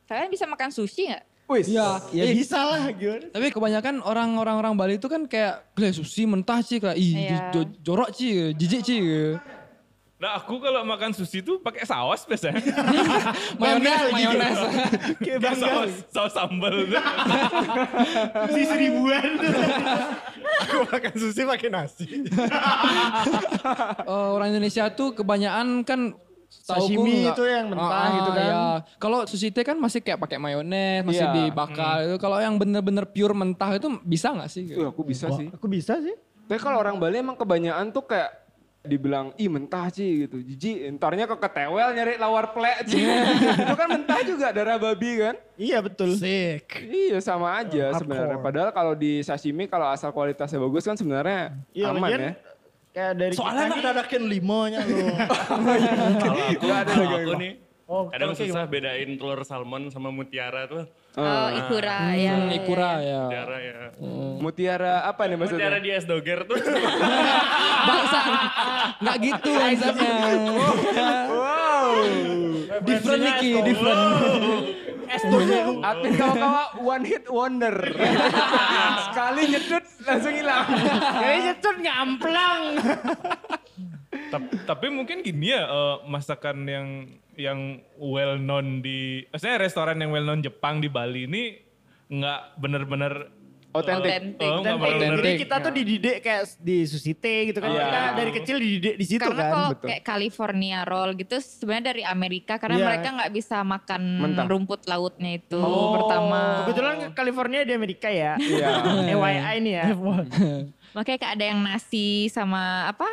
G: Kalian bisa makan sushi nggak?
D: Wis.
F: Iya.
A: ya
F: Eh,
A: bisa lah gimana.
F: Tapi kebanyakan orang-orang orang Bali itu kan kayak gila sushi mentah sih kayak ih
G: Iya.
F: jo- jorok sih, jijik sih.
C: Nah aku kalau makan sushi tuh pakai saus biasanya.
F: Mayones,
A: Bandel, jijik.
F: mayones.
A: Kayak
C: Dia
A: bangga.
C: saus, saus sambal. tuh.
A: Si seribuan tuh.
B: Aku makan sushi pakai nasi.
F: Eh, orang Indonesia tuh kebanyakan kan tahu Ah,
A: Sashimi itu yang mentah gitu kan.
F: iya. Kalau sushi teh kan masih kayak pakai mayones, masih
D: Iya.
F: dibakar itu. Kalau yang bener-bener pure mentah itu bisa nggak sih?
A: Iya.
D: Wih, aku bisa sih.
A: Aku bisa sih.
D: Tapi kalau orang Bali emang kebanyakan tuh kayak dibilang ih mentah sih gitu. Jiji, entarnya ke ketewel nyari lawar plek sih. Itu kan mentah juga darah babi kan?
A: Iya betul.
E: Sick.
D: Iya sama aja sebenarnya. Padahal kalau di sashimi kalau asal kualitasnya bagus kan sebenarnya
A: Iya
D: aman
A: lagian
D: ya.
A: Kayak dari
E: Soalnya kita adakin limonya lu.
J: Kalau aku, kalau aku nih
E: Oh,
J: kadang
E: oke,
J: susah bedain telur salmon sama mutiara tuh.
G: Oh, ikura ya.
F: Hmm, Ikura ya.
J: Mutiara ya.
D: Hmm. Mutiara apa nih maksudnya?
J: Mutiara di es doger tuh.
F: Bangsa. Nggak gitu konsepnya.
D: Wow.
F: different Niki, different.
D: Atlet kawa-kawa one hit wonder. Sekali nyedut langsung hilang.
A: Kayaknya tuh ngamplang.
C: Ta- tapi mungkin gini ya eh, masakan yang yang well known di maksudnya restoran yang well known Jepang di Bali ini nggak bener-bener
D: Otentik.
G: Otentik.
C: Oh, nggak bener-bener
A: Jadi kita tuh dididik kayak di susite gitu kan.
D: Iya.
A: Kita dari kecil dididik di situ
G: karena
A: kan.
G: kalau
D: betul.
G: kayak California roll gitu sebenarnya dari Amerika karena
A: Iya.
G: mereka nggak bisa makan
D: Mentah.
G: rumput lautnya itu pertama.
A: Kebetulan California di Amerika ya.
D: Iya.
A: FYI nih ya.
G: Makanya kayak ada yang nasi sama apa?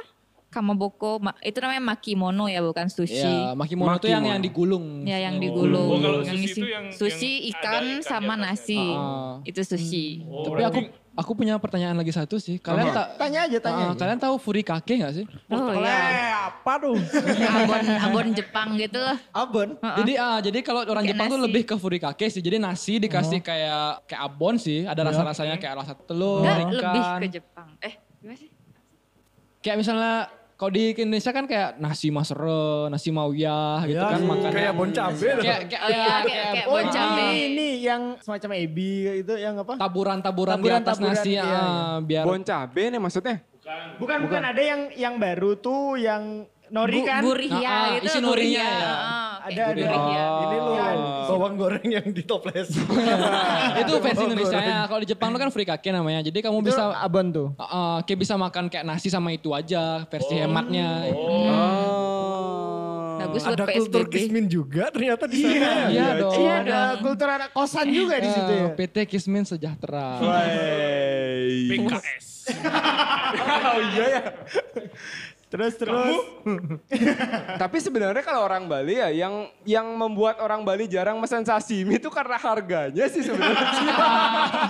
G: Kamaboko, ma- itu namanya makimono ya bukan
F: Ya,
G: sushi.
F: makimono itu yang
D: Makimono.
F: yang digulung.
G: Ya yang
C: Oh,
G: digulung.
C: kalau
G: Yang
C: sushi
G: isi-
C: itu yang-
G: sushi
C: yang ada
G: ikan
C: ikan di
G: sama
C: atasnya.
G: nasi.
F: Ah.
G: Itu sushi.
C: Oh,
F: Tapi aku aku punya pertanyaan lagi satu sih. Kalian tak
A: Tanya aja tanya.
F: Ah, kalian tahu furikake nggak sih?
G: Oh, ya.
E: Eh, apa tuh?
G: Abon, abon Jepang gitu
F: Oh,
G: loh.
A: Abon.
F: Jadi ah jadi kalau orang
G: Kayak
F: Jepang tuh
G: nasi.
F: lebih ke furikake sih. Jadi nasi dikasih kayak kayak abon sih, ada rasa-rasanya kayak rasa telur,
G: Enggak,
F: ikan.
G: lebih ke Jepang. Eh, gimana sih?
F: Kayak misalnya kalau di Indonesia kan kayak nasi masre, nasi mawiyah gitu kan makanan.
B: Ya, iya. Kayak bon cabe. loh.
F: Kayak kayak
G: Oh iya,
F: kayak-
G: kayak, kayak
A: Oh
G: boncame.
A: jadi ini yang semacam ebi itu yang apa?
F: taburan-taburan di atas
A: Taburan-taburan,
F: nasi
A: iya,
F: ah, biar
D: Bon cabe nih maksudnya?
A: Bukan, bukan ada yang yang baru tuh yang nori
G: Bu-
A: kan?
G: Burihya
F: Ah, ah,
G: gitu.
F: isi norinya
G: burihya.
F: ya.
G: Ah, kayak
A: Ada, ada.
G: burihya.
D: Oh.
B: Ini loh
D: Iya.
B: bawang goreng yang ditoples.
F: itu versi Indonesia ya. Kalau di Jepang tuh kan furikake namanya. Jadi kamu
A: Itu
F: bisa
A: abon tuh.
F: ah, ah, kayak bisa makan kayak nasi sama itu aja versi hematnya.
A: Oh,
D: Hmm. Oh.
G: Bagus buat
B: Ada kultur
G: PSBB.
B: kismin juga ternyata di sana. ya.
F: Iya dong.
A: Iya, ada kultur anak kosan juga di situ ya.
F: Eh, PT Kismin Sejahtera.
D: Wey.
C: PKS.
D: Oh iya ya.
A: Terus terus.
D: Tapi sebenarnya kalau orang Bali ya yang yang membuat orang Bali jarang mesen sashimi itu karena harganya sih sebenarnya.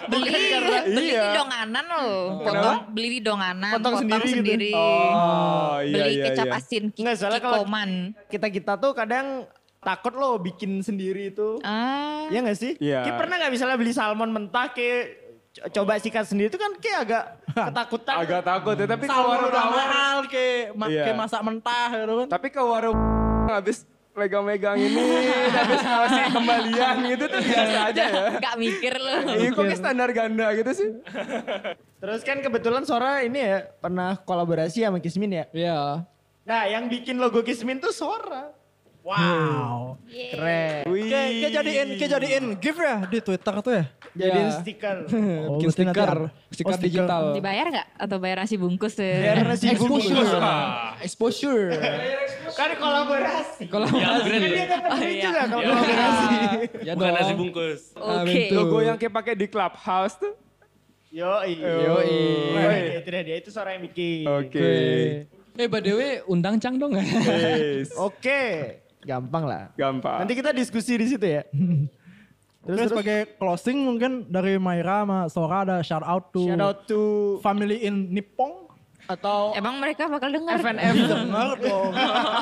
G: Beli, beli
D: Iya.
G: di donganan loh. Potong,
D: Kenapa?
G: beli di donganan,
A: Potong
G: potong,
A: sendiri
G: sendiri.
A: gitu.
D: Oh, iya,
G: beli
D: iya,
G: kecap
D: iya.
G: asin ki-
A: Nggak, soalnya kalau-
G: kikoman.
A: Kita kita tuh kadang takut loh bikin sendiri itu.
G: Ah,
A: Iya gak sih?
D: Iya.
A: Kayak pernah gak misalnya beli salmon mentah kayak co- coba sikat sendiri itu kan kayak agak ketakutan.
D: Agak takut ya, tapi ke
E: Kalau
D: warung
E: orang mahal kayak ma-
D: Iya.
E: kayak masak
A: Ah,
E: mentah gitu kan.
D: tapi ke warung habis megang-megang ini habis ngasih kembalian gitu tuh biasa aja ya.
G: nggak mikir loh.
D: Iya kok kayak standar ganda gitu sih.
A: Terus kan kebetulan Sora ini ya pernah kolaborasi sama Kismin ya.
F: Iya.
A: Nah yang bikin logo Kismin tuh Sora.
E: Wow.
A: Keren.
D: Wih.
E: Kayak kayak jadiin kayak jadiin gift ya di Twitter tuh ya.
A: Jadiin
F: Iya.
A: stiker.
E: Oh, berarti
F: Bikin
E: nanti
F: stiker,
E: ada-
F: stiker
E: oh,
F: digital.
G: Dibayar nggak? Atau bayar nasi bungkus? ya?
A: Biar nasi bungkus.
F: Exposure.
A: Kan kolaborasi. Iya.
F: Kalau
A: Kan dia dapat duit juga kalau kolaborasi.
F: ya
J: Bukan nasi
F: dong.
J: bungkus.
F: Ah,
G: Oke.
F: betul.
D: Logo yang kayak pakai di clubhouse tuh.
A: Yoi.
F: Yoi.
A: Wah, Itu dia, dia. itu suara yang bikin.
D: Oke.
F: Eh, by the way, undang Cang dong.
D: Yes.
A: Oke. Gampang lah.
D: Gampang.
A: Nanti kita diskusi di situ ya.
E: Terus, sebagai closing mungkin dari Maira sama Sora ada shout out to
A: Shout out to
E: family in Nippon atau
G: Emang mereka bakal dengar?
A: FNF.
E: Dengar dong.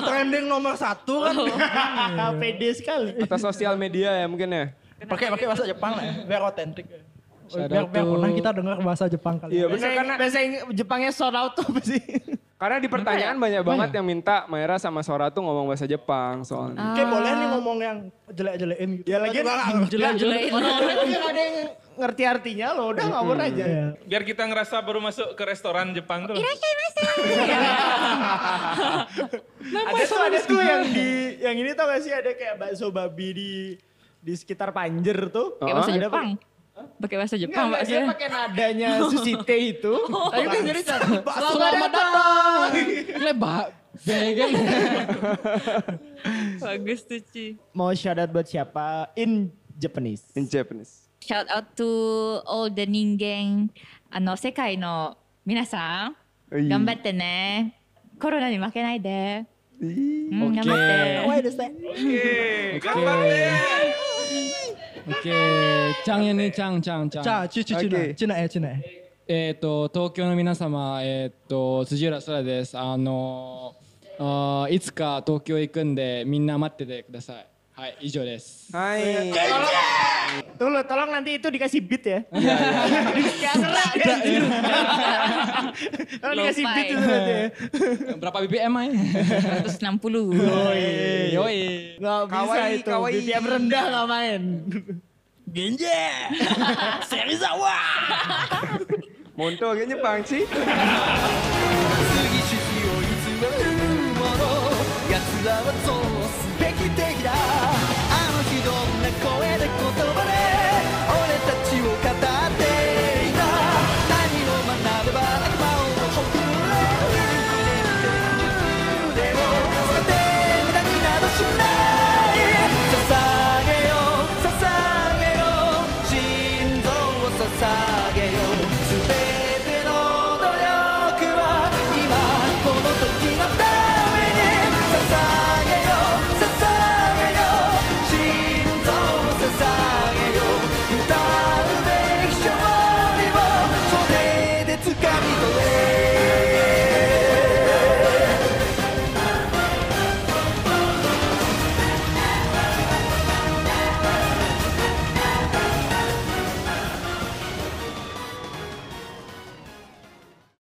E: Trending nomor satu
A: Oh.
E: kan.
A: KPD sekali.
D: Atau sosial media ya mungkin ya.
E: Pakai pakai bahasa Jepang lah ya. Biar otentik.
F: Shout
E: Biar,
F: out
E: biar
F: to-
E: pernah kita dengar bahasa Jepang kali. ya.
D: Iya
A: Bahasa,
D: benar karena
A: bahasa Ing- Jepangnya sound out tuh apa sih?
D: karena di pertanyaan banyak banget yang minta Maira sama Sora tuh ngomong bahasa Jepang soalnya.
E: Oke boleh nih ngomong yang jelek-jelekin gitu.
A: Ya lagi Iya.
G: Jelek-jelekin.
A: Orang-orang yang ada yang ngerti artinya loh, udah ngawur aja.
D: Iya.
C: Biar kita ngerasa baru masuk ke restoran Jepang tuh.
G: Iya,
A: ada tuh ada tuh yang di yang ini tau gak sih ada kayak bakso babi di di sekitar Panjer tuh.
G: Pakai bahasa
A: Ada
G: Jepang. Pakai bahasa
A: Enggak,
G: Jepang,
A: enggak,
G: Pak.
A: dia pakai nadanya Susite itu. Tapi kan jadi selamat datang.
F: Lebak. Begeng.
G: Bagus tuh, Ci.
A: Mau shout out buat siapa? In Japanese.
D: In Japanese.
G: Shout out to all the 人間あの世界の皆さん
D: い
G: 頑張ってねコロナに負けないで、
D: Ih.
G: うん頑張って。
C: Oke, gampang deh.
F: Oke, Cang ini Cang, Cang, Cang.
E: Ca, ci, ci, cina,
D: Oke.
E: cina ya, cina ya.
F: えっ、と、東京の皆様、えっ、と、辻浦空です。あのあーいつか東京行くんで、みんな待っててください。はい、以上です。
D: Hai.
A: Tuh lo, tolong nanti itu dikasih beat ya. Tolong dikasih
G: Lo-fi.
A: beat itu nanti ya.
F: Berapa BBM, Mai?
G: 160
F: Yoi.
A: Nggak bisa
D: Kawaii,
A: itu,
D: kawaii.
A: BBM rendah nggak main.
D: Monto kayaknya Jepang sih.
I: 過ぎし日をいつまでもの奴らはゾン